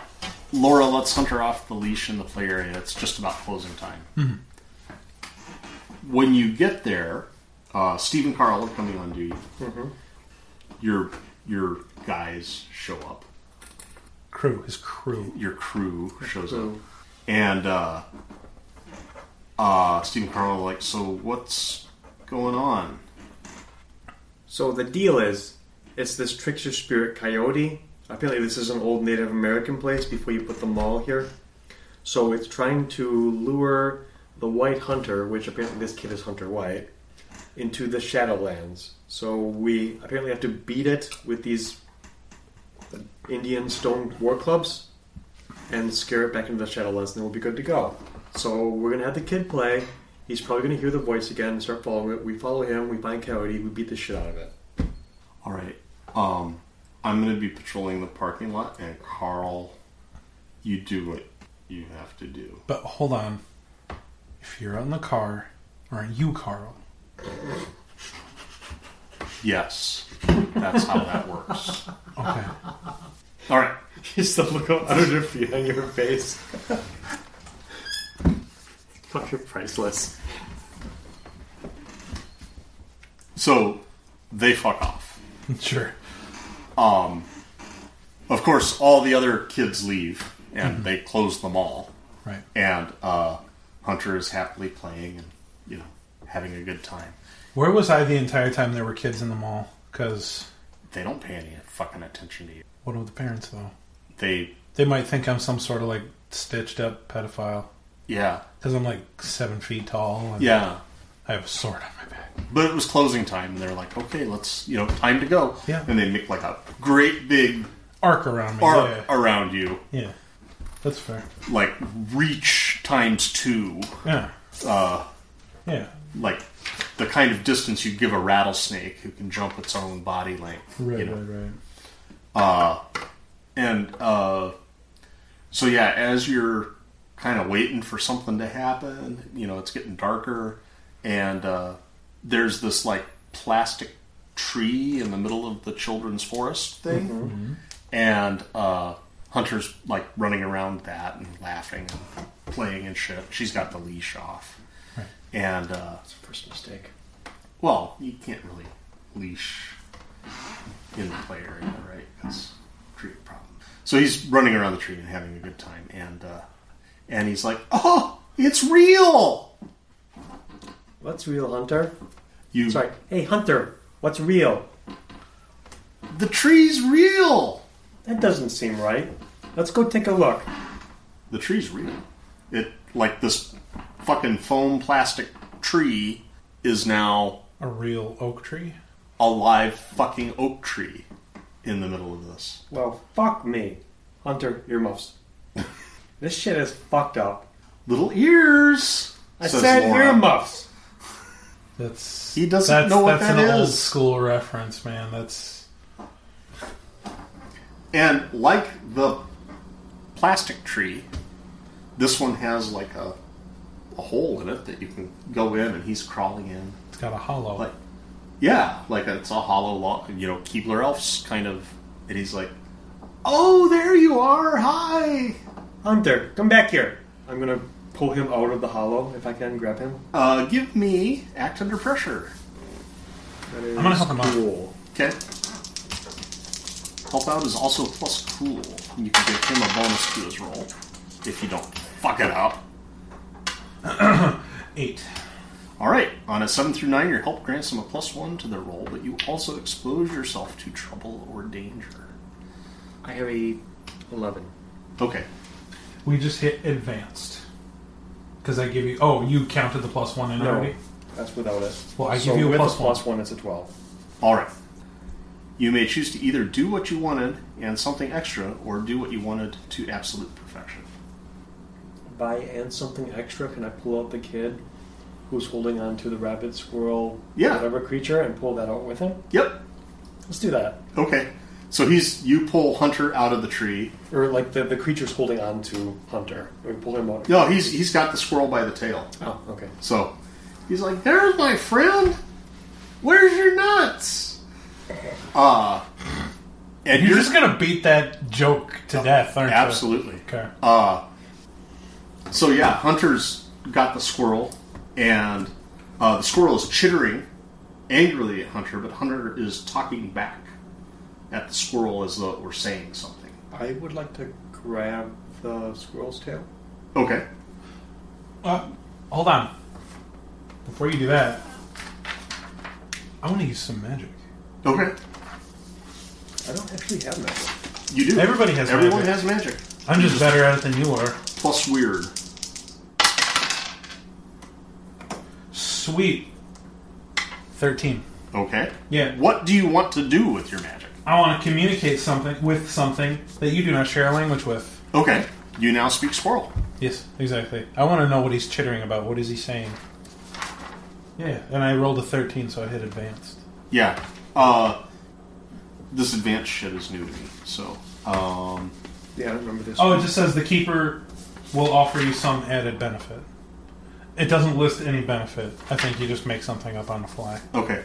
Speaker 3: Laura lets Hunter off the leash in the play area. It's just about closing time. When you get there, uh, Steve and Carl are coming on duty. Your your guys show up.
Speaker 2: Crew. His crew.
Speaker 3: Your crew shows
Speaker 6: Hmm.
Speaker 3: up, and uh, uh, Steve and Carl are like, "So what's going on?"
Speaker 4: So the deal is, it's this trickster spirit coyote. Apparently, this is an old Native American place before you put the mall here. So it's trying to lure the white hunter, which apparently this kid is Hunter White, into the Shadowlands. So we apparently have to beat it with these Indian stone war clubs and scare it back into the Shadowlands, and then we'll be good to go. So we're gonna have the kid play. He's probably gonna hear the voice again and start following it. We follow him, we find Coyote, we beat the shit out of it.
Speaker 3: All right. Um, I'm going to be patrolling the parking lot, and Carl, you do what you have to do.
Speaker 2: But hold on. If you're in the car, or you, Carl,
Speaker 3: Yes, that's how that works.
Speaker 2: Okay.
Speaker 3: All right.
Speaker 4: Just the look of utter defeat on your face.
Speaker 5: Fuck, you're priceless.
Speaker 3: So they fuck off.
Speaker 2: Sure.
Speaker 3: Of course, all the other kids leave, and they close the mall.
Speaker 2: Right.
Speaker 3: And uh, Hunter is happily playing and you know having a good time.
Speaker 2: Where was I the entire time there were kids in the mall? Because
Speaker 3: They don't pay any fucking attention to you.
Speaker 2: what of the parents though?
Speaker 3: They
Speaker 2: They might think I'm some sort of like stitched up pedophile
Speaker 3: yeah
Speaker 2: because I'm like seven feet tall and
Speaker 3: yeah.
Speaker 2: I have a sword on my back.
Speaker 3: But it was closing time, and they're like, okay, let's you know time to go.
Speaker 2: Yeah.
Speaker 3: And they make like a great big
Speaker 2: Arc around me.
Speaker 3: arc
Speaker 2: yeah.
Speaker 3: around you,
Speaker 2: yeah. That's fair.
Speaker 3: like reach times two.
Speaker 2: Yeah.
Speaker 3: Uh,
Speaker 2: Yeah.
Speaker 3: like the kind of distance you give a rattlesnake who can jump its own body length.
Speaker 2: Right,
Speaker 3: you know?
Speaker 2: right, right.
Speaker 3: And uh, so, yeah, as you're kind of waiting for something to happen, you know, it's getting darker, and uh, there's this like plastic tree in the middle of the children's forest thing, and uh, Hunter's like running around that and laughing and playing and shit. She's got the leash off, and uh,
Speaker 6: That's the first mistake.
Speaker 3: Well, you can't really leash in the play area, right? That's a tree problem. So he's running around the tree and having a good time, and uh, and he's like, "Oh, it's real!"
Speaker 4: What's real, Hunter?
Speaker 3: You,
Speaker 4: Sorry. Hey, Hunter, what's real?
Speaker 3: the tree's real.
Speaker 4: That doesn't seem right. Let's go take a look.
Speaker 3: The tree's real. It like this fucking foam plastic tree is now
Speaker 2: A real oak tree?
Speaker 3: a live fucking oak tree in the middle of this.
Speaker 4: Well, fuck me. Hunter, earmuffs. this shit is fucked up.
Speaker 3: Little ears.
Speaker 4: I
Speaker 3: says
Speaker 4: said
Speaker 3: Laura.
Speaker 4: earmuffs.
Speaker 2: That's
Speaker 3: He doesn't
Speaker 2: that's,
Speaker 3: know what
Speaker 2: that's
Speaker 3: that
Speaker 2: an old
Speaker 3: is.
Speaker 2: school reference, man. That's
Speaker 3: And like the plastic tree, this one has like a, a hole in it that you can go in, and he's crawling in.
Speaker 2: it's got a hollow.
Speaker 3: Like, yeah, like it's a hollow log, you know, Keebler Elf's kind of. And he's like, "Oh, there you are! Hi."
Speaker 4: Hunter, come back here.
Speaker 6: I'm gonna pull him out of the hollow if I can grab him.
Speaker 3: Uh, give me act under pressure.
Speaker 6: That is
Speaker 2: I'm gonna help him out.
Speaker 6: cool.
Speaker 3: Okay. Help out is also plus cool. and You can give him a bonus to his roll if you don't fuck it up.
Speaker 2: Eight.
Speaker 3: All right. On a seven through nine, your help grants them a plus one to their roll, but you also expose yourself to trouble or danger.
Speaker 5: I have a 11.
Speaker 3: Okay.
Speaker 2: We just hit advanced. Because I give you. Oh, you counted the plus one in
Speaker 6: No,
Speaker 2: already?
Speaker 6: that's without it.
Speaker 2: Well, I
Speaker 6: so
Speaker 2: give you a
Speaker 6: with
Speaker 2: plus
Speaker 6: a plus one, it's a twelve.
Speaker 3: All right. You may choose to either do what you wanted and something extra, or do what you wanted to absolute perfection.
Speaker 6: By and something extra, can I pull out the kid who's holding on to the rabbit squirrel,
Speaker 3: Yeah.
Speaker 6: whatever creature, and pull that out with him?
Speaker 3: Yep.
Speaker 6: Let's do that.
Speaker 3: Okay. So he's you pull Hunter out of the tree.
Speaker 6: Or like the, the creature's holding on to Hunter. We pull him out.
Speaker 3: No, he's he's got the squirrel by the tail.
Speaker 6: Oh, okay.
Speaker 3: So he's like, "There's my friend. Where's your nuts?" Uh and
Speaker 2: You're just gonna beat that joke to death, aren't
Speaker 3: absolutely.
Speaker 2: you? Okay.
Speaker 3: So yeah, Hunter's got the squirrel, and uh, the squirrel is chittering angrily at Hunter, but Hunter is talking back at the squirrel as though it were saying something.
Speaker 6: I would like to grab the squirrel's tail.
Speaker 3: Okay.
Speaker 2: Uh, hold on. Before you do that, I want to use some magic.
Speaker 3: Okay.
Speaker 6: I don't actually have that.
Speaker 3: You do.
Speaker 2: Everybody has
Speaker 3: Everyone
Speaker 2: magic.
Speaker 3: has magic.
Speaker 2: I'm just better at it than you are.
Speaker 3: Plus weird.
Speaker 2: Sweet. 13.
Speaker 3: Okay.
Speaker 2: Yeah.
Speaker 3: What do you want to do with your magic?
Speaker 2: I want to communicate something with something that you do not share a language with.
Speaker 3: Okay. You now speak squirrel.
Speaker 2: Yes, exactly. I want to know what he's chittering about. What is he saying? Yeah, and I rolled a 13, so I hit advanced.
Speaker 3: Yeah. Uh, this advanced shit is new to me. So. Um,
Speaker 6: Yeah, I don't remember this.
Speaker 2: Oh, it just says the keeper will offer you some added benefit. It doesn't list any benefit. I think you just make something up on the fly.
Speaker 3: okay.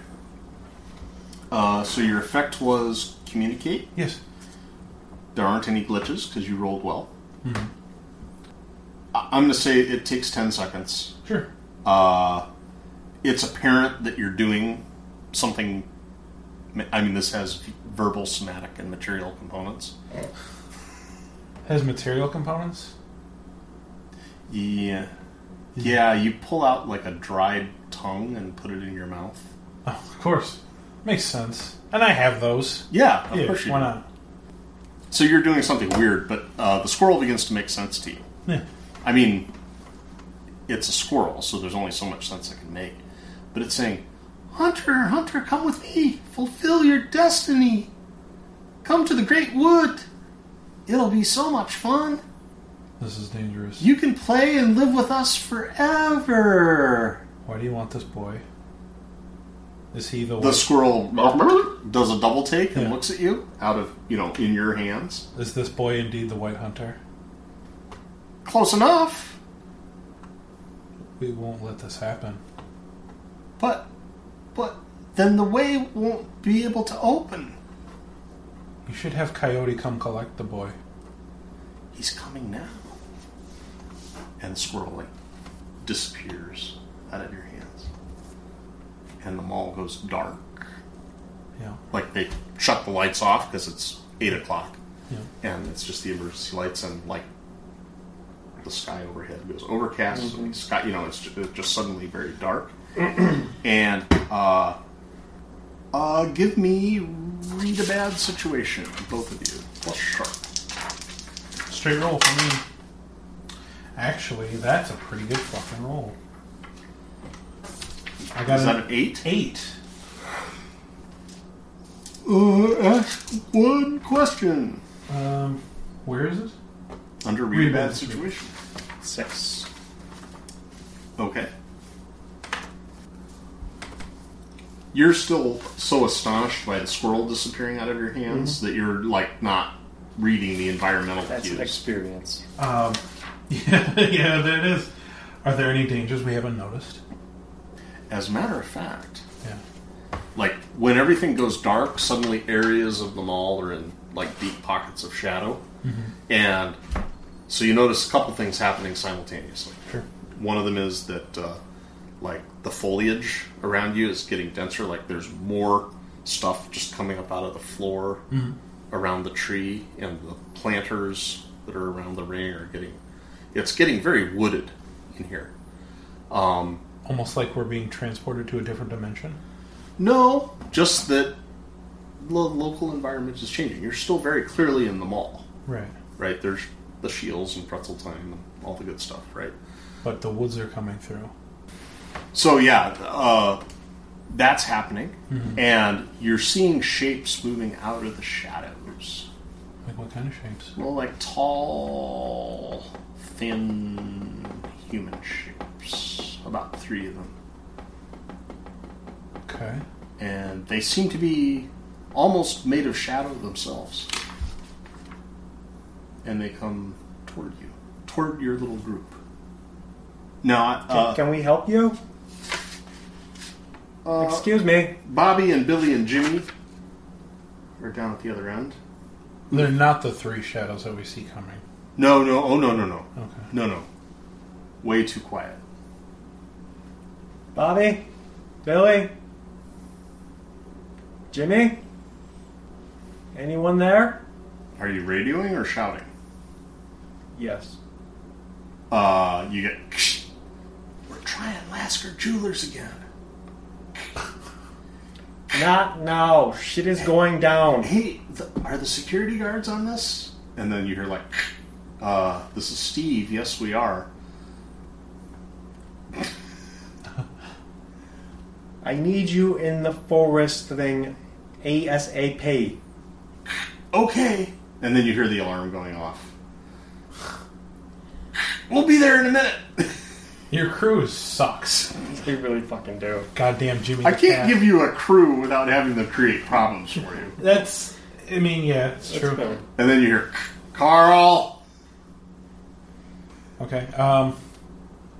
Speaker 3: Uh, so your effect was communicate.
Speaker 2: Yes.
Speaker 3: There aren't any glitches because you rolled well.
Speaker 2: Mm-hmm.
Speaker 3: I- I'm going to say it takes 10 seconds.
Speaker 2: Sure.
Speaker 3: Uh, it's apparent that you're doing something. I mean, this has verbal, somatic, and material components.
Speaker 2: Has material components?
Speaker 3: Yeah. Yeah, you pull out like a dried tongue and put it in your mouth.
Speaker 2: Oh, of course. Makes sense. And I have those.
Speaker 3: Yeah, of
Speaker 2: yeah,
Speaker 3: course you
Speaker 2: why
Speaker 3: do.
Speaker 2: not?
Speaker 3: So you're doing something weird, but uh, the squirrel begins to make sense to you.
Speaker 2: Yeah.
Speaker 3: I mean, it's a squirrel, so there's only so much sense it can make. But it's saying, Hunter, Hunter, come with me. Fulfill your destiny. Come to the great wood. It'll be so much fun.
Speaker 2: This is dangerous.
Speaker 3: You can play and live with us forever.
Speaker 2: Why do you want this boy? Is he the
Speaker 3: The
Speaker 2: one?
Speaker 3: squirrel does a double take and
Speaker 2: Yeah.
Speaker 3: looks at you out of, you know, in your hands.
Speaker 2: Is this boy indeed the White Hunter?
Speaker 3: Close enough,
Speaker 2: We won't let this happen.
Speaker 3: but but then the way won't be able to open.
Speaker 2: You should have Coyote come collect the boy.
Speaker 3: He's coming now. And swirling disappears out of your hands. And the mall goes dark.
Speaker 2: Yeah.
Speaker 3: Like they shut the lights off because it's 8 o'clock.
Speaker 2: Yeah.
Speaker 3: And it's just the emergency lights and like the sky overhead goes overcast. so the sky, you know, it's just, it's just suddenly very dark. and uh, uh, give me read a bad situation, both of you. Plus sharp.
Speaker 2: Straight roll for me. Actually, that's a pretty good fucking roll. I got
Speaker 3: Is that
Speaker 2: an
Speaker 3: an 8?
Speaker 2: eight.
Speaker 3: Uh, ask one question.
Speaker 2: Um, where is it?
Speaker 3: Under
Speaker 2: Read
Speaker 3: read bad
Speaker 2: bad
Speaker 3: situation. Six. Okay. You're still so astonished by the squirrel disappearing out of your hands that you're like not reading the environmental
Speaker 6: That's an
Speaker 3: cues.
Speaker 6: experience.
Speaker 2: Um, yeah, yeah, there it is. Are there any dangers we haven't noticed?
Speaker 3: As a matter of fact,
Speaker 2: Yeah.
Speaker 3: like when everything goes dark, suddenly areas of the mall are in like deep pockets of shadow, and so you notice a couple things happening simultaneously.
Speaker 2: Sure.
Speaker 3: One of them is that uh, like the foliage around you is getting denser. Like there's more stuff just coming up out of the floor around the tree, and the planters that are around the ring are getting. It's getting very wooded in here.
Speaker 2: Almost like we're being transported to a different dimension.
Speaker 3: No, just that the local environment is changing. You're still very clearly in the mall,
Speaker 2: Right.
Speaker 3: right? There's the shields and pretzel time and all the good stuff, right?
Speaker 2: But the woods are coming through.
Speaker 3: So yeah, uh, that's happening, and you're seeing shapes moving out of the shadows.
Speaker 2: Like what kind of shapes?
Speaker 3: Well, like tall, thin human shapes, about three of them,
Speaker 2: Okay.
Speaker 3: and they seem to be almost made of shadow themselves, and they come toward you, toward your little group. Now,
Speaker 4: Can,
Speaker 3: uh,
Speaker 4: can we help you?
Speaker 3: uh,
Speaker 4: Excuse me.
Speaker 3: Bobby and Billy and Jimmy are down at the other end.
Speaker 2: They're not the three shadows that we see coming.
Speaker 3: No, no, oh no, no, no,
Speaker 2: Okay.
Speaker 3: no, no. Way too quiet.
Speaker 4: Bobby? Billy? Jimmy? Anyone there?
Speaker 3: Are you radioing or shouting?
Speaker 4: Yes.
Speaker 3: Uh, you get. We're trying Lasker Jewelers again.
Speaker 4: Not now. Shit is going down.
Speaker 3: Hey, th are the security guards on this? And then you hear like, uh, this is Steve. Yes, we are.
Speaker 4: I need you in the forest thing ASAP.
Speaker 3: Okay. And then you hear the alarm going off. We'll be there in a minute.
Speaker 2: Your crew sucks.
Speaker 6: They really fucking do.
Speaker 2: Goddamn Jimmy.
Speaker 3: I
Speaker 2: the
Speaker 3: can't
Speaker 2: Cat.
Speaker 3: give you a crew without having them create problems for you.
Speaker 2: That's. I mean, yeah, it's true.
Speaker 6: fair.
Speaker 3: And then you hear, Carl.
Speaker 2: Okay. Um,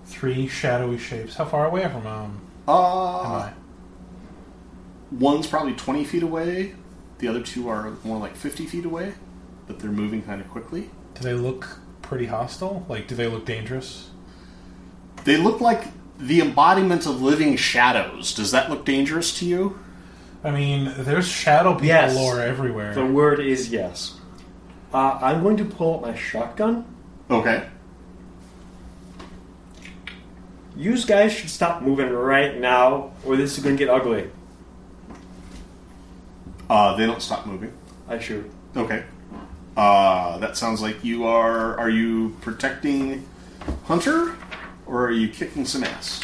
Speaker 2: three shadowy shapes. How far away from um?
Speaker 3: Uh,
Speaker 2: am I?
Speaker 3: One's probably 20 feet away. The other two are more like 50 feet away, but they're moving kind of quickly.
Speaker 2: Do they look pretty hostile? Like, do they look dangerous?
Speaker 3: They look like the embodiment of living shadows. Does that look dangerous to you?
Speaker 2: I mean, there's shadow people
Speaker 4: Yes.
Speaker 2: lore everywhere.
Speaker 4: The word is yes.
Speaker 6: Uh, I'm going to pull out my shotgun.
Speaker 3: Okay.
Speaker 4: You guys should stop moving right now, or this is going to get ugly.
Speaker 3: Uh, they don't stop moving.
Speaker 6: I shoot.
Speaker 3: Okay. Uh, that sounds like you are. Are you protecting Hunter, or are you kicking some ass?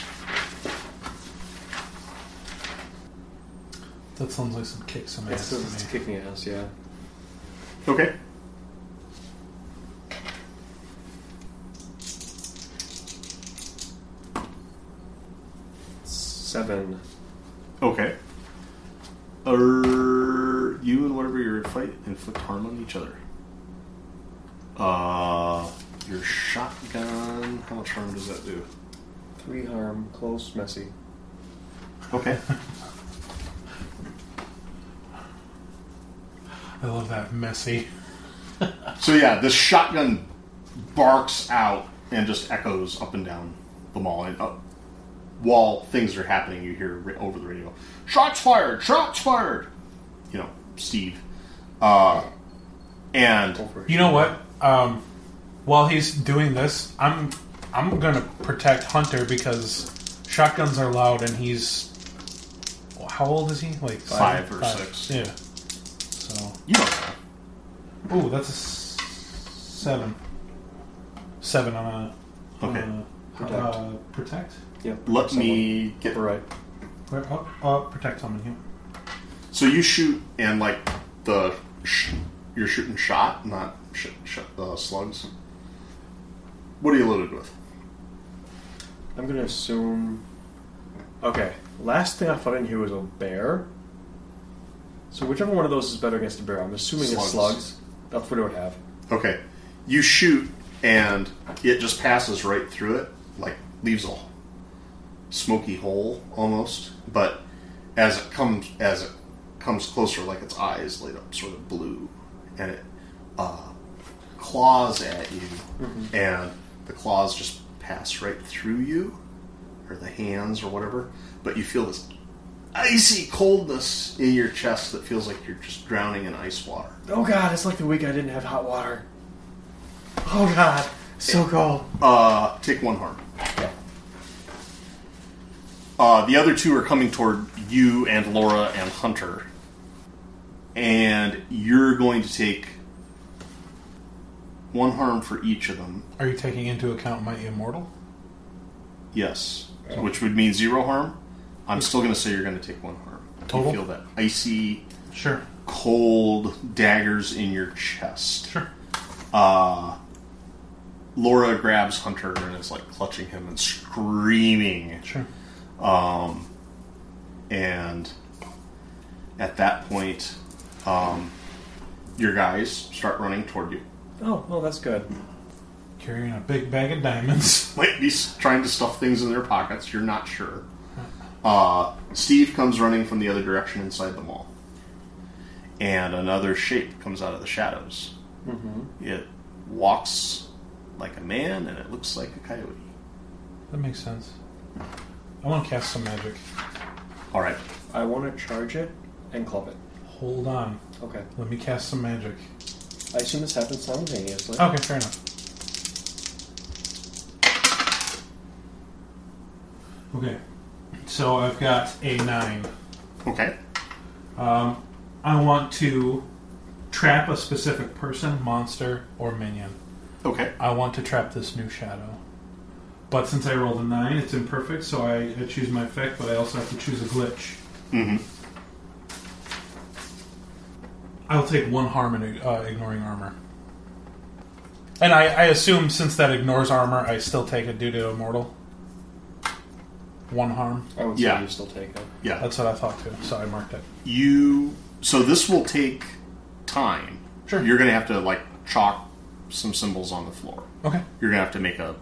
Speaker 2: that sounds like some kick some
Speaker 6: It's,
Speaker 2: ass to me.
Speaker 6: it's kicking ass, yeah.
Speaker 3: Okay.
Speaker 6: Seven.
Speaker 3: Okay. Er, you and whatever you're in fight inflict harm on each other. Uh, your shotgun. How much harm does that do?
Speaker 6: Three harm, close, messy.
Speaker 3: Okay.
Speaker 2: I love that messy.
Speaker 3: So yeah, this shotgun barks out and just echoes up and down the mall. And up while things are happening, you hear ri- over the radio, "Shots fired! Shots fired!" You know, Steve. Uh, and
Speaker 6: Over.
Speaker 2: You know what? Um, while he's doing this, I'm I'm gonna protect Hunter because shotguns are loud, and he's how old is he? Like
Speaker 3: Five or six.
Speaker 2: Yeah. So,
Speaker 3: you don't know.
Speaker 2: ooh, that's a s- seven. Seven on a
Speaker 3: Okay.
Speaker 2: on a-
Speaker 6: Protect.
Speaker 2: Uh, protect.
Speaker 6: Yep.
Speaker 3: Let me get
Speaker 6: All right.
Speaker 2: Where, oh, oh, protect someone here.
Speaker 3: So you shoot, and like the sh- you're shooting shot, not sh- sh- uh, slugs. What are you loaded with?
Speaker 6: I'm gonna assume. Okay, last thing I fought in here was a bear. So whichever one of those is better against a bear, I'm assuming
Speaker 3: Slugs.
Speaker 6: it's slugs. That's what I would have.
Speaker 3: Okay, you shoot, and it just passes right through it, like leaves a smoky hole almost. But as it comes as it comes closer, like its eyes light up sort of blue, and it uh, claws at you, and the claws just pass right through you, or the hands, or whatever. But you feel this icy coldness in your chest that feels like you're just drowning in ice water.
Speaker 6: Oh god, it's like the week I didn't have hot water. Oh god, so cold.
Speaker 3: Uh, take one harm. Uh, the other two are coming toward you and Laura and Hunter. And you're going to take one harm for each of them.
Speaker 2: Are you taking into account my immortal?
Speaker 3: Yes. Which would mean zero harm. I'm still going to say you're going to take one harm.
Speaker 2: Total?
Speaker 3: You feel that icy,
Speaker 2: Sure.
Speaker 3: cold daggers in your chest.
Speaker 2: Sure.
Speaker 3: Laura grabs Hunter and is like clutching him and screaming
Speaker 2: Sure.
Speaker 3: and at that point, um, your guys start running toward you.
Speaker 6: Oh, well, that's good.
Speaker 2: Carrying a big bag of diamonds.
Speaker 3: Might be s- trying to stuff things in their pockets. You're not sure. Uh, Steve comes running from the other direction inside the mall, and another shape comes out of the shadows. It walks like a man, and it looks like a coyote.
Speaker 2: That makes sense. I want to cast some magic.
Speaker 3: All right.
Speaker 6: I want to charge it and club it.
Speaker 2: Hold on.
Speaker 6: Okay.
Speaker 2: Let me cast some magic.
Speaker 6: I assume this happens simultaneously.
Speaker 3: Oh,
Speaker 2: Okay, fair enough. Okay. So I've got a nine.
Speaker 3: Okay.
Speaker 2: Um, I want to trap a specific person, monster, or minion.
Speaker 3: Okay.
Speaker 2: I want to trap this new shadow. But since I rolled a nine, it's imperfect, so I, I choose my effect, but I also have to choose a glitch.
Speaker 3: hmm
Speaker 2: I'll take one harm in uh, ignoring armor. And I, I assume since that ignores armor, I still take it due to immortal. One harm.
Speaker 6: I would say
Speaker 3: Yeah.
Speaker 6: you still take it.
Speaker 3: Yeah.
Speaker 2: That's what I thought too, so I marked it.
Speaker 3: you so this will take time
Speaker 2: Sure.
Speaker 3: you're gonna have to like chalk some symbols on the floor
Speaker 2: Okay,
Speaker 3: you're gonna have to make a,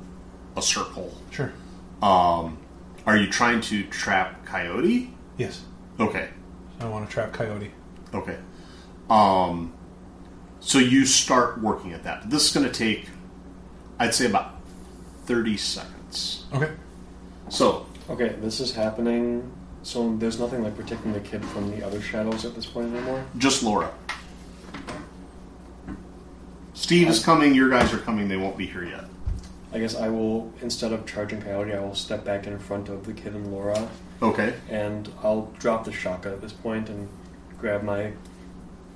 Speaker 3: a circle
Speaker 2: sure.
Speaker 3: um are you trying to trap coyote
Speaker 2: Yes.
Speaker 3: okay
Speaker 2: I want to trap coyote.
Speaker 3: Okay. Um, so you start working at that. This is going to take, I'd say, about 30 seconds.
Speaker 2: Okay.
Speaker 3: So,
Speaker 6: Okay, this is happening. So there's nothing like protecting the kid from the other shadows at this point anymore.
Speaker 3: just Laura. Steve is coming, your guys are coming, they won't be here yet.
Speaker 6: I guess I will, instead of charging Coyote, I will step back in front of the kid and Laura,
Speaker 3: Okay.
Speaker 6: and I'll drop the shotgun at this point and grab my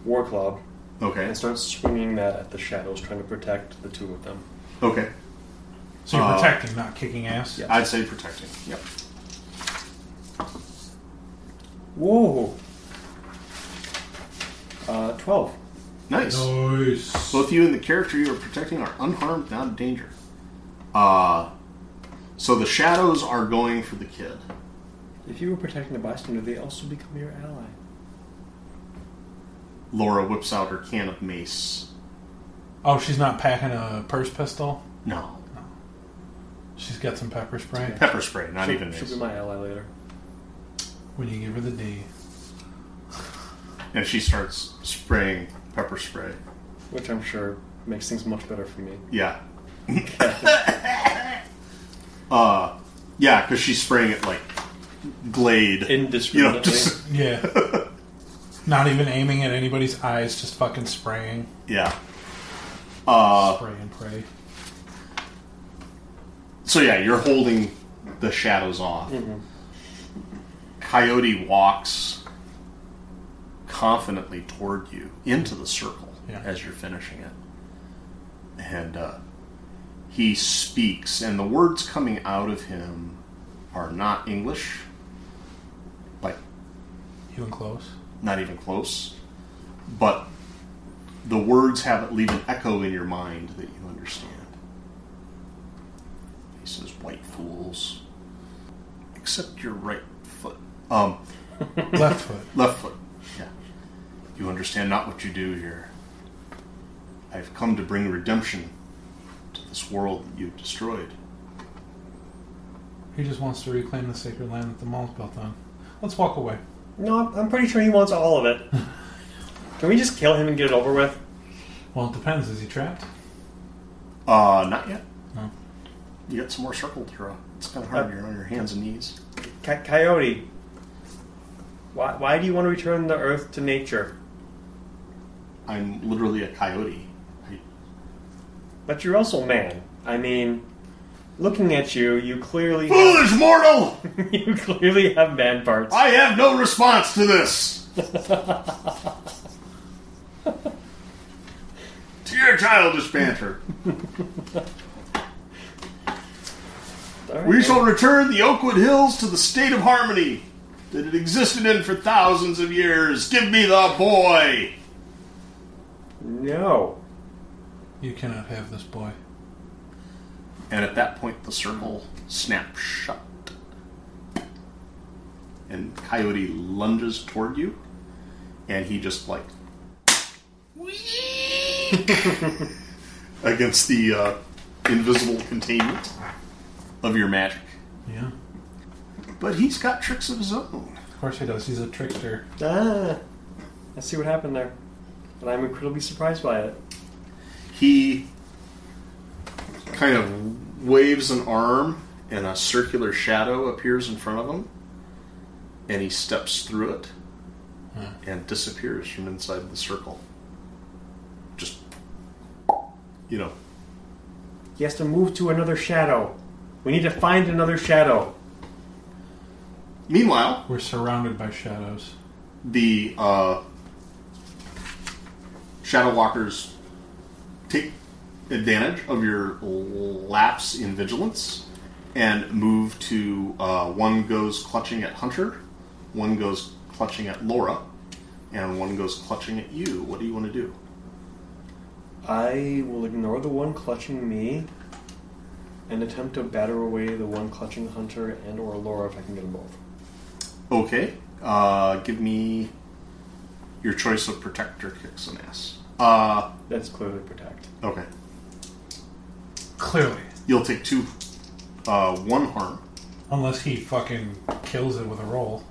Speaker 6: war club
Speaker 3: Okay.
Speaker 6: and start swinging that at the shadows, trying to protect the two of them.
Speaker 3: Okay.
Speaker 2: So you're
Speaker 3: Uh,
Speaker 2: protecting, not kicking ass.
Speaker 6: Yeah.
Speaker 3: I'd say protecting. Yep.
Speaker 6: Whoa! Uh, 12.
Speaker 3: Nice.
Speaker 2: Nice.
Speaker 3: Both you and the character you are protecting are unharmed, not in danger. Uh, so the shadows are going for the kid.
Speaker 6: If you were protecting the bystander, they also become your ally.
Speaker 3: Laura whips out her can of mace.
Speaker 2: Oh, she's not packing a purse pistol.
Speaker 3: No.
Speaker 2: She's got some pepper spray.
Speaker 3: Pepper spray, not
Speaker 6: She'll-
Speaker 3: even
Speaker 6: She'll
Speaker 3: mace.
Speaker 6: be my ally later.
Speaker 2: When you give her the D.
Speaker 3: And she starts spraying pepper spray.
Speaker 6: Which I'm sure makes things much better for me.
Speaker 3: Yeah. uh, yeah, because she's spraying it like Glade. you
Speaker 6: Indiscriminately.
Speaker 3: know, just
Speaker 2: Yeah. not even aiming at anybody's eyes, just fucking spraying.
Speaker 3: yeah. Uh,
Speaker 2: Spray and pray.
Speaker 3: so yeah, you're holding the shadows off. Coyote walks confidently toward you into the circle
Speaker 2: Yeah.
Speaker 3: as you're finishing it, and uh, he speaks, and the words coming out of him are not English, like
Speaker 2: Even close.
Speaker 3: not even close, but the words have it leave an echo in your mind that you understand. He says, "White fools, except your right foot, um,
Speaker 2: Left foot.
Speaker 3: left foot. Yeah, you understand not what you do here. I've come to bring redemption to this world that you've destroyed."
Speaker 2: He just wants to reclaim the sacred land that the mall's built on. Let's walk away.
Speaker 4: No, I'm- I'm pretty sure he wants all of it. Can we just kill him and get it over with?
Speaker 2: Well, it depends. Is he trapped?
Speaker 3: Uh, not yet.
Speaker 2: No.
Speaker 3: You got some more circle to draw. It's kind of hard. You're on your hands and knees.
Speaker 4: Coy- Coyote, why, why do you want to return the earth to nature?
Speaker 3: I'm literally a coyote. I
Speaker 4: But you're also a man. I mean, looking at you, you clearly
Speaker 3: Foolish mortal!
Speaker 4: you clearly have man parts.
Speaker 3: I have no response to this! to your childish banter. We shall return the Oakwood Hills to the state of harmony that it existed in for thousands of years. Give me the boy!
Speaker 4: No.
Speaker 2: You cannot have this boy.
Speaker 3: And at that point, the circle snaps shut. And Coyote lunges toward you, and he just like. against the uh, invisible containment of your magic.
Speaker 2: Yeah.
Speaker 3: But he's got tricks of his own.
Speaker 2: Of course he does. He's a trickster.
Speaker 4: Ah, I see what happened there, and I'm incredibly surprised by it.
Speaker 3: He kind of waves an arm, and a circular shadow appears in front of him, and he steps through it and disappears from inside the circle. Just, you know,
Speaker 4: He has to move to another shadow. We need to find another shadow.
Speaker 3: meanwhile,
Speaker 2: We're surrounded by shadows.
Speaker 3: the uh, shadow walkers take advantage of your lapse in vigilance and move to uh, one goes clutching at hunter one goes clutching at laura and one goes clutching at you what do you want to do
Speaker 6: I will ignore the one clutching me and attempt to batter away the one clutching Hunter and or Laura if I can get them both.
Speaker 3: okay uh, give me your choice of protect or kick some ass uh,
Speaker 6: That's clearly protect.
Speaker 3: okay
Speaker 2: Clearly.
Speaker 3: you'll take two uh, one harm
Speaker 2: Unless he fucking kills it with a roll.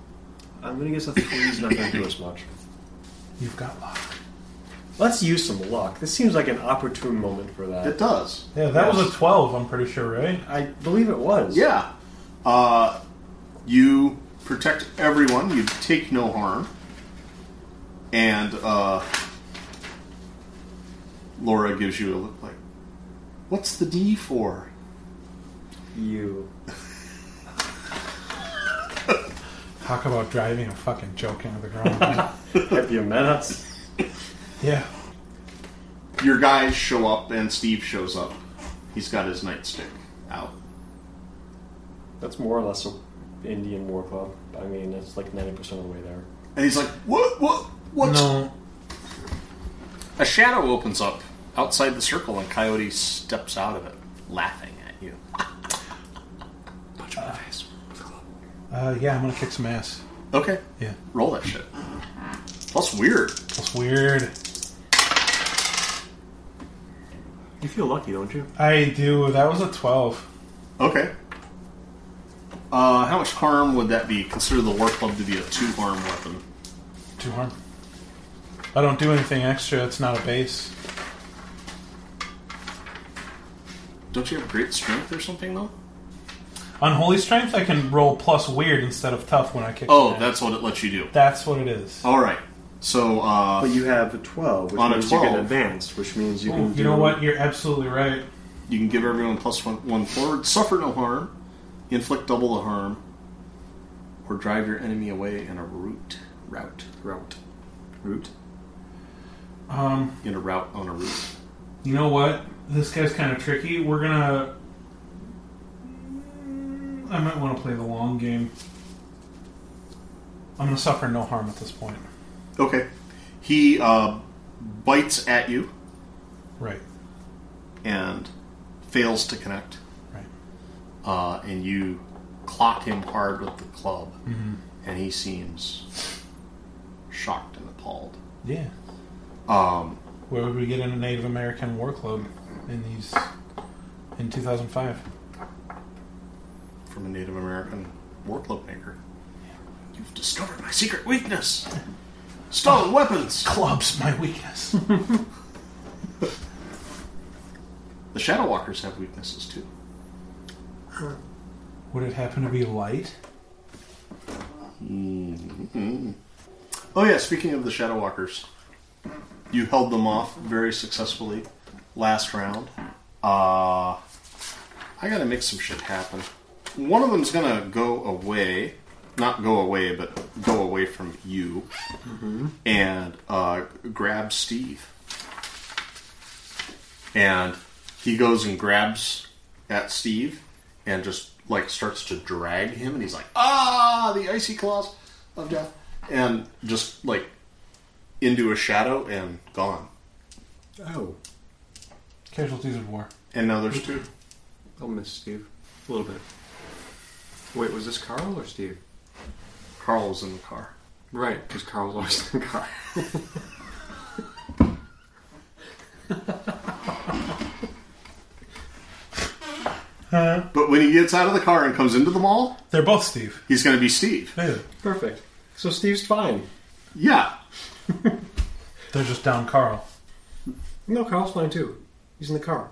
Speaker 5: I'm gonna guess a three's not gonna do as much.
Speaker 2: You've got luck.
Speaker 5: Let's use some luck. This seems like an opportune moment for that.
Speaker 3: It does.
Speaker 2: Yeah, that was a 12, I'm pretty sure, right?
Speaker 5: I believe it was.
Speaker 3: Yeah. Uh, you protect everyone. You take no harm. And uh, Laura gives you a look like, "What's the D for?"
Speaker 5: You.
Speaker 2: Talk about driving a fucking joke into the ground.
Speaker 5: Have you met us?
Speaker 2: yeah.
Speaker 3: Your guys show up, and Steve shows up. He's got his nightstick out.
Speaker 6: That's more or less an Indian war club. I mean, it's like 90% of the way there.
Speaker 3: And he's like, "What? What? What?"
Speaker 2: No.
Speaker 3: A shadow opens up outside the circle, and Coyote steps out of it, laughing at you.
Speaker 2: Uh, yeah, I'm gonna kick some ass.
Speaker 3: Okay,
Speaker 2: Yeah.
Speaker 3: roll that shit. Plus weird.
Speaker 2: That's weird.
Speaker 5: You feel lucky, don't you?
Speaker 2: I do. That was a 12.
Speaker 3: Okay. Uh, how much harm would that be? Consider the war club to be a two harm weapon.
Speaker 2: Too harm. I don't do anything extra. It's not a base.
Speaker 3: Don't you have great strength or something though?
Speaker 2: Unholy strength, I can roll plus weird instead of tough when I kick. some
Speaker 3: Oh,
Speaker 2: ass.
Speaker 3: that's what it lets you do.
Speaker 2: that's what it is.
Speaker 5: Oh,
Speaker 3: All right. So uh,
Speaker 5: But you have a 12, which
Speaker 3: On a
Speaker 5: means you can
Speaker 3: 12.
Speaker 5: advance, which means you
Speaker 2: Ooh,
Speaker 5: can
Speaker 2: you know what? You're absolutely right.
Speaker 3: you can give everyone plus one, one forward, suffer no harm, inflict double the harm, or drive your enemy away in a route. Route. Route. Route.
Speaker 2: Um,
Speaker 3: In a route on a route.
Speaker 2: you know what? This guy's kind of tricky. We're gonna. I might want to play the long game. I'm gonna suffer no harm at this point.
Speaker 3: Okay. He uh, bites at you
Speaker 2: Right.
Speaker 3: and fails to connect.
Speaker 2: Right.
Speaker 3: uh, and you clock him hard with the club, and he seems shocked and appalled.
Speaker 2: Yeah.
Speaker 3: Um,
Speaker 2: Where would we get in a Native American war club in these in 2005?
Speaker 3: from a Native American war club maker, you've discovered my secret weakness: stolen weapons.
Speaker 2: Clubs, my weakness.
Speaker 3: The Shadow Walkers have weaknesses too.
Speaker 2: would it happen to be light?
Speaker 3: Oh yeah, speaking of the Shadow Walkers, you held them off very successfully last round. Uh, I gotta make some shit happen. One of them's gonna go away, not go away, but go away from you, and uh, grab Steve. And he goes and grabs at Steve and just like starts to drag him, and he's like, "Ah, the icy claws of death," and just like into a shadow and gone.
Speaker 5: Oh,
Speaker 2: Casualties of war.
Speaker 3: And now there's two.
Speaker 5: I'll
Speaker 6: Oh,
Speaker 5: miss Steve. A little bit. Wait, was this Carl or Steve?
Speaker 3: Carl's in the car.
Speaker 5: Right, because Carl lost the car.
Speaker 3: But when he gets out of the car and comes into the mall,
Speaker 2: They're both Steve.
Speaker 3: he's going to be Steve.
Speaker 2: Yeah.
Speaker 6: Perfect. So Steve's fine.
Speaker 3: Yeah.
Speaker 2: They're just down Carl
Speaker 6: No, Carl's fine too. He's in the car.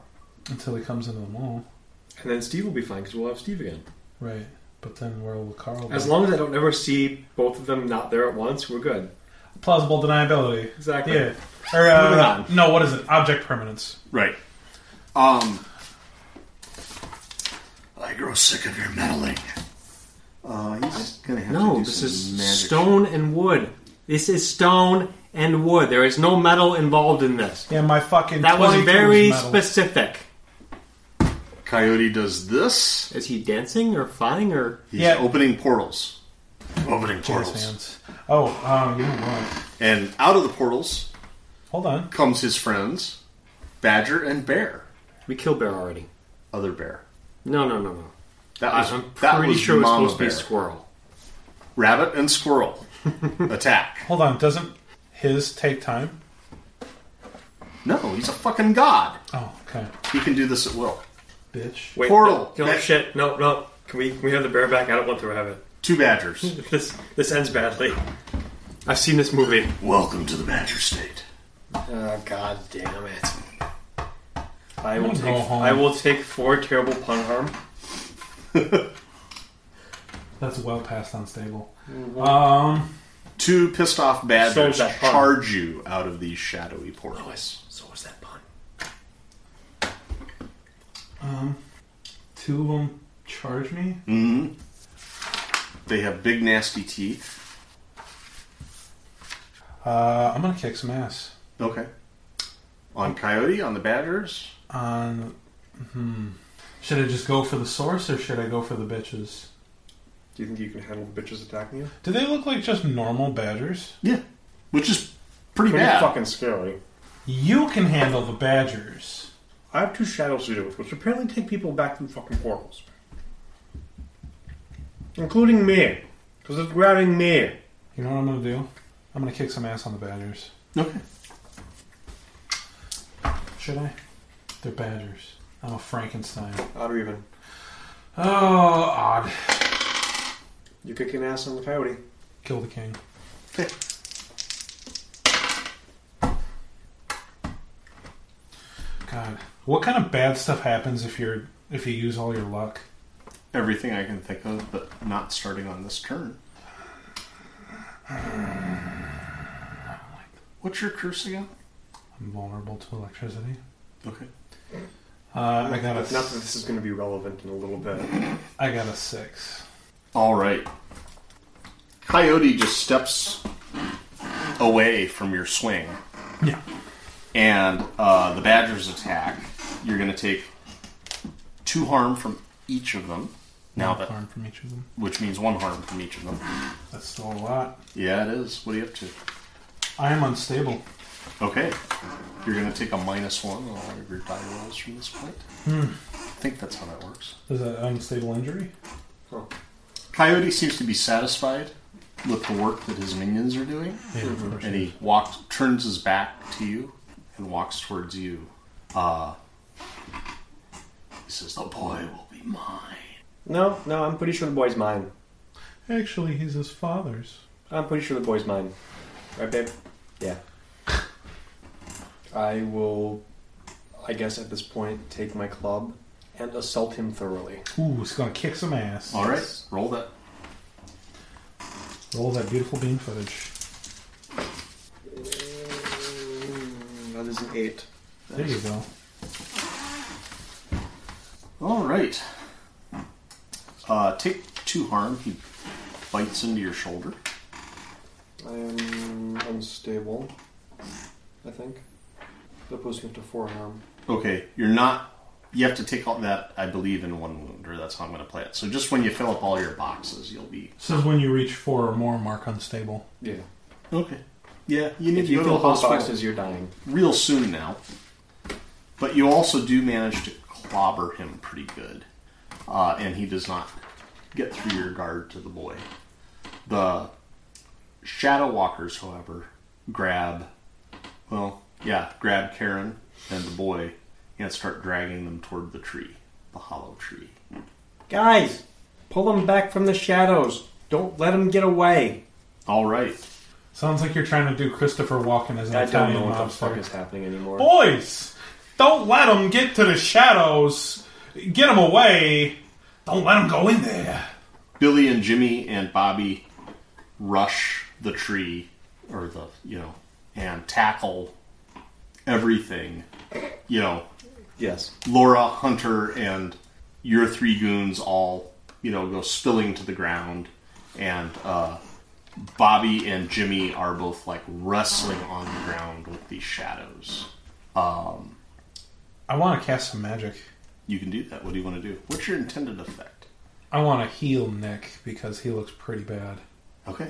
Speaker 2: until he comes into the mall.
Speaker 6: And then Steve will be fine because we'll have Steve again.
Speaker 2: Right. But then where will Carl
Speaker 6: As
Speaker 2: be?
Speaker 6: long as I don't ever see both of them not there at once, we're good.
Speaker 2: Plausible deniability.
Speaker 6: Exactly.
Speaker 2: Yeah. Or,
Speaker 6: Moving
Speaker 2: uh,
Speaker 6: on.
Speaker 2: no, what is it? Object permanence.
Speaker 3: Right. Um. I grow sick of your meddling. Uh, he's going to have to
Speaker 5: No,
Speaker 3: do
Speaker 5: this
Speaker 3: some
Speaker 5: is
Speaker 3: magic.
Speaker 5: stone and wood. This is stone and wood. There is no metal involved in this.
Speaker 2: Yeah, my fucking.
Speaker 5: That was
Speaker 2: 22
Speaker 5: very
Speaker 2: metal.
Speaker 5: specific.
Speaker 3: Coyote does this.
Speaker 5: Is he dancing or flying or
Speaker 3: He's
Speaker 2: Yeah.
Speaker 3: opening portals. Opening
Speaker 2: Jazz
Speaker 3: portals.
Speaker 2: hands. Oh, um, you know what?
Speaker 3: And out of the portals
Speaker 2: Hold on.
Speaker 3: comes his friends, Badger and Bear.
Speaker 5: we killed bear already?
Speaker 3: Other bear.
Speaker 5: No, no, no, no.
Speaker 3: That
Speaker 5: I-
Speaker 3: was,
Speaker 5: I'm
Speaker 3: that
Speaker 5: pretty
Speaker 3: was
Speaker 5: sure it's
Speaker 3: Mama
Speaker 5: supposed to be
Speaker 3: Bear.
Speaker 5: squirrel.
Speaker 3: Rabbit and squirrel attack.
Speaker 2: Hold on. Doesn't his take time?
Speaker 3: No, he's a fucking god.
Speaker 2: Oh, okay.
Speaker 3: He can do this at will.
Speaker 2: Bitch.
Speaker 6: Wait,
Speaker 3: Portal.
Speaker 6: No, no,
Speaker 3: That-
Speaker 6: shit. No, no. Can we, can we have the bear back? I don't want to have it.
Speaker 3: Two badgers.
Speaker 4: This this ends badly. I've seen this movie.
Speaker 3: Welcome to the Badger State.
Speaker 6: Oh, God damn it.
Speaker 4: I
Speaker 2: Go
Speaker 4: will take
Speaker 2: home.
Speaker 4: I will take four terrible pun harm.
Speaker 2: That's well past unstable. Um,
Speaker 3: Two pissed off badgers
Speaker 4: Sold that pun.
Speaker 3: charge you out of these shadowy portals.
Speaker 6: So was that pun?
Speaker 2: two of them charge me.
Speaker 3: hmm They have big nasty teeth.
Speaker 2: Uh, I'm gonna kick some ass
Speaker 3: Okay. On Coyote, on the badgers.
Speaker 2: on. Hmm. Should I just go for the source or should I go for the bitches?
Speaker 6: Do you think you can handle the bitches attacking you?
Speaker 2: Do they look like just normal badgers?
Speaker 3: Yeah. Which is pretty,
Speaker 6: Pretty
Speaker 3: bad.
Speaker 6: fucking scary.
Speaker 2: You can handle the badgers.
Speaker 6: I have two shadows to deal with, which apparently take people back through fucking portals. Including me. Because it's grabbing me.
Speaker 2: You know what I'm gonna do? I'm gonna kick some ass on the badgers.
Speaker 3: Okay.
Speaker 2: Should I? They're badgers. I'm a Frankenstein.
Speaker 6: Odd or even.
Speaker 2: Oh, odd.
Speaker 6: You kick an ass on the coyote.
Speaker 2: Kill the king. God, what kind of bad stuff happens if you're if you use all your luck?
Speaker 3: Everything I can think of, but not starting on this turn. What's your curse again?
Speaker 2: I'm vulnerable to electricity.
Speaker 3: Okay.
Speaker 2: Uh, I got a
Speaker 6: Not that this is going to be relevant in a little bit.
Speaker 2: I got a six.
Speaker 3: All right. Coyote just steps away from your swing,
Speaker 2: Yeah.
Speaker 3: and uh, the Badgers attack. You're going to take two harm from each of them. Now
Speaker 2: One
Speaker 3: that,
Speaker 2: harm from each of them.
Speaker 3: which means one harm from each of them.
Speaker 2: That's still a lot.
Speaker 3: Yeah, it is. What are you up to?
Speaker 2: I am unstable.
Speaker 3: Okay. You're going to take a minus one on all of your die rolls from this point. I think that's how that works.
Speaker 2: Is that unstable injury?
Speaker 3: Coyote seems to be satisfied with the work that his minions are doing. and he walks, turns his back to you, and walks towards you. Uh, he says, "The boy will be mine."
Speaker 6: No, no, I'm pretty sure the boy's mine.
Speaker 2: Actually, he's his father's.
Speaker 6: I'm pretty sure the boy's mine. Right, babe? Yeah. I will, I guess at this point, take my club and assault him thoroughly.
Speaker 2: Ooh, it's gonna kick some ass.
Speaker 3: All right, roll that.
Speaker 2: Roll that beautiful bean footage.
Speaker 6: That is an eight.
Speaker 2: There you go.
Speaker 3: All right. Uh, take two harm. He bites into your shoulder.
Speaker 6: I am unstable, I think. Opposing up to four harm.
Speaker 3: Okay, you're not. You have to take all that, I believe, in one wound, or that's how I'm going to play it. So just when you fill up all your boxes, you'll be
Speaker 2: Says when you reach four or more, mark unstable.
Speaker 6: Yeah.
Speaker 3: okay. Yeah, you need
Speaker 6: If
Speaker 3: to
Speaker 6: you
Speaker 3: go to the
Speaker 6: fill those
Speaker 3: hospital.
Speaker 6: boxes, you're dying.
Speaker 3: real soon now. But you also do manage to clobber him pretty good, uh, and he does not get through your guard to the boy. The shadow walkers, however, grab, well, yeah, grab Karen and the boy and start dragging them toward the tree, the hollow tree.
Speaker 6: Guys, pull him back from the shadows. Don't let him get away.
Speaker 3: All right,
Speaker 2: Sounds like you're trying to do Christopher Walken as an
Speaker 6: I don't
Speaker 2: Italian
Speaker 6: know what the
Speaker 2: mobster.
Speaker 6: fuck is happening anymore.
Speaker 2: Boys, don't let them get to the shadows. Get them away. Don't let them go in there.
Speaker 3: Billy and Jimmy and Bobby rush the tree or the you know and tackle everything. You know,
Speaker 6: Yes.
Speaker 3: Laura, Hunter, and your three goons all you know go spilling to the ground, and uh, Bobby and Jimmy are both like wrestling on the ground with these shadows.
Speaker 2: I want to cast some magic.
Speaker 3: You can do that. What do you want to do? What's your intended effect?
Speaker 2: I want to heal Nick because he looks pretty bad.
Speaker 3: Okay.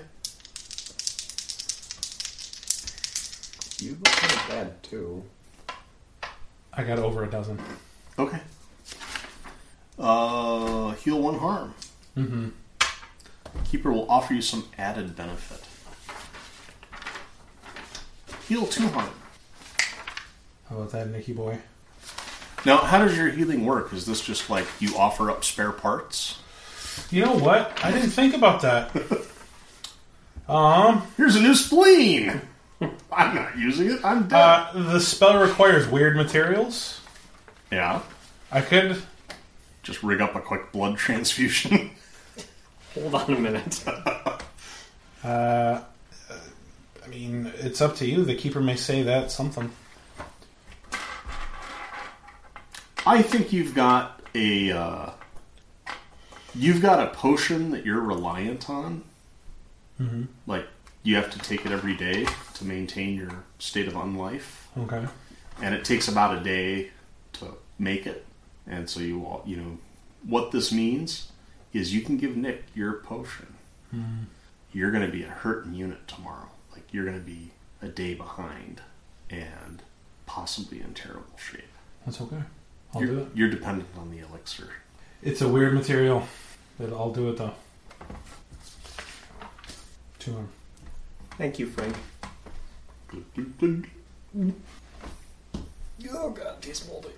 Speaker 6: You look kind of bad, too.
Speaker 2: I got over a dozen.
Speaker 3: Okay. Uh, heal one harm. Mm-hmm. Keeper will offer you some added benefit. Heal two harm.
Speaker 2: How about that, Nicky boy?
Speaker 3: Now, how does your healing work? Is this just like you offer up spare parts?
Speaker 2: You know what? I didn't think about that. Um,
Speaker 3: Here's a new spleen. I'm not using it. I'm dead.
Speaker 2: uh, the spell requires weird materials.
Speaker 3: yeah.
Speaker 2: I could.
Speaker 3: Just rig up a quick blood transfusion.
Speaker 4: Hold on a minute.
Speaker 2: Uh, I mean, it's up to you. The keeper may say that something.
Speaker 3: I think you've got a uh, you've got a potion that you're reliant on. Like you have to take it every day to maintain your state of unlife,
Speaker 2: Okay.
Speaker 3: and it takes about a day to make it. And so you all, you know what this means is you can give Nick your potion. You're going to be a hurting unit tomorrow. Like you're going to be a day behind, and possibly in terrible shape.
Speaker 2: That's okay. I'll do
Speaker 3: You're,
Speaker 2: it.
Speaker 3: you're dependent on the elixir.
Speaker 2: It's a weird material, but I'll do it though. To him.
Speaker 4: Thank you, Frank.
Speaker 6: Oh god, it tastes moldy.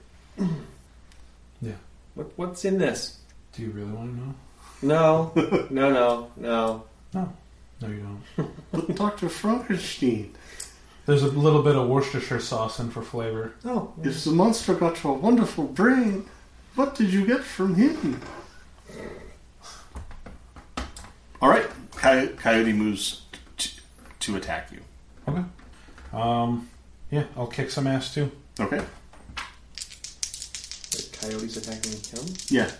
Speaker 4: What, what's in this?
Speaker 2: Do you really want to know?
Speaker 4: No, no, no, no.
Speaker 2: No, you don't.
Speaker 3: But Dr. Frankenstein,
Speaker 2: There's a little bit of Worcestershire sauce in for flavor.
Speaker 4: Oh,
Speaker 3: if the monster got your wonderful brain, what did you get from him? All right, Coy- Coyote moves t- to attack you.
Speaker 2: Okay. Um, yeah, I'll kick some ass too.
Speaker 3: Okay.
Speaker 6: The coyote's attacking him.
Speaker 3: Yeah.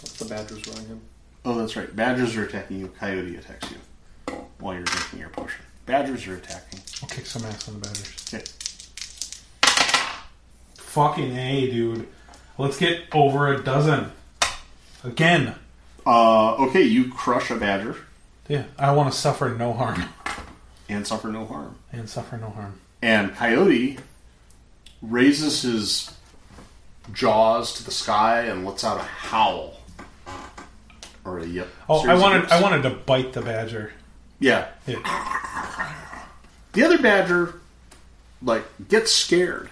Speaker 6: Plus the badgers were on him.
Speaker 3: Oh, that's right. Badgers are attacking you. Coyote attacks you while you're drinking your potion. Badgers are attacking.
Speaker 2: I'll kick some ass on the batters.
Speaker 3: Okay.
Speaker 2: Fucking A, dude. Let's get over a dozen. Again.
Speaker 3: Uh, okay, you crush a badger
Speaker 2: Yeah, I want to suffer no harm.
Speaker 3: and suffer no harm.
Speaker 2: And suffer no harm.
Speaker 3: And Coyote raises his jaws to the sky and lets out a howl. Or a yep.
Speaker 2: Oh, I
Speaker 3: series of
Speaker 2: wanted
Speaker 3: yips.
Speaker 2: I wanted to bite the badger.
Speaker 3: Yeah.
Speaker 2: Yeah.
Speaker 3: The other badger, like, gets scared,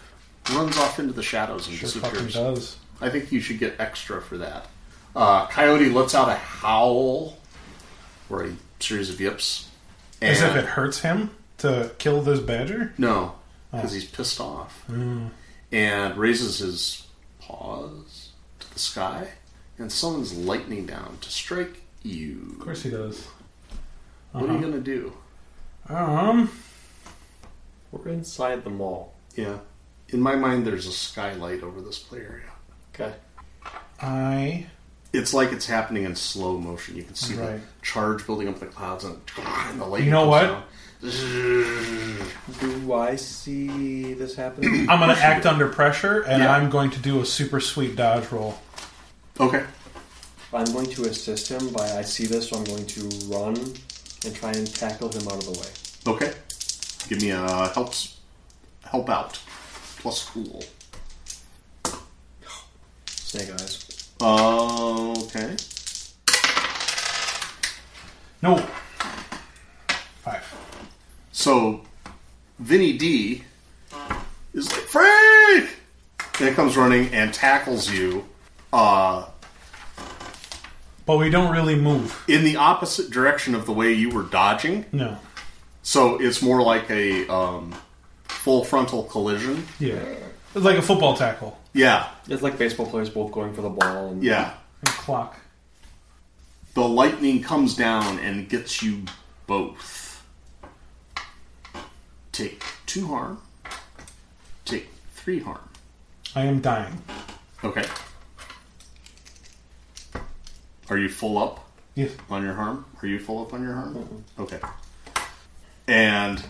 Speaker 3: runs off into the shadows and
Speaker 2: Sure fucking
Speaker 3: disappears.
Speaker 2: does.
Speaker 3: I think you should get extra for that. Uh, Coyote lets out a howl or a series of yips. And
Speaker 2: As if it hurts him to kill this badger?
Speaker 3: No, because he's pissed off.
Speaker 2: Mm.
Speaker 3: And raises his paws to the sky and summons lightning down to strike you.
Speaker 2: Of course he does.
Speaker 3: What are
Speaker 2: Uh-huh.
Speaker 3: you going to do?
Speaker 2: Um
Speaker 6: We're inside the mall.
Speaker 3: Yeah. In my mind, there's a skylight over this play area.
Speaker 6: Okay.
Speaker 2: I
Speaker 3: It's like it's happening in slow motion. You can see
Speaker 2: Right.
Speaker 3: the charge building up in the clouds and, and the lightning.
Speaker 2: You know
Speaker 3: what?
Speaker 6: Do I see this happening?
Speaker 2: I'm gonna act under pressure and
Speaker 3: Yeah.
Speaker 2: I'm going to do a super sweet dodge roll.
Speaker 3: Okay.
Speaker 6: I'm going to assist him by I see this, so I'm going to run and try and tackle him out of the way.
Speaker 3: Okay. Give me a helps help out plus cool.
Speaker 6: Snake eyes.
Speaker 3: Uh, okay.
Speaker 2: No. Five.
Speaker 3: So, Vinny D is like, Frank! And comes running and tackles you uh,
Speaker 2: But we don't really move.
Speaker 3: in the opposite direction of the way you were dodging.
Speaker 2: No.
Speaker 3: So, it's more like a um, full frontal collision.
Speaker 2: Yeah. It's like a football tackle.
Speaker 3: Yeah,
Speaker 6: It's like baseball players both going for the ball. And
Speaker 3: yeah.
Speaker 2: A clock.
Speaker 3: The lightning comes down and gets you both. Take two harm. Take three harm.
Speaker 2: I am dying.
Speaker 3: Okay. Are you full up
Speaker 2: Yes.
Speaker 3: on your harm? Are you full up on your harm? Okay. And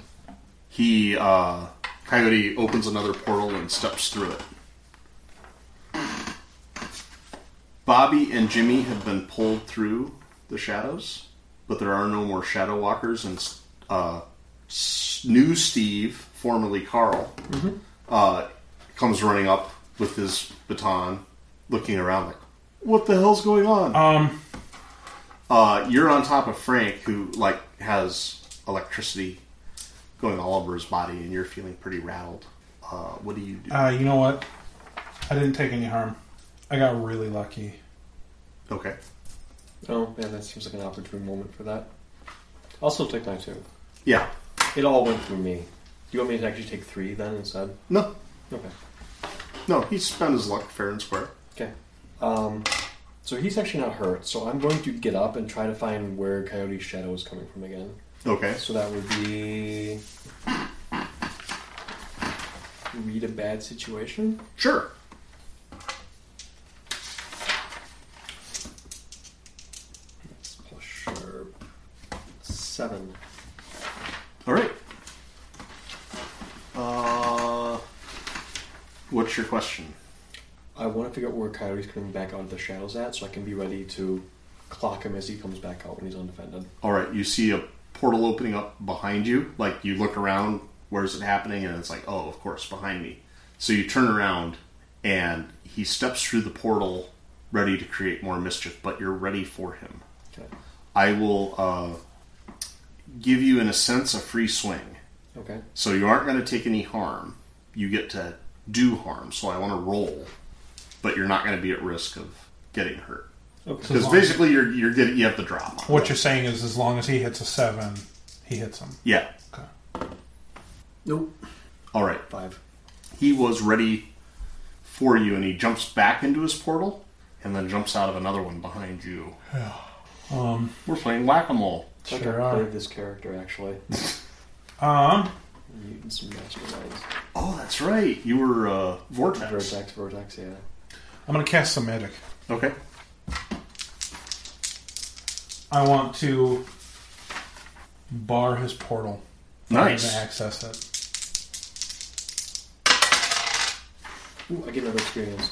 Speaker 3: he, uh, Coyote opens another portal and steps through it. Bobby and Jimmy have been pulled through the shadows, but there are no more shadow walkers, and uh, s- new Steve, formerly Carl, uh, comes running up with his baton, looking around like, "What the hell's going on?"
Speaker 2: Um
Speaker 3: Uh, you're on top of Frank, who like has electricity going all over his body, and you're feeling pretty rattled. Uh, what do you do?
Speaker 2: uh, you know what? I didn't take any harm. I got really lucky.
Speaker 3: okay,
Speaker 4: Oh man, that seems like an opportune moment for that. I'll still take my two.
Speaker 3: Yeah.
Speaker 4: It all went through me. Do you want me to actually take three then instead?
Speaker 3: No,
Speaker 4: Okay.
Speaker 3: no, he spent his luck fair and square.
Speaker 4: Okay. Um, so he's actually not hurt. So I'm going to get up and try to find where Coyote's shadow is coming from again.
Speaker 3: Okay.
Speaker 4: So that would be read a bad situation.
Speaker 3: Sure.
Speaker 4: That's plus sharp seven.
Speaker 3: All right. Uh, what's your question?
Speaker 4: I want to figure out where Coyote's coming back out of the shadows at, so I can be ready to clock him as he comes back out when he's undefended.
Speaker 3: All right, you see a portal opening up behind you. Like you look around, where's it happening? And it's like, oh, of course, behind me. So you turn around, and he steps through the portal, ready to create more mischief. But you're ready for him.
Speaker 4: Okay.
Speaker 3: I will uh, give you, in a sense, a free swing.
Speaker 4: Okay.
Speaker 3: So you aren't going to take any harm. You get to do harm. So I want to roll, but you're not going to be at risk of getting hurt
Speaker 2: So as
Speaker 3: because
Speaker 2: long-
Speaker 3: basically you're you're getting you have the drop. on.
Speaker 2: what you're saying is, as long as he hits a seven, he hits him.
Speaker 3: Yeah.
Speaker 2: Okay.
Speaker 7: Nope.
Speaker 3: All right.
Speaker 4: Five.
Speaker 3: he was ready for you and he jumps back into his portal and then jumps out of another one behind you.
Speaker 2: Um,
Speaker 3: We're playing whack a mole.
Speaker 4: I think
Speaker 2: Sure
Speaker 4: I
Speaker 2: are.
Speaker 4: played this character actually.
Speaker 2: um,
Speaker 4: Mutants and masterminds.
Speaker 3: Oh, that's right. You were uh, Vortex.
Speaker 4: Vertex, vertex, yeah.
Speaker 2: I'm gonna cast some magic.
Speaker 3: Okay.
Speaker 2: I want to bar his portal.
Speaker 3: Nice.
Speaker 2: To access it.
Speaker 4: Ooh, I get another experience.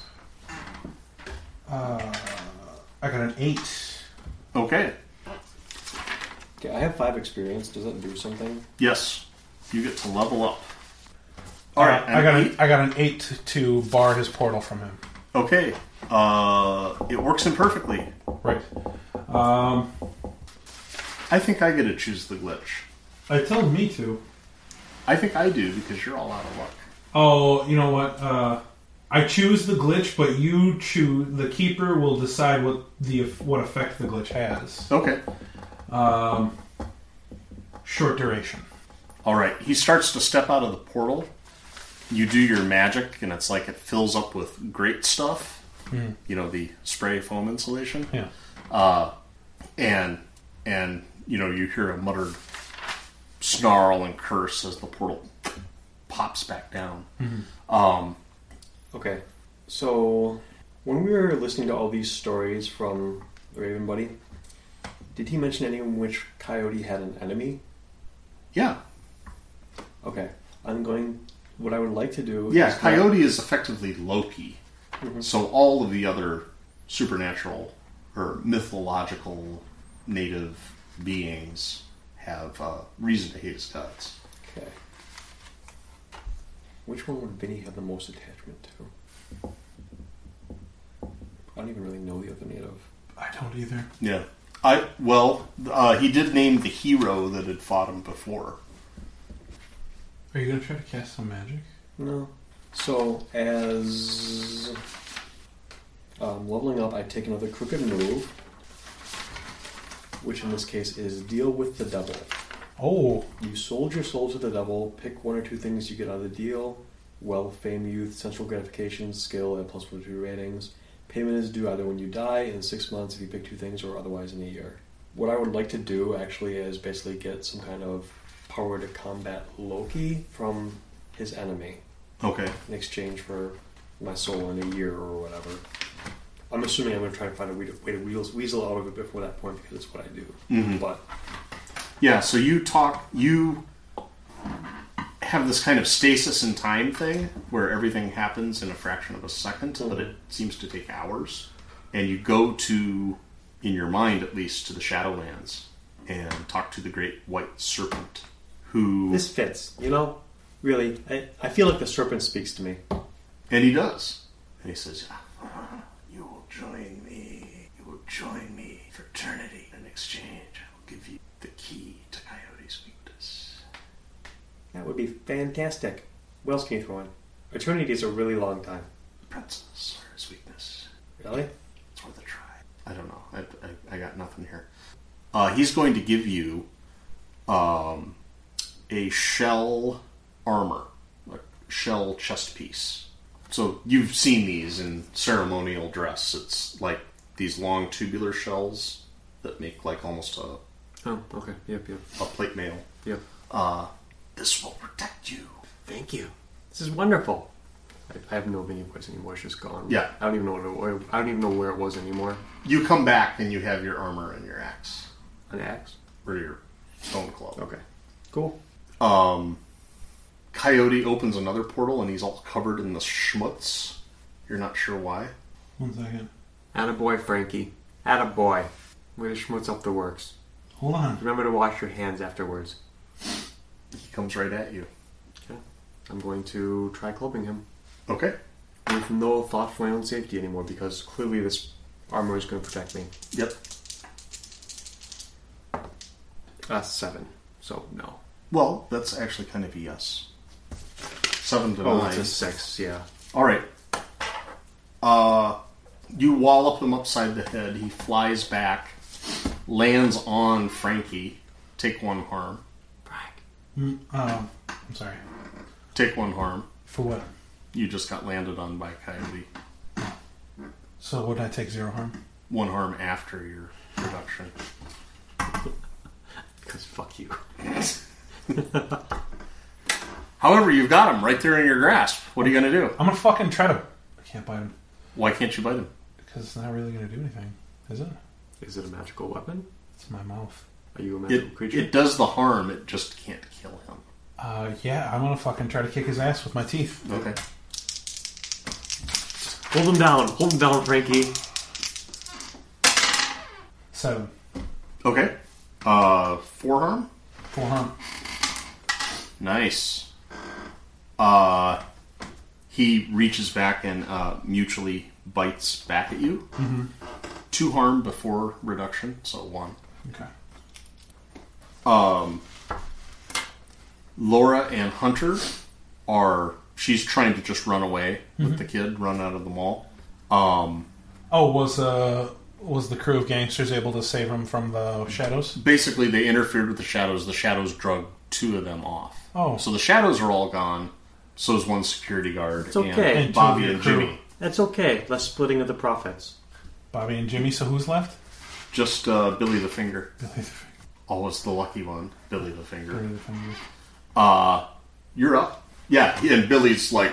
Speaker 2: Uh, I got an eight.
Speaker 3: Okay.
Speaker 4: Okay, I have five experience. Does that do something?
Speaker 3: Yes. You get to level up.
Speaker 2: All right,
Speaker 3: and
Speaker 2: I got an
Speaker 3: eight-
Speaker 2: I got an eight to bar his portal from him.
Speaker 3: Okay. Uh, it works imperfectly.
Speaker 2: Right. Um,
Speaker 3: I think I get to choose the glitch.
Speaker 2: I told me to.
Speaker 3: I think I do because you're all out of luck.
Speaker 2: Oh, you know what? Uh, I choose the glitch, but you choose. The keeper will decide what the what effect the glitch has.
Speaker 3: Okay.
Speaker 2: Um, short duration.
Speaker 3: All right, he starts to step out of the portal. You do your magic, and it's like it fills up with great stuff. You know the spray foam insulation,
Speaker 2: Yeah.
Speaker 3: and and you know you hear a muttered snarl and curse as the portal pops back down. Um,
Speaker 4: Okay. So, when we were listening to all these stories from the Raven Buddy, did he mention any in which Coyote had an enemy?
Speaker 3: yeah,
Speaker 4: Okay. I'm going. What I would like to do
Speaker 3: yeah.
Speaker 4: is.
Speaker 3: Coyote is effectively Loki, so all of the other supernatural or mythological native beings have uh, reason to hate his guts.
Speaker 4: Okay. Which one would Vinny have the most attachment to? I don't even really know the other native.
Speaker 2: I don't either.
Speaker 3: Yeah. I well, uh, he did name the hero that had fought him before.
Speaker 2: Are you gonna try to cast some magic?
Speaker 4: No. So as um, leveling up, I take another crooked move, which in this case is deal with the devil.
Speaker 2: Oh,
Speaker 4: You sold your soul to the devil. Pick one or two things you get out of the deal: wealth, fame, youth, sensual gratification, skill, and plus one to two ratings. Payment is due either when you die in six months if you pick two things, or otherwise in a year. What I would like to do actually is basically get some kind of power to combat Loki from his enemy
Speaker 3: Okay.
Speaker 4: in exchange for my soul in a year or whatever. I'm assuming I'm going to try and find a way to, way to weasel, weasel out of it before that point because it's what I do. But
Speaker 3: Yeah. So you talk. You have this kind of stasis in time thing where everything happens in a fraction of a 2nd but it seems to take hours. And you go to, in your mind at least, to the Shadowlands and talk to the Great White Serpent, who
Speaker 4: this fits, you know? Really, I, I feel like the serpent speaks to me.
Speaker 3: And he does. And he says, "Ah, You will join me. You will join me. Fraternity. In exchange, I will give you the key to Coyote's weakness.
Speaker 4: That would be fantastic. What else can you throw in? Eternity is a really long time.
Speaker 3: The princess or his weakness.
Speaker 4: Really?
Speaker 3: It's worth a try. I don't know. I, I, I got got nothing here. Uh, he's going to give you um, a shell armor, a shell chest piece. So you've seen these in ceremonial dress. It's like these long tubular shells that make like almost a,
Speaker 4: Oh, okay. Yep, yep,
Speaker 3: a plate mail.
Speaker 4: yep.
Speaker 3: Uh, this will protect you.
Speaker 4: Thank you. This is wonderful. I, I have no video voice anymore. It's just gone.
Speaker 3: Yeah.
Speaker 4: I don't even know what it, where- I don't even know where it was anymore.
Speaker 3: You come back and you have your armor and your axe
Speaker 4: An axe.
Speaker 3: or your stone club.
Speaker 4: Okay. Cool.
Speaker 3: Um, Coyote opens another portal and he's all covered in the schmutz. You're not sure why.
Speaker 2: One second.
Speaker 4: Attaboy, Frankie. Attaboy. Way to schmutz up the works.
Speaker 2: Hold on.
Speaker 4: Remember to wash your hands afterwards.
Speaker 3: He comes right at you.
Speaker 4: I'm going to try clubbing him
Speaker 3: Okay.
Speaker 4: with no thought for my own safety anymore because clearly this armor is going to protect me.
Speaker 3: Yep.
Speaker 4: Uh, seven. So no.
Speaker 3: Well, that's actually kind of a yes. Seven to nine.
Speaker 4: it's a six. Yeah.
Speaker 3: All right. Uh, you wallop him upside the head. He flies back, lands on Frankie. Take one harm.
Speaker 4: Frank.
Speaker 2: Um, I'm sorry.
Speaker 3: Take one harm.
Speaker 2: For what?
Speaker 3: You just got landed on by Coyote.
Speaker 2: So would I take zero harm?
Speaker 3: One harm after your reduction.
Speaker 4: Because fuck you.
Speaker 3: However, you've got him right there in your grasp. What are you going to do?
Speaker 2: I'm gonna fucking try to. I can't bite him
Speaker 3: Why can't you bite him?
Speaker 2: because it's not really gonna do anything, is it?
Speaker 4: Is it a magical weapon?
Speaker 2: It's my mouth.
Speaker 4: Are you a magical
Speaker 3: It,
Speaker 4: creature?
Speaker 3: it does the harm, it just can't kill him.
Speaker 2: Uh, yeah, I'm gonna fucking try to kick his ass with my teeth.
Speaker 3: Okay.
Speaker 4: Hold him down. Hold him down, Frankie.
Speaker 2: Seven.
Speaker 3: Okay. Uh, four harm?
Speaker 2: Full harm.
Speaker 3: Nice. Uh, he reaches back and uh, mutually bites back at you. Mm-hmm. Two harm before reduction, so one.
Speaker 2: Okay.
Speaker 3: Laura and Hunter are. She's trying to just run away
Speaker 2: Mm-hmm.
Speaker 3: with the kid, run out of the mall. Um,
Speaker 2: Oh, was uh was the crew of gangsters able to save him from the shadows?
Speaker 3: basically, they interfered with the shadows. The shadows drug two of them off.
Speaker 2: Oh.
Speaker 3: So the shadows are all gone. So is one security guard
Speaker 4: It's okay.
Speaker 3: and
Speaker 2: And two of
Speaker 3: Bobby
Speaker 2: your
Speaker 3: and
Speaker 2: crew.
Speaker 3: Jimmy.
Speaker 4: That's okay. Less splitting of the profits.
Speaker 2: Bobby and Jimmy. So who's left?
Speaker 3: Just uh, Billy the Finger.
Speaker 2: Billy the Finger.
Speaker 3: Always the lucky one, Billy the Finger.
Speaker 2: Billy the Finger.
Speaker 3: Uh, you're up. Yeah, and Billy's like,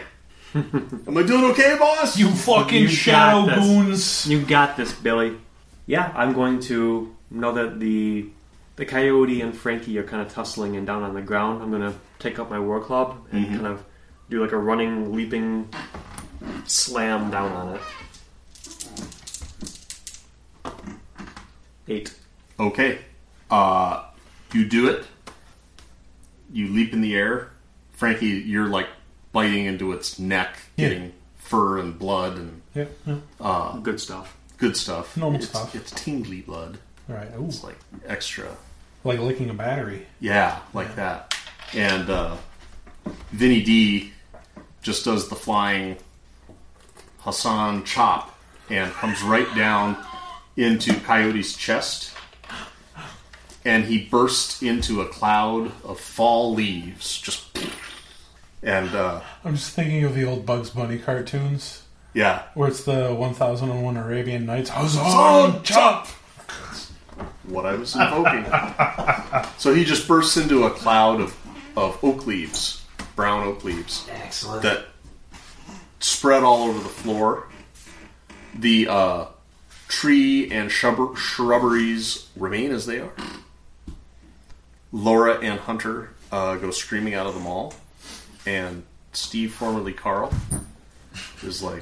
Speaker 3: "Am I doing okay, boss?"
Speaker 2: You fucking
Speaker 4: You got
Speaker 2: shadow
Speaker 4: this.
Speaker 2: goons.
Speaker 4: You got this, Billy. Yeah, I'm going to now that the the coyote and Frankie are kind of tussling and down on the ground. I'm going to take up my war club and
Speaker 2: Mm-hmm.
Speaker 4: kind of do like a running, leaping slam down on it. Eight.
Speaker 3: okay. Uh, you do it. You leap in the air. Frankie, you're like biting into its neck,
Speaker 2: Yeah.
Speaker 3: getting fur and blood and
Speaker 2: Yeah. yeah.
Speaker 4: Good stuff.
Speaker 3: good stuff.
Speaker 2: Normal
Speaker 3: it's,
Speaker 2: stuff.
Speaker 3: It's tingly blood.
Speaker 2: All right. Ooh.
Speaker 3: It's like extra.
Speaker 2: Like licking a battery.
Speaker 3: Yeah, like that. And uh, Vinny D just does the flying Hassan chop and comes right down into Coyote's chest. And he bursts into a cloud of fall leaves. Just. And, uh,
Speaker 2: I'm just thinking of the old Bugs Bunny cartoons
Speaker 3: yeah.
Speaker 2: where it's the 1001 Arabian Nights. Huzzah! Chop!
Speaker 3: what I was invoking. so he just bursts into a cloud of, of oak leaves, brown oak leaves. Excellent. That spread all over the floor. The uh, tree and shrubber- shrubberies remain as they are. Laura and Hunter uh, go screaming out of the mall, and Steve, formerly Carl, is like,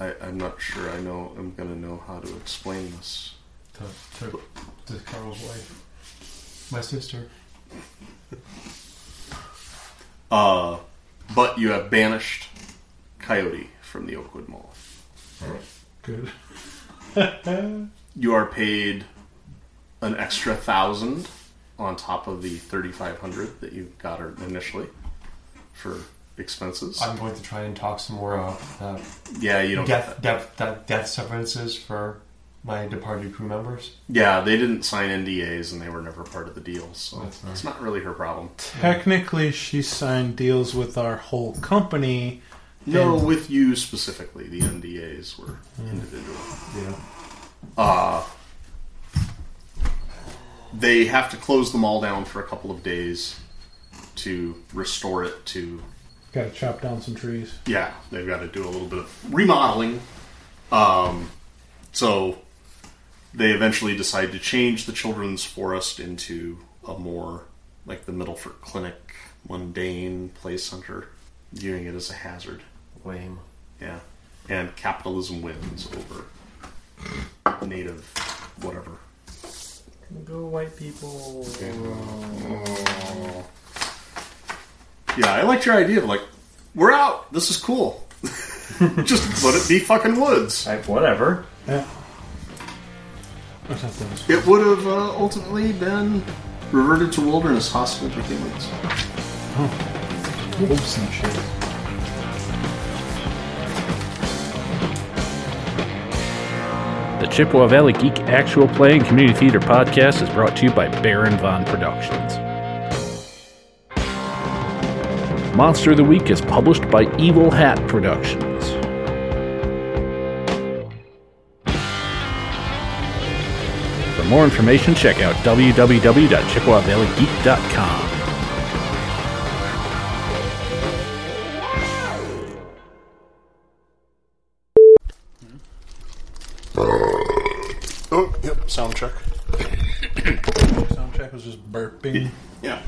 Speaker 3: I, I'm not sure I know I'm gonna know how to explain this.
Speaker 2: To, to, to Carl's wife. My sister.
Speaker 3: Uh, but you have banished Coyote from the Oakwood Mall.
Speaker 2: Good.
Speaker 3: You are paid an extra thousand on top of the thirty-five hundred that you got her initially for expenses.
Speaker 8: I'm going to try and talk some more uh, uh,
Speaker 3: yeah, you don't. Get
Speaker 8: death,
Speaker 3: that.
Speaker 8: death, death, death severances for
Speaker 9: my departed crew members.
Speaker 3: Yeah, they didn't sign NDAs and they were never part of the deal, so
Speaker 9: That's nice.
Speaker 3: it's not really her problem.
Speaker 2: Technically, she signed deals with our whole company.
Speaker 3: No, with you specifically, the NDAs were individual.
Speaker 9: Yeah.
Speaker 3: Uh, they have to close the mall down for a couple of days to restore it to
Speaker 2: Got to chop down some trees.
Speaker 3: yeah, they've got to do a little bit of remodeling. Um, so they eventually decide to change the children's forest into a more like the Middleford Clinic mundane play center, viewing it as a hazard.
Speaker 9: Lame.
Speaker 3: Yeah, and capitalism wins over native whatever.
Speaker 10: Go white people.
Speaker 3: Yeah, I liked your idea of like, we're out. This is cool. Just let it be fucking woods.
Speaker 10: Like, whatever.
Speaker 2: Yeah. I thought that was-
Speaker 3: It would have uh, ultimately been reverted to wilderness hostile to humans.
Speaker 2: Oops and shit.
Speaker 1: The Chippewa Valley Geek Actual Play and Community Theater Podcast is brought to you by Baron Von Productions. Monster of the Week is published by Evil Hat Productions. For more information, check out www.chippewavalleygeek.com.
Speaker 3: Oh, yep, sound check.
Speaker 2: Sound check was just burping.
Speaker 3: Yeah.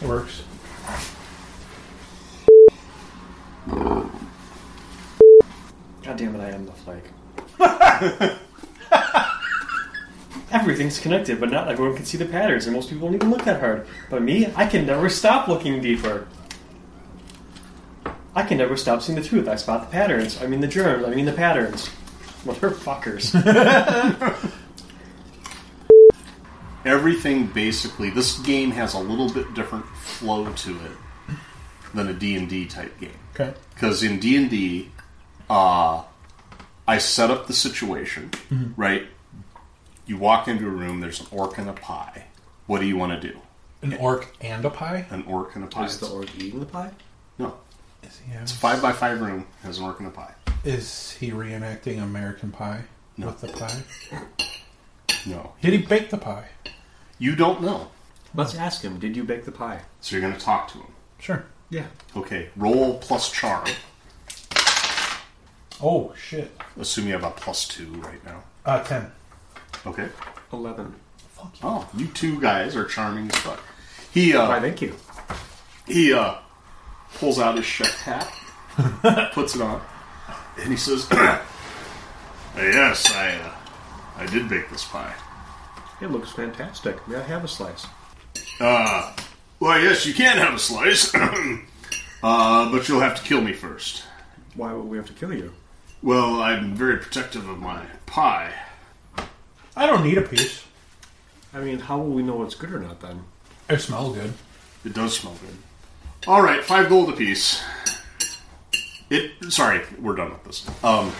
Speaker 2: It works.
Speaker 10: God damn it, I am the flake. Everything's connected, but not everyone can see the patterns, and most people don't even look that hard. But me, I can never stop looking deeper. I can never stop seeing the truth. I spot the patterns. I mean the germs. I mean the patterns. Motherfuckers.
Speaker 3: Everything basically, this game has a little bit different flow to it than a D&D type game.
Speaker 2: Okay.
Speaker 3: because in D and D, uh, I set up the situation. Right, you walk into a room. There's an orc and a pie. What do you want to do?
Speaker 2: An orc and a pie?
Speaker 3: An orc and a pie.
Speaker 4: Is the orc eating the pie?
Speaker 3: no,
Speaker 2: Is he, having-
Speaker 3: it's a five by five room. Has an orc and a pie.
Speaker 2: is he reenacting American Pie with the pie?
Speaker 3: No,
Speaker 2: Did he bake the pie?
Speaker 3: you don't know.
Speaker 4: Let's ask him. Did you bake the pie?
Speaker 3: So you're going to talk to him.
Speaker 2: Sure.
Speaker 4: Yeah.
Speaker 3: Okay, roll plus charm.
Speaker 2: Oh, shit.
Speaker 3: Assume you have a plus two right now.
Speaker 2: Uh, 10.
Speaker 3: Okay.
Speaker 4: Eleven.
Speaker 3: Oh, you two guys are charming as fuck. He uh,
Speaker 4: Why? Thank you.
Speaker 3: He uh, pulls out his chef hat, puts it on, and he says, "Yes, I, uh, I did bake this pie.
Speaker 4: It looks fantastic. May I have a slice?
Speaker 3: Well, yes, you can have a slice, uh, but you'll have to kill me first.
Speaker 4: Why would we have to kill you?
Speaker 3: Well, I'm very protective of my pie.
Speaker 2: I don't need a piece.
Speaker 4: I mean, how will we know what's good or not then?
Speaker 2: It smells good.
Speaker 3: It does smell good. All right, five gold apiece. It. Sorry, we're done with this. Um,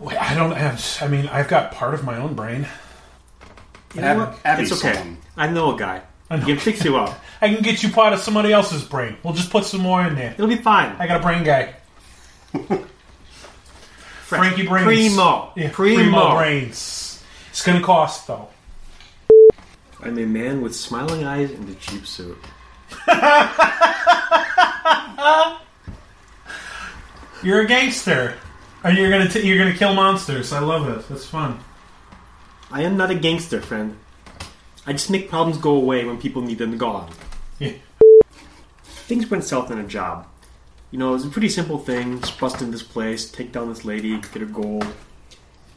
Speaker 2: Wait, I don't have. I mean, I've got part of my own brain.
Speaker 4: You
Speaker 3: Ab-
Speaker 4: know what?
Speaker 3: Abby's
Speaker 4: it's okay.
Speaker 3: someone.
Speaker 4: I know a guy. He can fix you up.
Speaker 2: I can get you part of somebody else's brain. We'll just put some more in there.
Speaker 4: It'll be fine.
Speaker 2: I got a brain guy. Frankie brains.
Speaker 4: Primo.
Speaker 2: Yeah,
Speaker 4: Primo.
Speaker 2: brains. It's gonna cost though.
Speaker 4: I'm a man with smiling eyes and a cheap suit.
Speaker 2: You're a gangster, and you're gonna t- you're gonna kill monsters. I love it. That's fun.
Speaker 4: I am not a gangster, friend. I just make problems go away when people need them gone.
Speaker 2: Yeah.
Speaker 4: Things went south in a job. You know, it was a pretty simple thing. Just bust in this place, take down this lady, get her gold.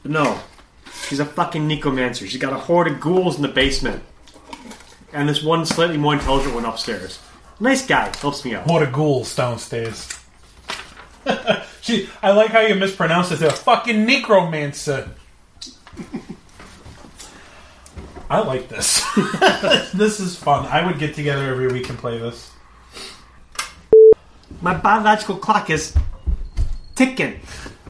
Speaker 4: But no. She's a fucking necromancer. She's got a horde of ghouls in the basement. And this one slightly more intelligent one upstairs. Nice guy. Helps me out.
Speaker 2: What a ghouls downstairs. Gee, I like how you mispronounce it. They're fucking necromancer. I like this. this is fun. I would get together every week and play this.
Speaker 4: My biological clock is ticking.